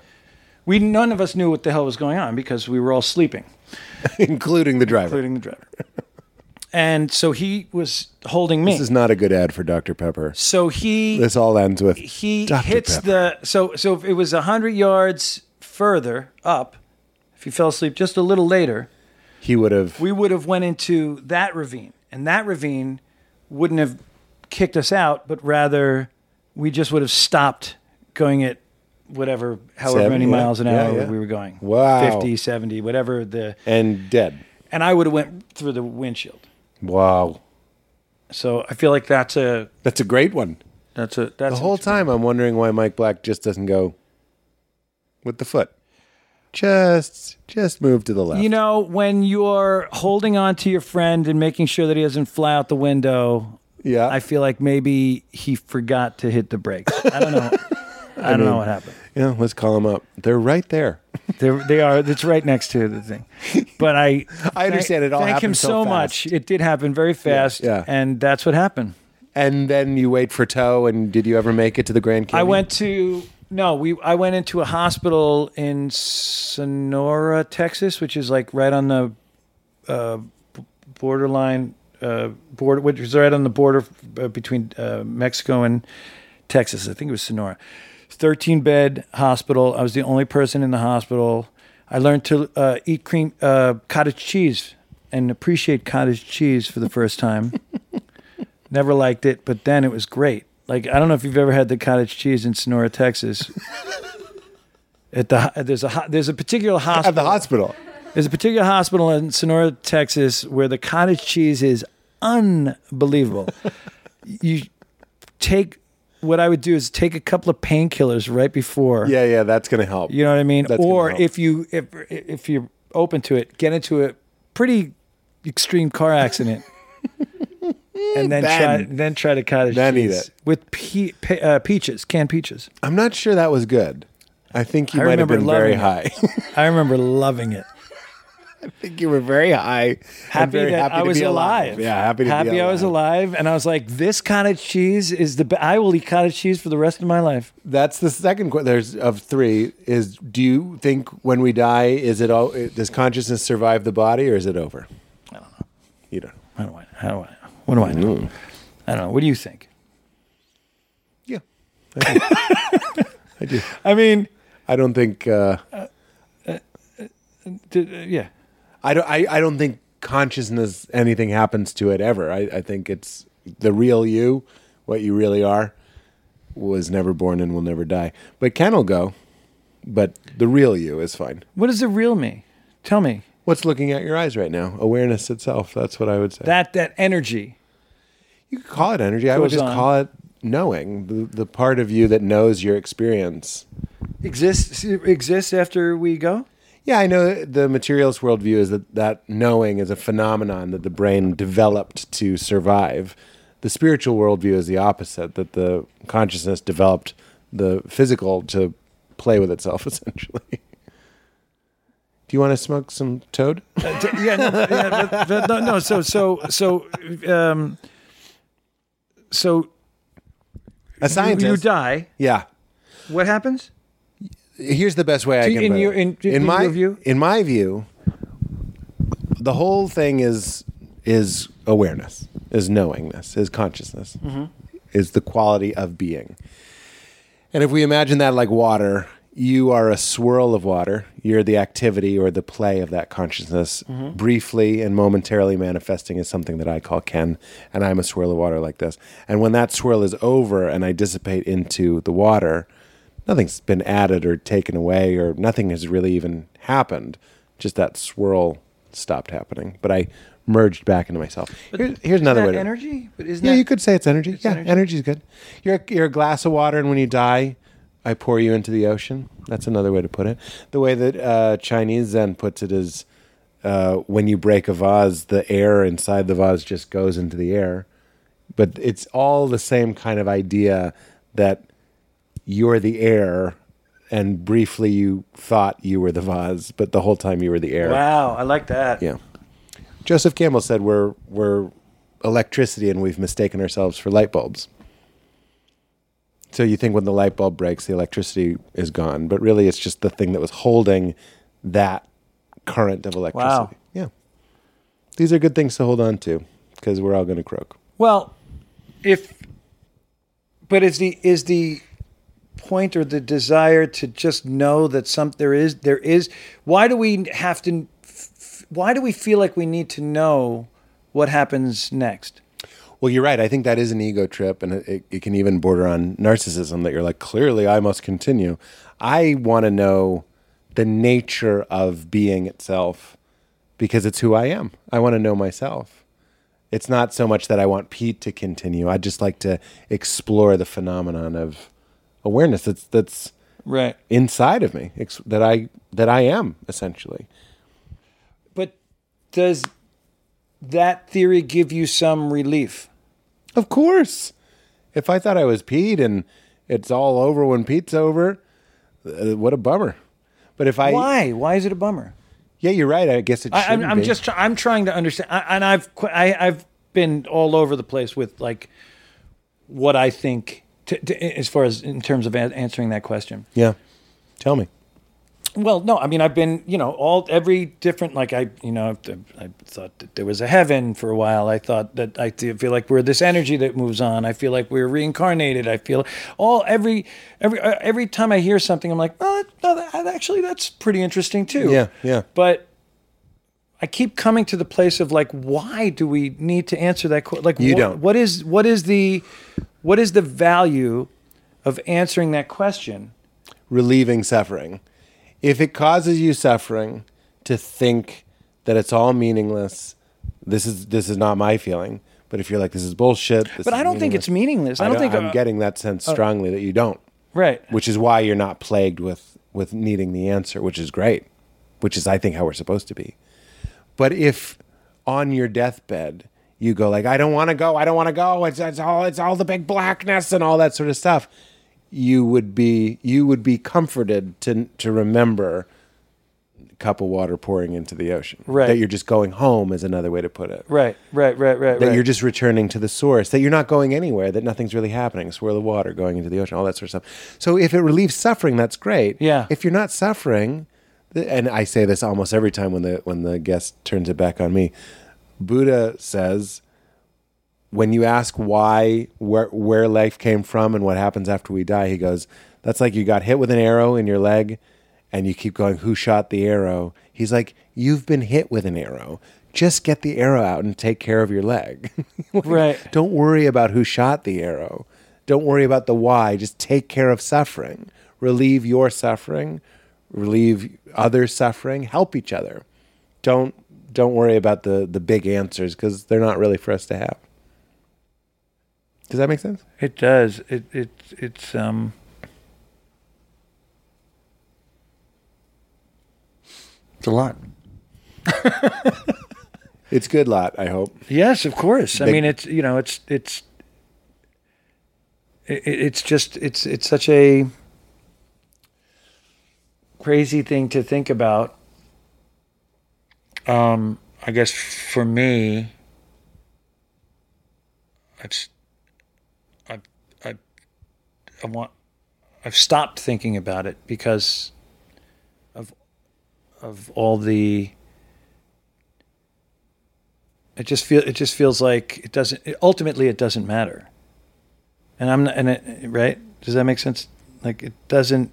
S3: We none of us knew what the hell was going on because we were all sleeping,
S4: (laughs) including the driver.
S3: including the
S4: (laughs)
S3: driver. and so he was holding me.
S4: This is not a good ad for Dr. Pepper. (laughs)
S3: so he
S4: This all ends with
S3: he
S4: Dr.
S3: hits
S4: Pepper.
S3: the so so if it was 100 yards further up if he fell asleep just a little later
S4: He would have.
S3: we would have went into that ravine and that ravine wouldn't have kicked us out but rather we just would have stopped going at whatever however
S4: Seven,
S3: many
S4: yeah.
S3: miles an
S4: Yeah,
S3: hour
S4: yeah.
S3: we were going
S4: Wow.
S3: 50 70 whatever the
S4: and dead.
S3: and i would have went through the windshield
S4: Wow.
S3: so i feel like that's a
S4: That's a great one.
S3: that's a that's
S4: The whole time I'm wondering why Mike Black just doesn't go with the foot. Just just move to the left.
S3: You know, when you're holding on to your friend and making sure that he doesn't fly out the window,
S4: yeah.
S3: I feel like maybe he forgot to hit the brakes. I don't
S4: (laughs)
S3: know. I don't know what happened.
S4: yeah, let's call him up. They're right there.
S3: They're, they are. It's right next to the thing, but I.
S4: (laughs) I understand it all
S3: Thank him
S4: happened so
S3: so much. It did happen very fast.
S4: yeah.
S3: And that's what happened.
S4: And then you wait for tow and did you ever make it to the Grand Canyon?
S3: I went to no, we I went into a hospital in Sonora, Texas, which is like right on the uh, b- borderline uh, border, which is right on the border uh, between uh, Mexico and Texas. I think it was Sonora. Thirteen bed hospital. I was the only person in the hospital. I learned to uh, eat cream uh, cottage cheese and appreciate cottage cheese for the first time. Never liked it, but then it was great. Like I don't know if you've ever had the cottage cheese in Sonora,
S4: (laughs)
S3: Texas. At the there's a ho- there's a particular hospital
S4: at the hospital.
S3: there's a particular hospital in Sonora, Texas, where the cottage cheese is
S4: (laughs)
S3: unbelievable. you take what I would do is take a couple of painkillers right before.
S4: Yeah, yeah, that's gonna help.
S3: You know what I mean?
S4: That's gonna
S3: or
S4: help.
S3: if you if if you're open to it, get into a pretty extreme car
S4: (laughs)
S3: accident. And then,
S4: Then-
S3: try then try to cottage
S4: then eat
S3: cheese
S4: it.
S3: with pe- pe- uh, peaches, canned
S4: (laughs)
S3: peaches.
S4: I'm not sure that was good. I think you
S3: I
S4: might have
S3: remember
S4: been very high. (laughs)
S3: loving I remember loving it.
S4: I think you were very high.
S3: happy that I was alive.
S4: Yeah, happy to
S3: happy
S4: be alive.
S3: I was alive, and I was like, "This cottage cheese is the. Be- I will eat cottage cheese for the rest of my life."
S4: That's the second question. There's of three. Is do you think when we die, is it all? Does consciousness survive the body, or is it over? I don't know. You don't. know.
S3: How do I? How do I? What do I know?
S4: Mm.
S3: I don't know. What do you think?
S4: Yeah, I do. I do.
S3: I mean,
S4: I don't think. Uh,
S3: d- uh, yeah.
S4: I don't. I, I don't think consciousness anything happens to it ever. I, I think it's the real you, what you really are, was never born and will never die, but can will go. But the real you is fine.
S3: What is the real me? Tell me
S4: What's looking at your eyes right now? Awareness itself. That's what I would say.
S3: that that energy.
S4: You could call it energy. I would
S3: Goes
S4: just
S3: on.
S4: call it knowing the, the part of you that knows your experience.
S3: exists exists after we go.
S4: Yeah, I know the materialist worldview is that that knowing is a phenomenon that the brain developed to survive. The spiritual worldview is the opposite, that the consciousness developed the physical to play with itself, (laughs) essentially. Do you want to smoke some toad?
S3: Uh, t- yeah, no, yeah, but- but no, no. So so so um, so
S4: A
S3: you,
S4: scientist.
S3: you die.
S4: yeah.
S3: What happens?
S4: here's the best way I
S3: Do-
S4: can
S3: in
S4: put
S3: your-
S4: it.
S3: in- in
S4: my
S3: your view?
S4: in my view the whole thing is is awareness is knowingness is consciousness is the quality of being and if we imagine that like water you are a swirl of water you're the activity or the play of that consciousness
S3: Mm-hmm.
S4: briefly and momentarily manifesting as something that i call ken and i'm a swirl of water like this and when that swirl is over and i dissipate into the water nothing's been added or taken away or nothing has really even happened. Just that swirl stopped happening. But I merged back into myself. Here's, here's another
S3: Isn't
S4: way.
S3: that
S4: To,
S3: energy, but isn't
S4: Yeah,
S3: that
S4: you could say it's energy. yeah,
S3: energy.
S4: energy's good. You're a- you're a glass of water, and when you die, I pour you into the ocean. That's another way to put it. The way that uh, Chinese Zen puts it is. Uh, when you break a vase, the air inside the vase just goes into the air. But it's all the same kind of idea that you're the air and briefly you thought you were the vase but the whole time you were the air
S3: Wow, I like that.
S4: yeah joseph campbell said we're we're electricity and we've mistaken ourselves for light bulbs. So you think when the light bulb breaks, the electricity is gone, but really it's just the thing that was holding that current of electricity.
S3: Wow.
S4: Yeah. These are good things to hold on to because we're all going to croak.
S3: Well, if but is the is the point or the desire to just know that some there is there is why do we have to f- f- why do we feel like we need to know what happens next?
S4: Well, you're right. I think that is an ego trip, and it- it, it can even border on narcissism that you're like, clearly I must continue. I want to know the nature of being itself because it's who I am. I want to know myself. It's not so much that I want Pete to continue. I just like to explore the phenomenon of awareness that's that's
S3: Right.
S4: inside of me ex- that I that I am essentially.
S3: But does that theory give you some relief?
S4: Of course. If I thought I was Pete and it's all over when Pete's over, uh, what a bummer. But if I
S3: Why? Why is it a bummer?
S4: yeah, you're right. I guess it.
S3: I, I'm,
S4: shouldn't
S3: I'm
S4: be.
S3: just try- I'm trying to understand, I, and I've qu- I, I've been all over the place with like what I think to, to, as far as in terms of a- answering that question.
S4: yeah. Tell me.
S3: Well, no, I mean I've been you know all every different like I you know I thought that there was a heaven for a while. I thought that I do feel like we're this energy that moves on. I feel like we're reincarnated. I feel all every every uh, every time I hear something, I'm like, oh, no, that, actually that's pretty interesting too.
S4: Yeah, yeah.
S3: But I keep coming to the place of like, why do we need to answer that question? Like,
S4: You
S3: wha-
S4: don't.
S3: What is what is the what is the value of answering that question?
S4: Relieving suffering. If it causes you suffering to think that it's all meaningless, this is this is not my feeling. But if you're like this is bullshit, this
S3: But
S4: is
S3: I don't think it's meaningless. I don't, think uh,
S4: I'm getting that sense strongly that you don't.
S3: Right.
S4: which is why you're not plagued with with needing the answer, which is great, which is I think how we're supposed to be. But if on your deathbed you go like I don't want to go, I don't want to go, it's, it's all it's all the big blackness and all that sort of stuff, you would be you would be comforted to to remember cup of water pouring into the ocean.
S3: Right.
S4: That you're just going home is another way to put it.
S3: Right, right, right, right,
S4: That
S3: right.
S4: you're just returning to the source, that you're not going anywhere, that nothing's really happening, swirl of water going into the ocean, all that sort of stuff. So if it relieves suffering, that's great.
S3: Yeah.
S4: If you're not suffering, th- and I say this almost every time when the when the guest turns it back on me, Buddha says, when you ask why where where life came from and what happens after we die, he goes, "That's like you got hit with an arrow in your leg, and you keep going, who shot the arrow?" He's like, "You've been hit with an arrow. Just get the arrow out and take care of your leg. Like,
S3: Right.
S4: Don't worry about who shot the arrow. Don't worry about the why. Just take care of suffering. Relieve your suffering. Relieve other suffering. Help each other. Don't." Don't worry about the, the big answers because they're not really for us to have. Does that make sense?
S3: it does. It it it's um.
S10: It's a lot.
S4: It's good lot, I hope.
S3: Yes, of course. I
S4: Big-
S3: mean, it's you know, it's it's it, it's just it's it's such a crazy thing to think about. Um, I guess for me, I've I I I want I've stopped thinking about it because of of all the it just feel it just feels like it doesn't it, ultimately it doesn't matter and i'm not and it, right does that make sense like it doesn't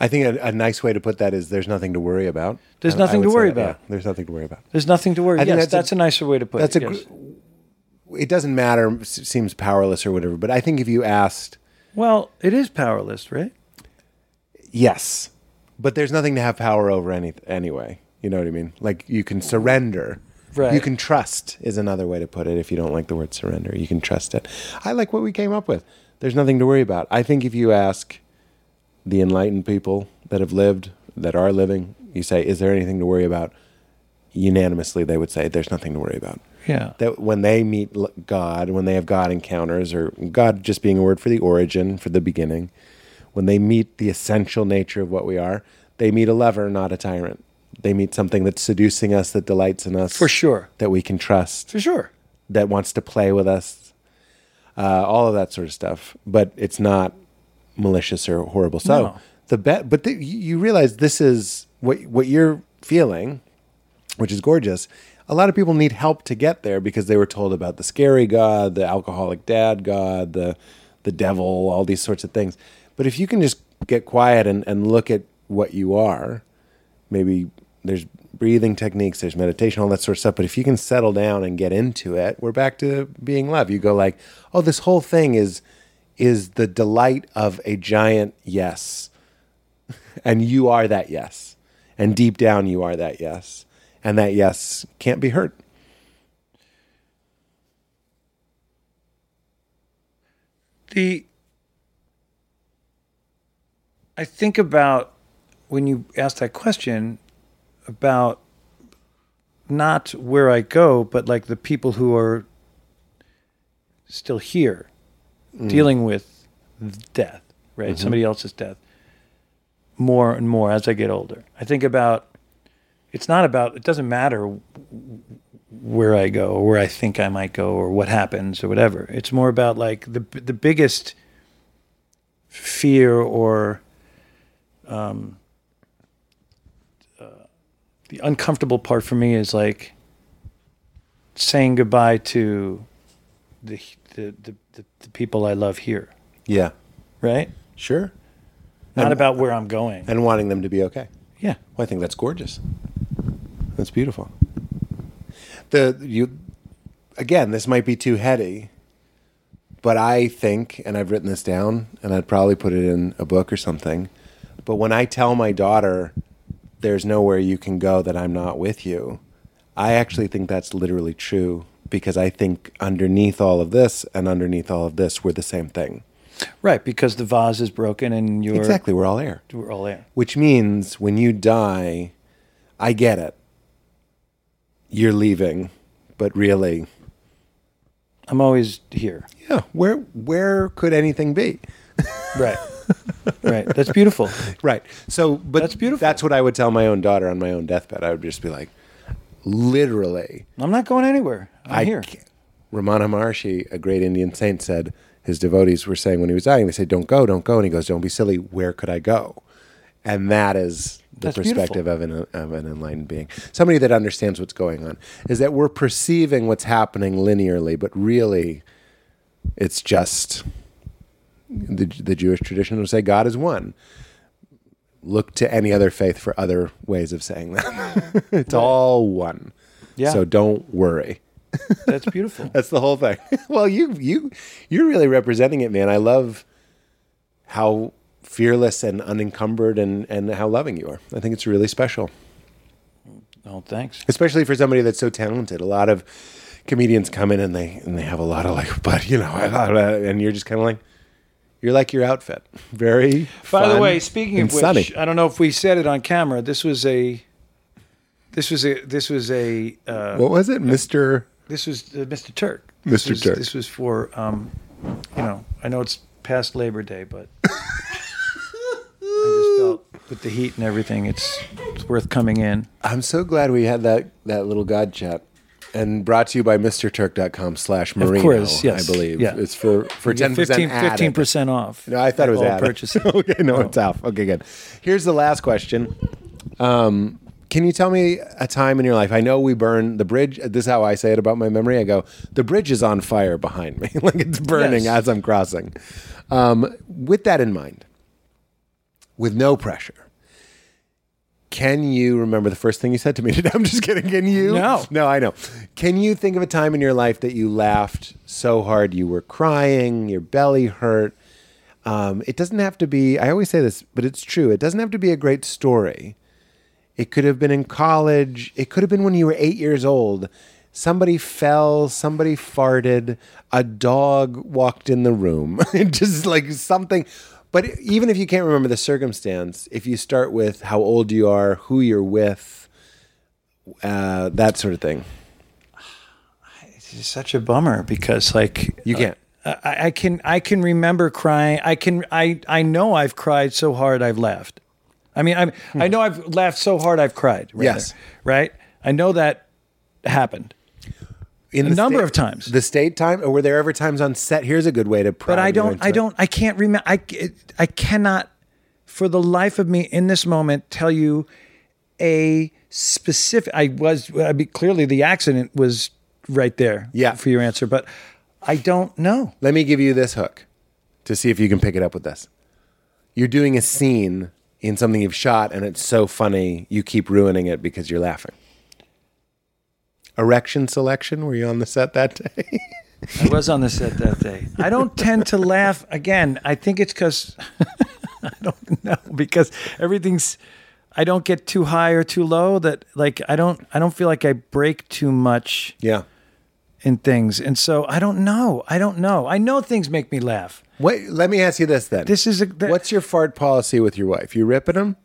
S4: I think a, a nice way to put that is there's nothing to worry about.
S3: There's
S4: I- I
S3: nothing to
S4: would say
S3: worry
S4: that, yeah.
S3: about.
S4: there's nothing to worry about.
S3: there's nothing to worry
S4: I think
S3: yes that's,
S4: that's a-
S3: a nicer way to put
S4: That's a
S3: it yes.
S4: gr- it doesn't matter s- seems powerless or whatever, but I think if you asked
S3: well it is powerless right
S4: yes, but there's nothing to have power over any anyway. You know what I mean? Like you can surrender.
S3: Right.
S4: You can trust is another way to put it if you don't like the word surrender. You can trust it. I like what we came up with. There's nothing to worry about. I think if you ask the enlightened people that have lived, that are living, you say, is there anything to worry about? Unanimously, they would say, there's nothing to worry about
S3: yeah
S4: that when they meet l- God, when they have God encounters, or God just being a word for the origin, for the beginning, when they meet the essential nature of what we are, they meet a lover, not a tyrant. They meet something that's seducing us, that delights in us.
S3: For sure.
S4: That we can trust.
S3: for sure
S4: that wants to play with us, uh, all of that sort of stuff. But it's not malicious or horrible. So
S3: No.
S4: the bet, but the, you you realize this is what what you're feeling, which is gorgeous. A lot of people need help to get there because they were told about the scary god, the alcoholic dad god, the the devil, all these sorts of things. But if you can just get quiet and, and look at what you are, maybe there's breathing techniques, there's meditation, all that sort of stuff. But if you can settle down and get into it, we're back to being love. You go like, oh, this whole thing is is the delight of a giant yes, (laughs) and you are that yes, and deep down you are that yes, and that yes can't be hurt.
S3: the I think about when you asked that question about not where I go, but like the people who are still here dealing with death, right? Somebody else's death more and more as I get older. I think about it's not about, it doesn't matter where I go or where I think I might go or what happens or whatever. It's more about like the the biggest fear or um, uh, the uncomfortable part for me is like saying goodbye to the the, the, the, the people I love here,
S4: Yeah,
S3: right?
S4: sure.
S3: Not about where I'm going.
S4: And wanting them to be okay.
S3: Yeah.
S4: Well, I think that's gorgeous. That's beautiful. The you again, this might be too heady, but I think, and I've written this down, and I'd probably put it in a book or something. But when I tell my daughter, "There's nowhere you can go that I'm not with you," I actually think that's literally true because I think underneath all of this and underneath all of this, we're the same thing.
S3: Right, because the vase is broken and you're
S4: Exactly, we're all air.
S3: we're all in.
S4: Which means when you die, I get it. You're leaving, but really,
S3: I'm always here.
S4: yeah, where where could anything be?
S3: Right. right. That's beautiful.
S4: Right. So, but
S3: That's beautiful.
S4: That's what I would tell my own daughter on my own deathbed. I would just be like, literally,
S3: I'm not going anywhere. I'm
S4: I
S3: here.
S4: can't- Ramana Maharshi, a great Indian saint, said his devotees were saying when he was dying, they said, "Don't go, don't go," and he goes, "Don't be silly. Where could I go?" And that is the
S3: That's
S4: perspective of an of an enlightened being, somebody that understands what's going on, is that we're perceiving what's happening linearly, but really, it's just the the Jewish tradition would say God is one. Look to any other faith for other ways of saying that. (laughs) it's all one.
S3: Yeah.
S4: So don't worry.
S3: That's
S4: (laughs)
S3: beautiful.
S4: That's the whole thing. well, you you you're really representing it, man. I love how fearless and unencumbered and and how loving you are. I think it's really special,
S3: oh, thanks.
S4: especially for somebody that's so talented. A lot of comedians come in and they and they have a lot of like, (laughs) but you know, and you're just kind of like, you're like your outfit, very.
S3: By the
S4: fun
S3: way, speaking
S4: and
S3: of which,
S4: sunny.
S3: I don't know if we said it on camera. This was a, this was a, this was a, uh,
S4: what was it, Mister?
S3: this was uh, Mr. Turk. This
S4: Mr.
S3: was-
S4: Turk.
S3: This was for, um, you know, I know it's past Labor Day,
S4: (laughs)
S3: but I just felt with the heat and everything, it's, it's worth coming in.
S4: I'm so glad we had that that little God chat. And brought to you by MrTurk.com slash Marino,
S3: course, yes.
S4: I believe.
S3: Yeah.
S4: It's for, for 10%
S3: 15,
S4: added.
S3: 15% off.
S4: No, I thought it was
S3: all Oh.
S4: added. (laughs)
S3: purchases.
S4: okay, no, it's off. Okay, good. Here's the last question. Um, can you tell me a time in your life? I know we burn the bridge. This is how I say it about my memory. I go, the bridge is on fire behind me, (laughs) like it's burning
S3: Yes.
S4: as I'm crossing. Um, with that in mind, with no pressure, can you remember the first thing you said to me (laughs) today? I'm just kidding. Can you?
S3: No.
S4: No, I know. Can you think of a time in your life that you laughed so hard you were crying, your belly hurt? Um, it doesn't have to be, I always say this, but it's true. It doesn't have to be a great story. It could have been in college. It could have been when you were eight years old. Somebody fell, somebody farted, a dog walked in the room. (laughs) It just like something. But even if you can't remember the circumstance, if you start with how old you are, who you're with, uh, that sort of thing,
S3: It's such a bummer because like
S4: you can't.
S3: I, I can I can remember crying. I can I I know I've cried so hard I've laughed. I mean I'm
S4: Hmm.
S3: I know I've laughed so hard I've cried. rather,
S4: Yes.
S3: right. I know that happened.
S4: in
S3: A
S4: the
S3: number
S4: state-
S3: of times.
S4: The state time, or were there ever times on set? Here's a good way to.
S3: but I don't, I don't, I can't remember. I, it- I cannot, for the life of me, in this moment, tell you a specific. I was, I mean, clearly the accident was right there.
S4: Yeah.
S3: for your answer, but I don't know.
S4: Let me give you this hook to see if you can pick it up with this. You're doing a scene in something you've shot, and it's so funny you keep ruining it because you're laughing. Erection selection? Were you on the set that day? (laughs)
S3: I was on the set that day. I don't tend to laugh again. I think it's because (laughs) I don't know because everything's. I don't get too high or too low. That like I don't. I don't feel like I break too much
S4: yeah.
S3: in things, and so I don't know. I don't know. I know things make me laugh.
S4: Wait, let me ask you this then.
S3: This is a. that-
S4: What's your fart policy with your wife? You ripping him?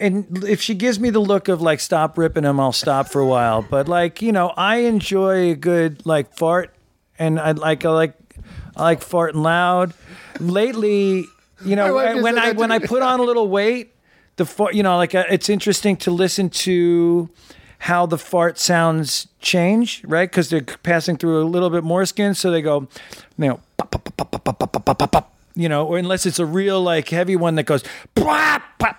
S3: and if she gives me the look of like stop ripping him, I'll stop for a while. But like you know, I enjoy a good like fart, and I like I like I like farting loud. Lately, you know, when,
S4: wife just said
S3: I
S4: that to
S3: when I
S4: me.
S3: put on a little weight, the fart, you know, like uh, it's interesting to listen to how the fart sounds change, right? Because they're passing through a little bit more skin, so they go, you know, pop, pop, pop, pop, pop, pop, pop, pop, pop, pop, you know, or unless it's a real like heavy one that goes, "Pwah, pwah,"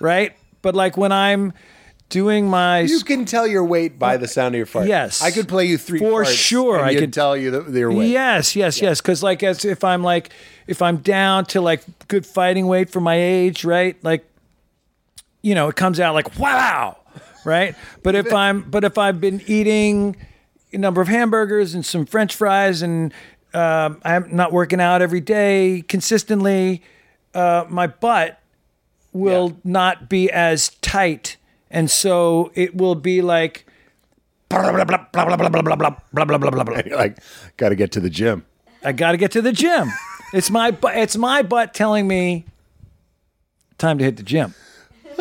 S3: right? But like when I'm doing my
S4: You can tell your weight by the sound of your fart.
S3: Yes.
S4: I could play you three
S3: For
S4: farts,
S3: sure,
S4: and
S3: I
S4: you'd
S3: could-
S4: tell you the, your weight.
S3: Yes, yes, yes. Because like, as if I'm like, if I'm down to like good fighting weight for my age, right? Like, you know, it comes out like wow, right? But if I'm, but if I've been eating a number of hamburgers and some French fries, and um, I'm not working out every day consistently, uh, my butt will not be as tight, and so it will be like. Blah, blah, blah, blah, blah, blah, blah, blah, blah, blah, blah, blah, blah.
S4: You're like, got to get to the gym.
S3: I got to get to the gym. It's my bu- it's my butt telling me time to hit the gym.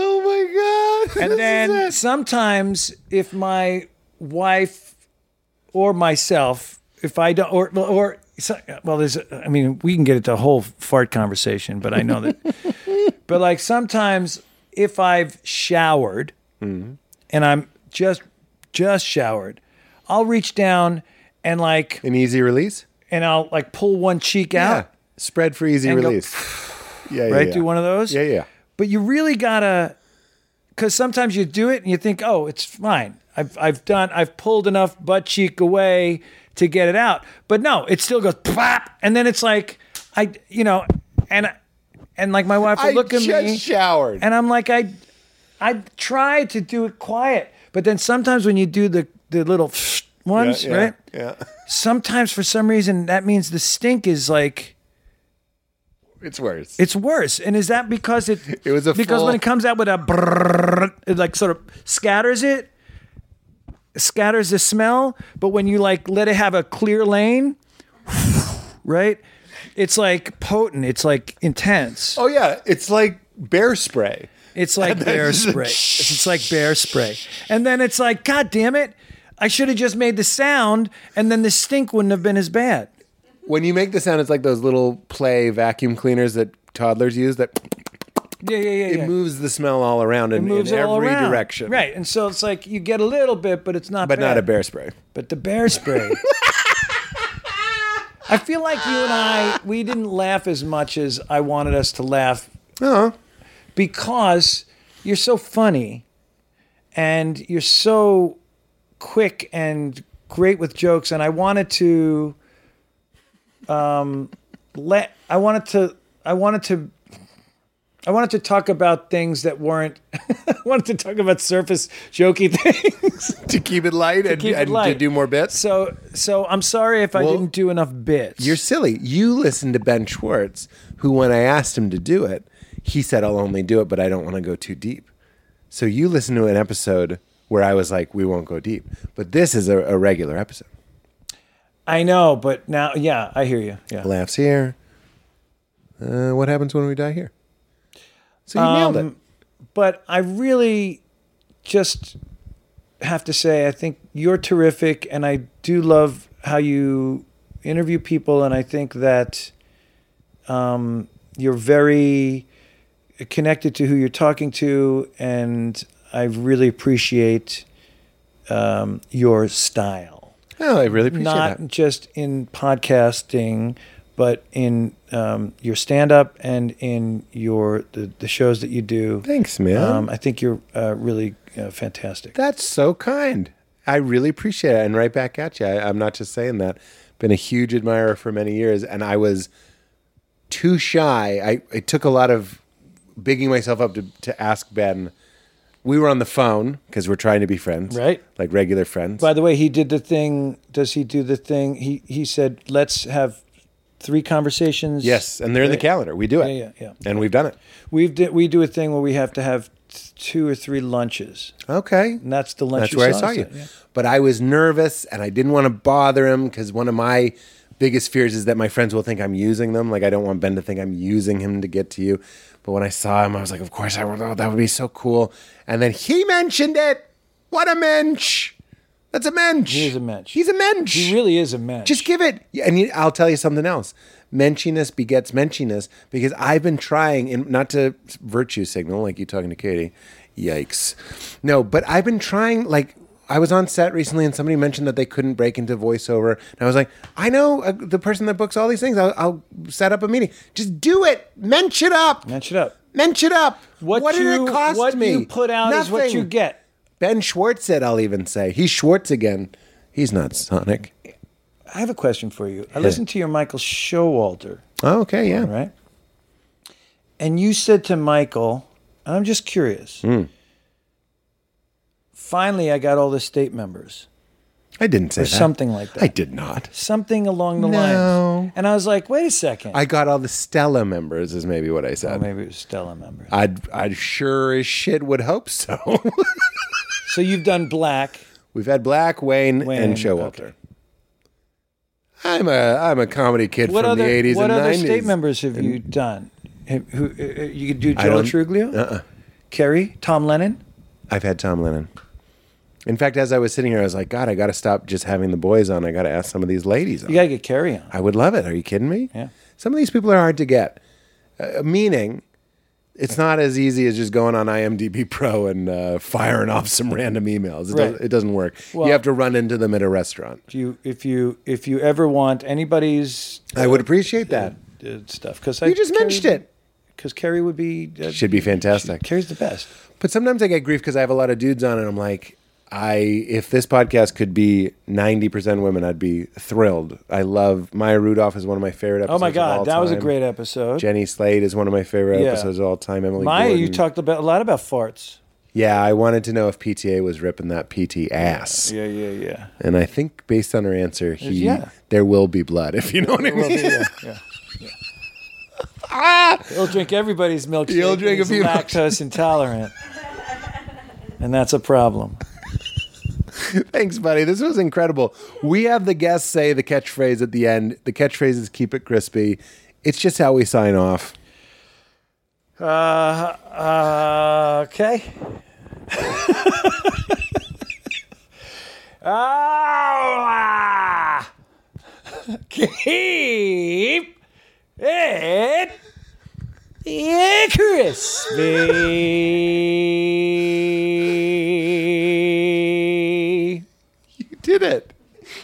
S4: Oh my god! (laughs)
S3: And then sometimes if my wife or myself, if I don't or or so- well, there's I mean we can get into a whole fart conversation, but I know that.
S4: (laughs)
S3: but like sometimes if I've showered
S4: Mm-hmm.
S3: and I'm just just showered, I'll reach down and like
S4: an easy release.
S3: and I'll like pull one cheek out.
S4: Spread for easy
S3: And go-
S4: (sighs) release. yeah, yeah,
S3: right?
S4: yeah.
S3: Do one of those.
S4: Yeah, yeah.
S3: But you really gotta, because sometimes you do it and you think, oh, it's fine. I've I've done. I've pulled enough butt cheek away to get it out. But no, it still goes plop, and then it's like I, you know, and and like my wife will
S4: I
S3: look at
S4: just
S3: me,
S4: showered.
S3: and I'm like, I I try to do it quiet, but then sometimes when you do the the little ones,
S4: yeah,
S3: right?
S4: Yeah.
S3: Sometimes for some reason that means the stink is like.
S4: It's worse.
S3: It's worse. And is that because it?
S4: (laughs) It was a
S3: because
S4: full-
S3: when it comes out with a brrrr, it like sort of scatters it, scatters the smell. But when you like let it have a clear lane, (laughs) right? It's like potent. It's like intense.
S4: oh yeah, it's like bear spray.
S3: It's
S4: (laughs)
S3: like bear
S4: just a
S3: spray. It's like bear spray. And then it's like, God damn it! I should have just made the sound, and then the stink wouldn't have been as bad.
S4: When you make the sound, it's like those little play vacuum cleaners that toddlers use. That
S3: Yeah, yeah, yeah.
S4: it
S3: yeah.
S4: moves the smell all around in,
S3: It moves
S4: in
S3: it all
S4: every
S3: around.
S4: direction.
S3: Right. And so it's like you get a little bit, but it's not
S4: But not
S3: bad.
S4: a bear spray. (laughs)
S3: But the bear spray. I feel like you and I, we didn't laugh as much as I wanted us to laugh
S4: No.
S3: because you're so funny and you're so quick and great with jokes. And I wanted to, um, let, I wanted to, I wanted to, I wanted to talk about things that weren't, (laughs) I wanted to talk about surface jokey things.
S4: To keep it light and,
S3: keep it
S4: and to
S3: light.
S4: do more bits.
S3: So, so I'm sorry if I
S4: Well,
S3: didn't do enough bits.
S4: You're silly. You listen to Ben Schwartz, who, when I asked him to do it, he said, I'll only do it, but I don't want to go too deep. So you listen to an episode where I was like, we won't go deep. But this is a, a regular episode.
S3: I know, but now, yeah, I hear you. Yeah,
S4: Laughs here. Uh, what happens when we die here? So you nailed
S3: Um,
S4: it.
S3: but I really just have to say, I think you're terrific, and I do love how you interview people, and I think that um, you're very connected to who you're talking to, and I really appreciate um, your style,
S4: Oh, I really appreciate
S3: not
S4: that.
S3: just in podcasting, but in um, your stand up and in your the, the shows that you do.
S4: Thanks, man.
S3: Um, I think you're uh, really uh, fantastic.
S4: That's so kind. I really appreciate it. And right back at you. I, I'm not just saying that. Been a huge admirer for many years, and I was too shy. I it took a lot of bigging myself up to, to ask Ben. We were on the phone because we're trying to be friends,
S3: Right.
S4: Like regular friends.
S3: By the way, he did the thing. Does he do the thing? He he said, "Let's have three conversations."
S4: yes, and they're in the calendar. We do it.
S3: Yeah, yeah, yeah.
S4: And we've done it.
S3: We've di- we do a thing where we have to have t- two or three lunches,
S4: Okay.
S3: and that's the lunch.
S4: That's
S3: you
S4: where I
S3: us
S4: saw you.
S3: at, yeah.
S4: But I was nervous and I didn't want to bother him because one of my biggest fears is that my friends will think I'm using them. Like I don't want Ben to think I'm using him to get to you. But when I saw him, I was like, of course I would. Oh, that would be so cool. And then he mentioned it. What a mensch. That's a mensch.
S3: He is a mensch.
S4: He's a mensch.
S3: He really is a man.
S4: Just give it. Yeah, And you- I'll tell you something else. Menschiness begets menschiness because I've been trying, and not to virtue signal like you talking to Katie. Yikes. No, but I've been trying. Like I was on set recently, and somebody mentioned that they couldn't break into voiceover, and I was like, I know uh, the person that books all these things. I'll, I'll set up a meeting. Just do it. Mensch it up.
S3: match it up.
S4: Mensch it up.
S3: What,
S4: did
S3: you,
S4: it cost
S3: what
S4: me?
S3: you put out is what you
S4: Nothing.
S3: get.
S4: Ben Schwartz said. I'll even say he's Schwartz again. He's not Sonic.
S3: I have a question for you. I listened to your Michael Showalter,
S4: Oh, okay, yeah.
S3: right? And you said to Michael, and I'm just curious.
S4: Hmm.
S3: Finally, I got all the state members.
S4: I didn't say
S3: or
S4: that.
S3: something like that.
S4: I did not.
S3: something along the
S4: No.
S3: lines. And I was like, wait a second.
S4: I got all the Stella members, is maybe what I
S3: Or
S4: said.
S3: maybe it was Stella member.
S4: I'd, I'd sure as shit would hope so. (laughs)
S3: so you've done black.
S4: We've had Black, Wayne,
S3: Wayne,
S4: and Showalter. I'm a I'm a comedy kid
S3: What
S4: from
S3: other
S4: the 80s
S3: what
S4: and
S3: other
S4: 90s.
S3: state members have you done? Have- Who uh, uh, you could do?
S4: I
S3: Joe
S4: don't-
S3: Truglio,
S4: Uh-uh.
S3: Kerry, Tom Lennon.
S4: I've had Tom Lennon. In fact, as I was sitting here, I was like, God, I got to stop just having the boys on. I got to ask some of these ladies. on.
S3: You gotta get Kerry on.
S4: I would love it. Are you kidding me?
S3: Yeah.
S4: Some of these people are hard to get. Uh, meaning, it's not as easy as just going on IMDb Pro and uh, firing off some random emails. It,
S3: Right.
S4: does, it doesn't work.
S3: Well-
S4: you have to run into them at a restaurant.
S3: If you if you if you ever want anybody's
S4: I would appreciate that.
S3: uh, stuff, because
S4: You just mentioned it.
S3: Because Kerry would be uh,
S4: Should be fantastic.
S3: Kerry's the best.
S4: But sometimes I get grief because I have a lot of dudes on, and I'm like, I if this podcast could be 90% women, I'd be thrilled. I love Maya Rudolph is one of my favorite
S3: Oh
S4: episodes.
S3: my
S4: of all
S3: God, that was a
S4: time.
S3: great episode.
S4: Jenny Slade is one of my favorite
S3: Yeah.
S4: episodes of all time. Emily
S3: Maya, you
S4: Gordon.
S3: talked about a lot about farts.
S4: Yeah, I wanted to know if PTA was ripping that PT ass.
S3: Yeah, yeah, yeah.
S4: And I think based on her answer, he
S3: Yeah.
S4: there will be blood, (laughs) if you know what I mean.
S3: yeah, yeah. (laughs) He'll drink everybody's milkshake.
S4: He'll drink a
S3: He's
S4: few
S3: lactose intolerant, and that's a problem.
S4: Thanks, buddy. This was incredible. We have the guests say the catchphrase at the end. The catchphrase is keep it crispy. It's just how we sign off.
S3: Uh, uh, okay. (laughs) Oh, Ah, keep it crispy.
S4: You did it.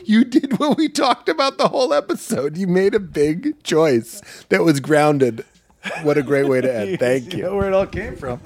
S4: You did what we talked about the whole episode. You made a big choice that was grounded. What a great way to end. Thank you.
S3: know where it all came from.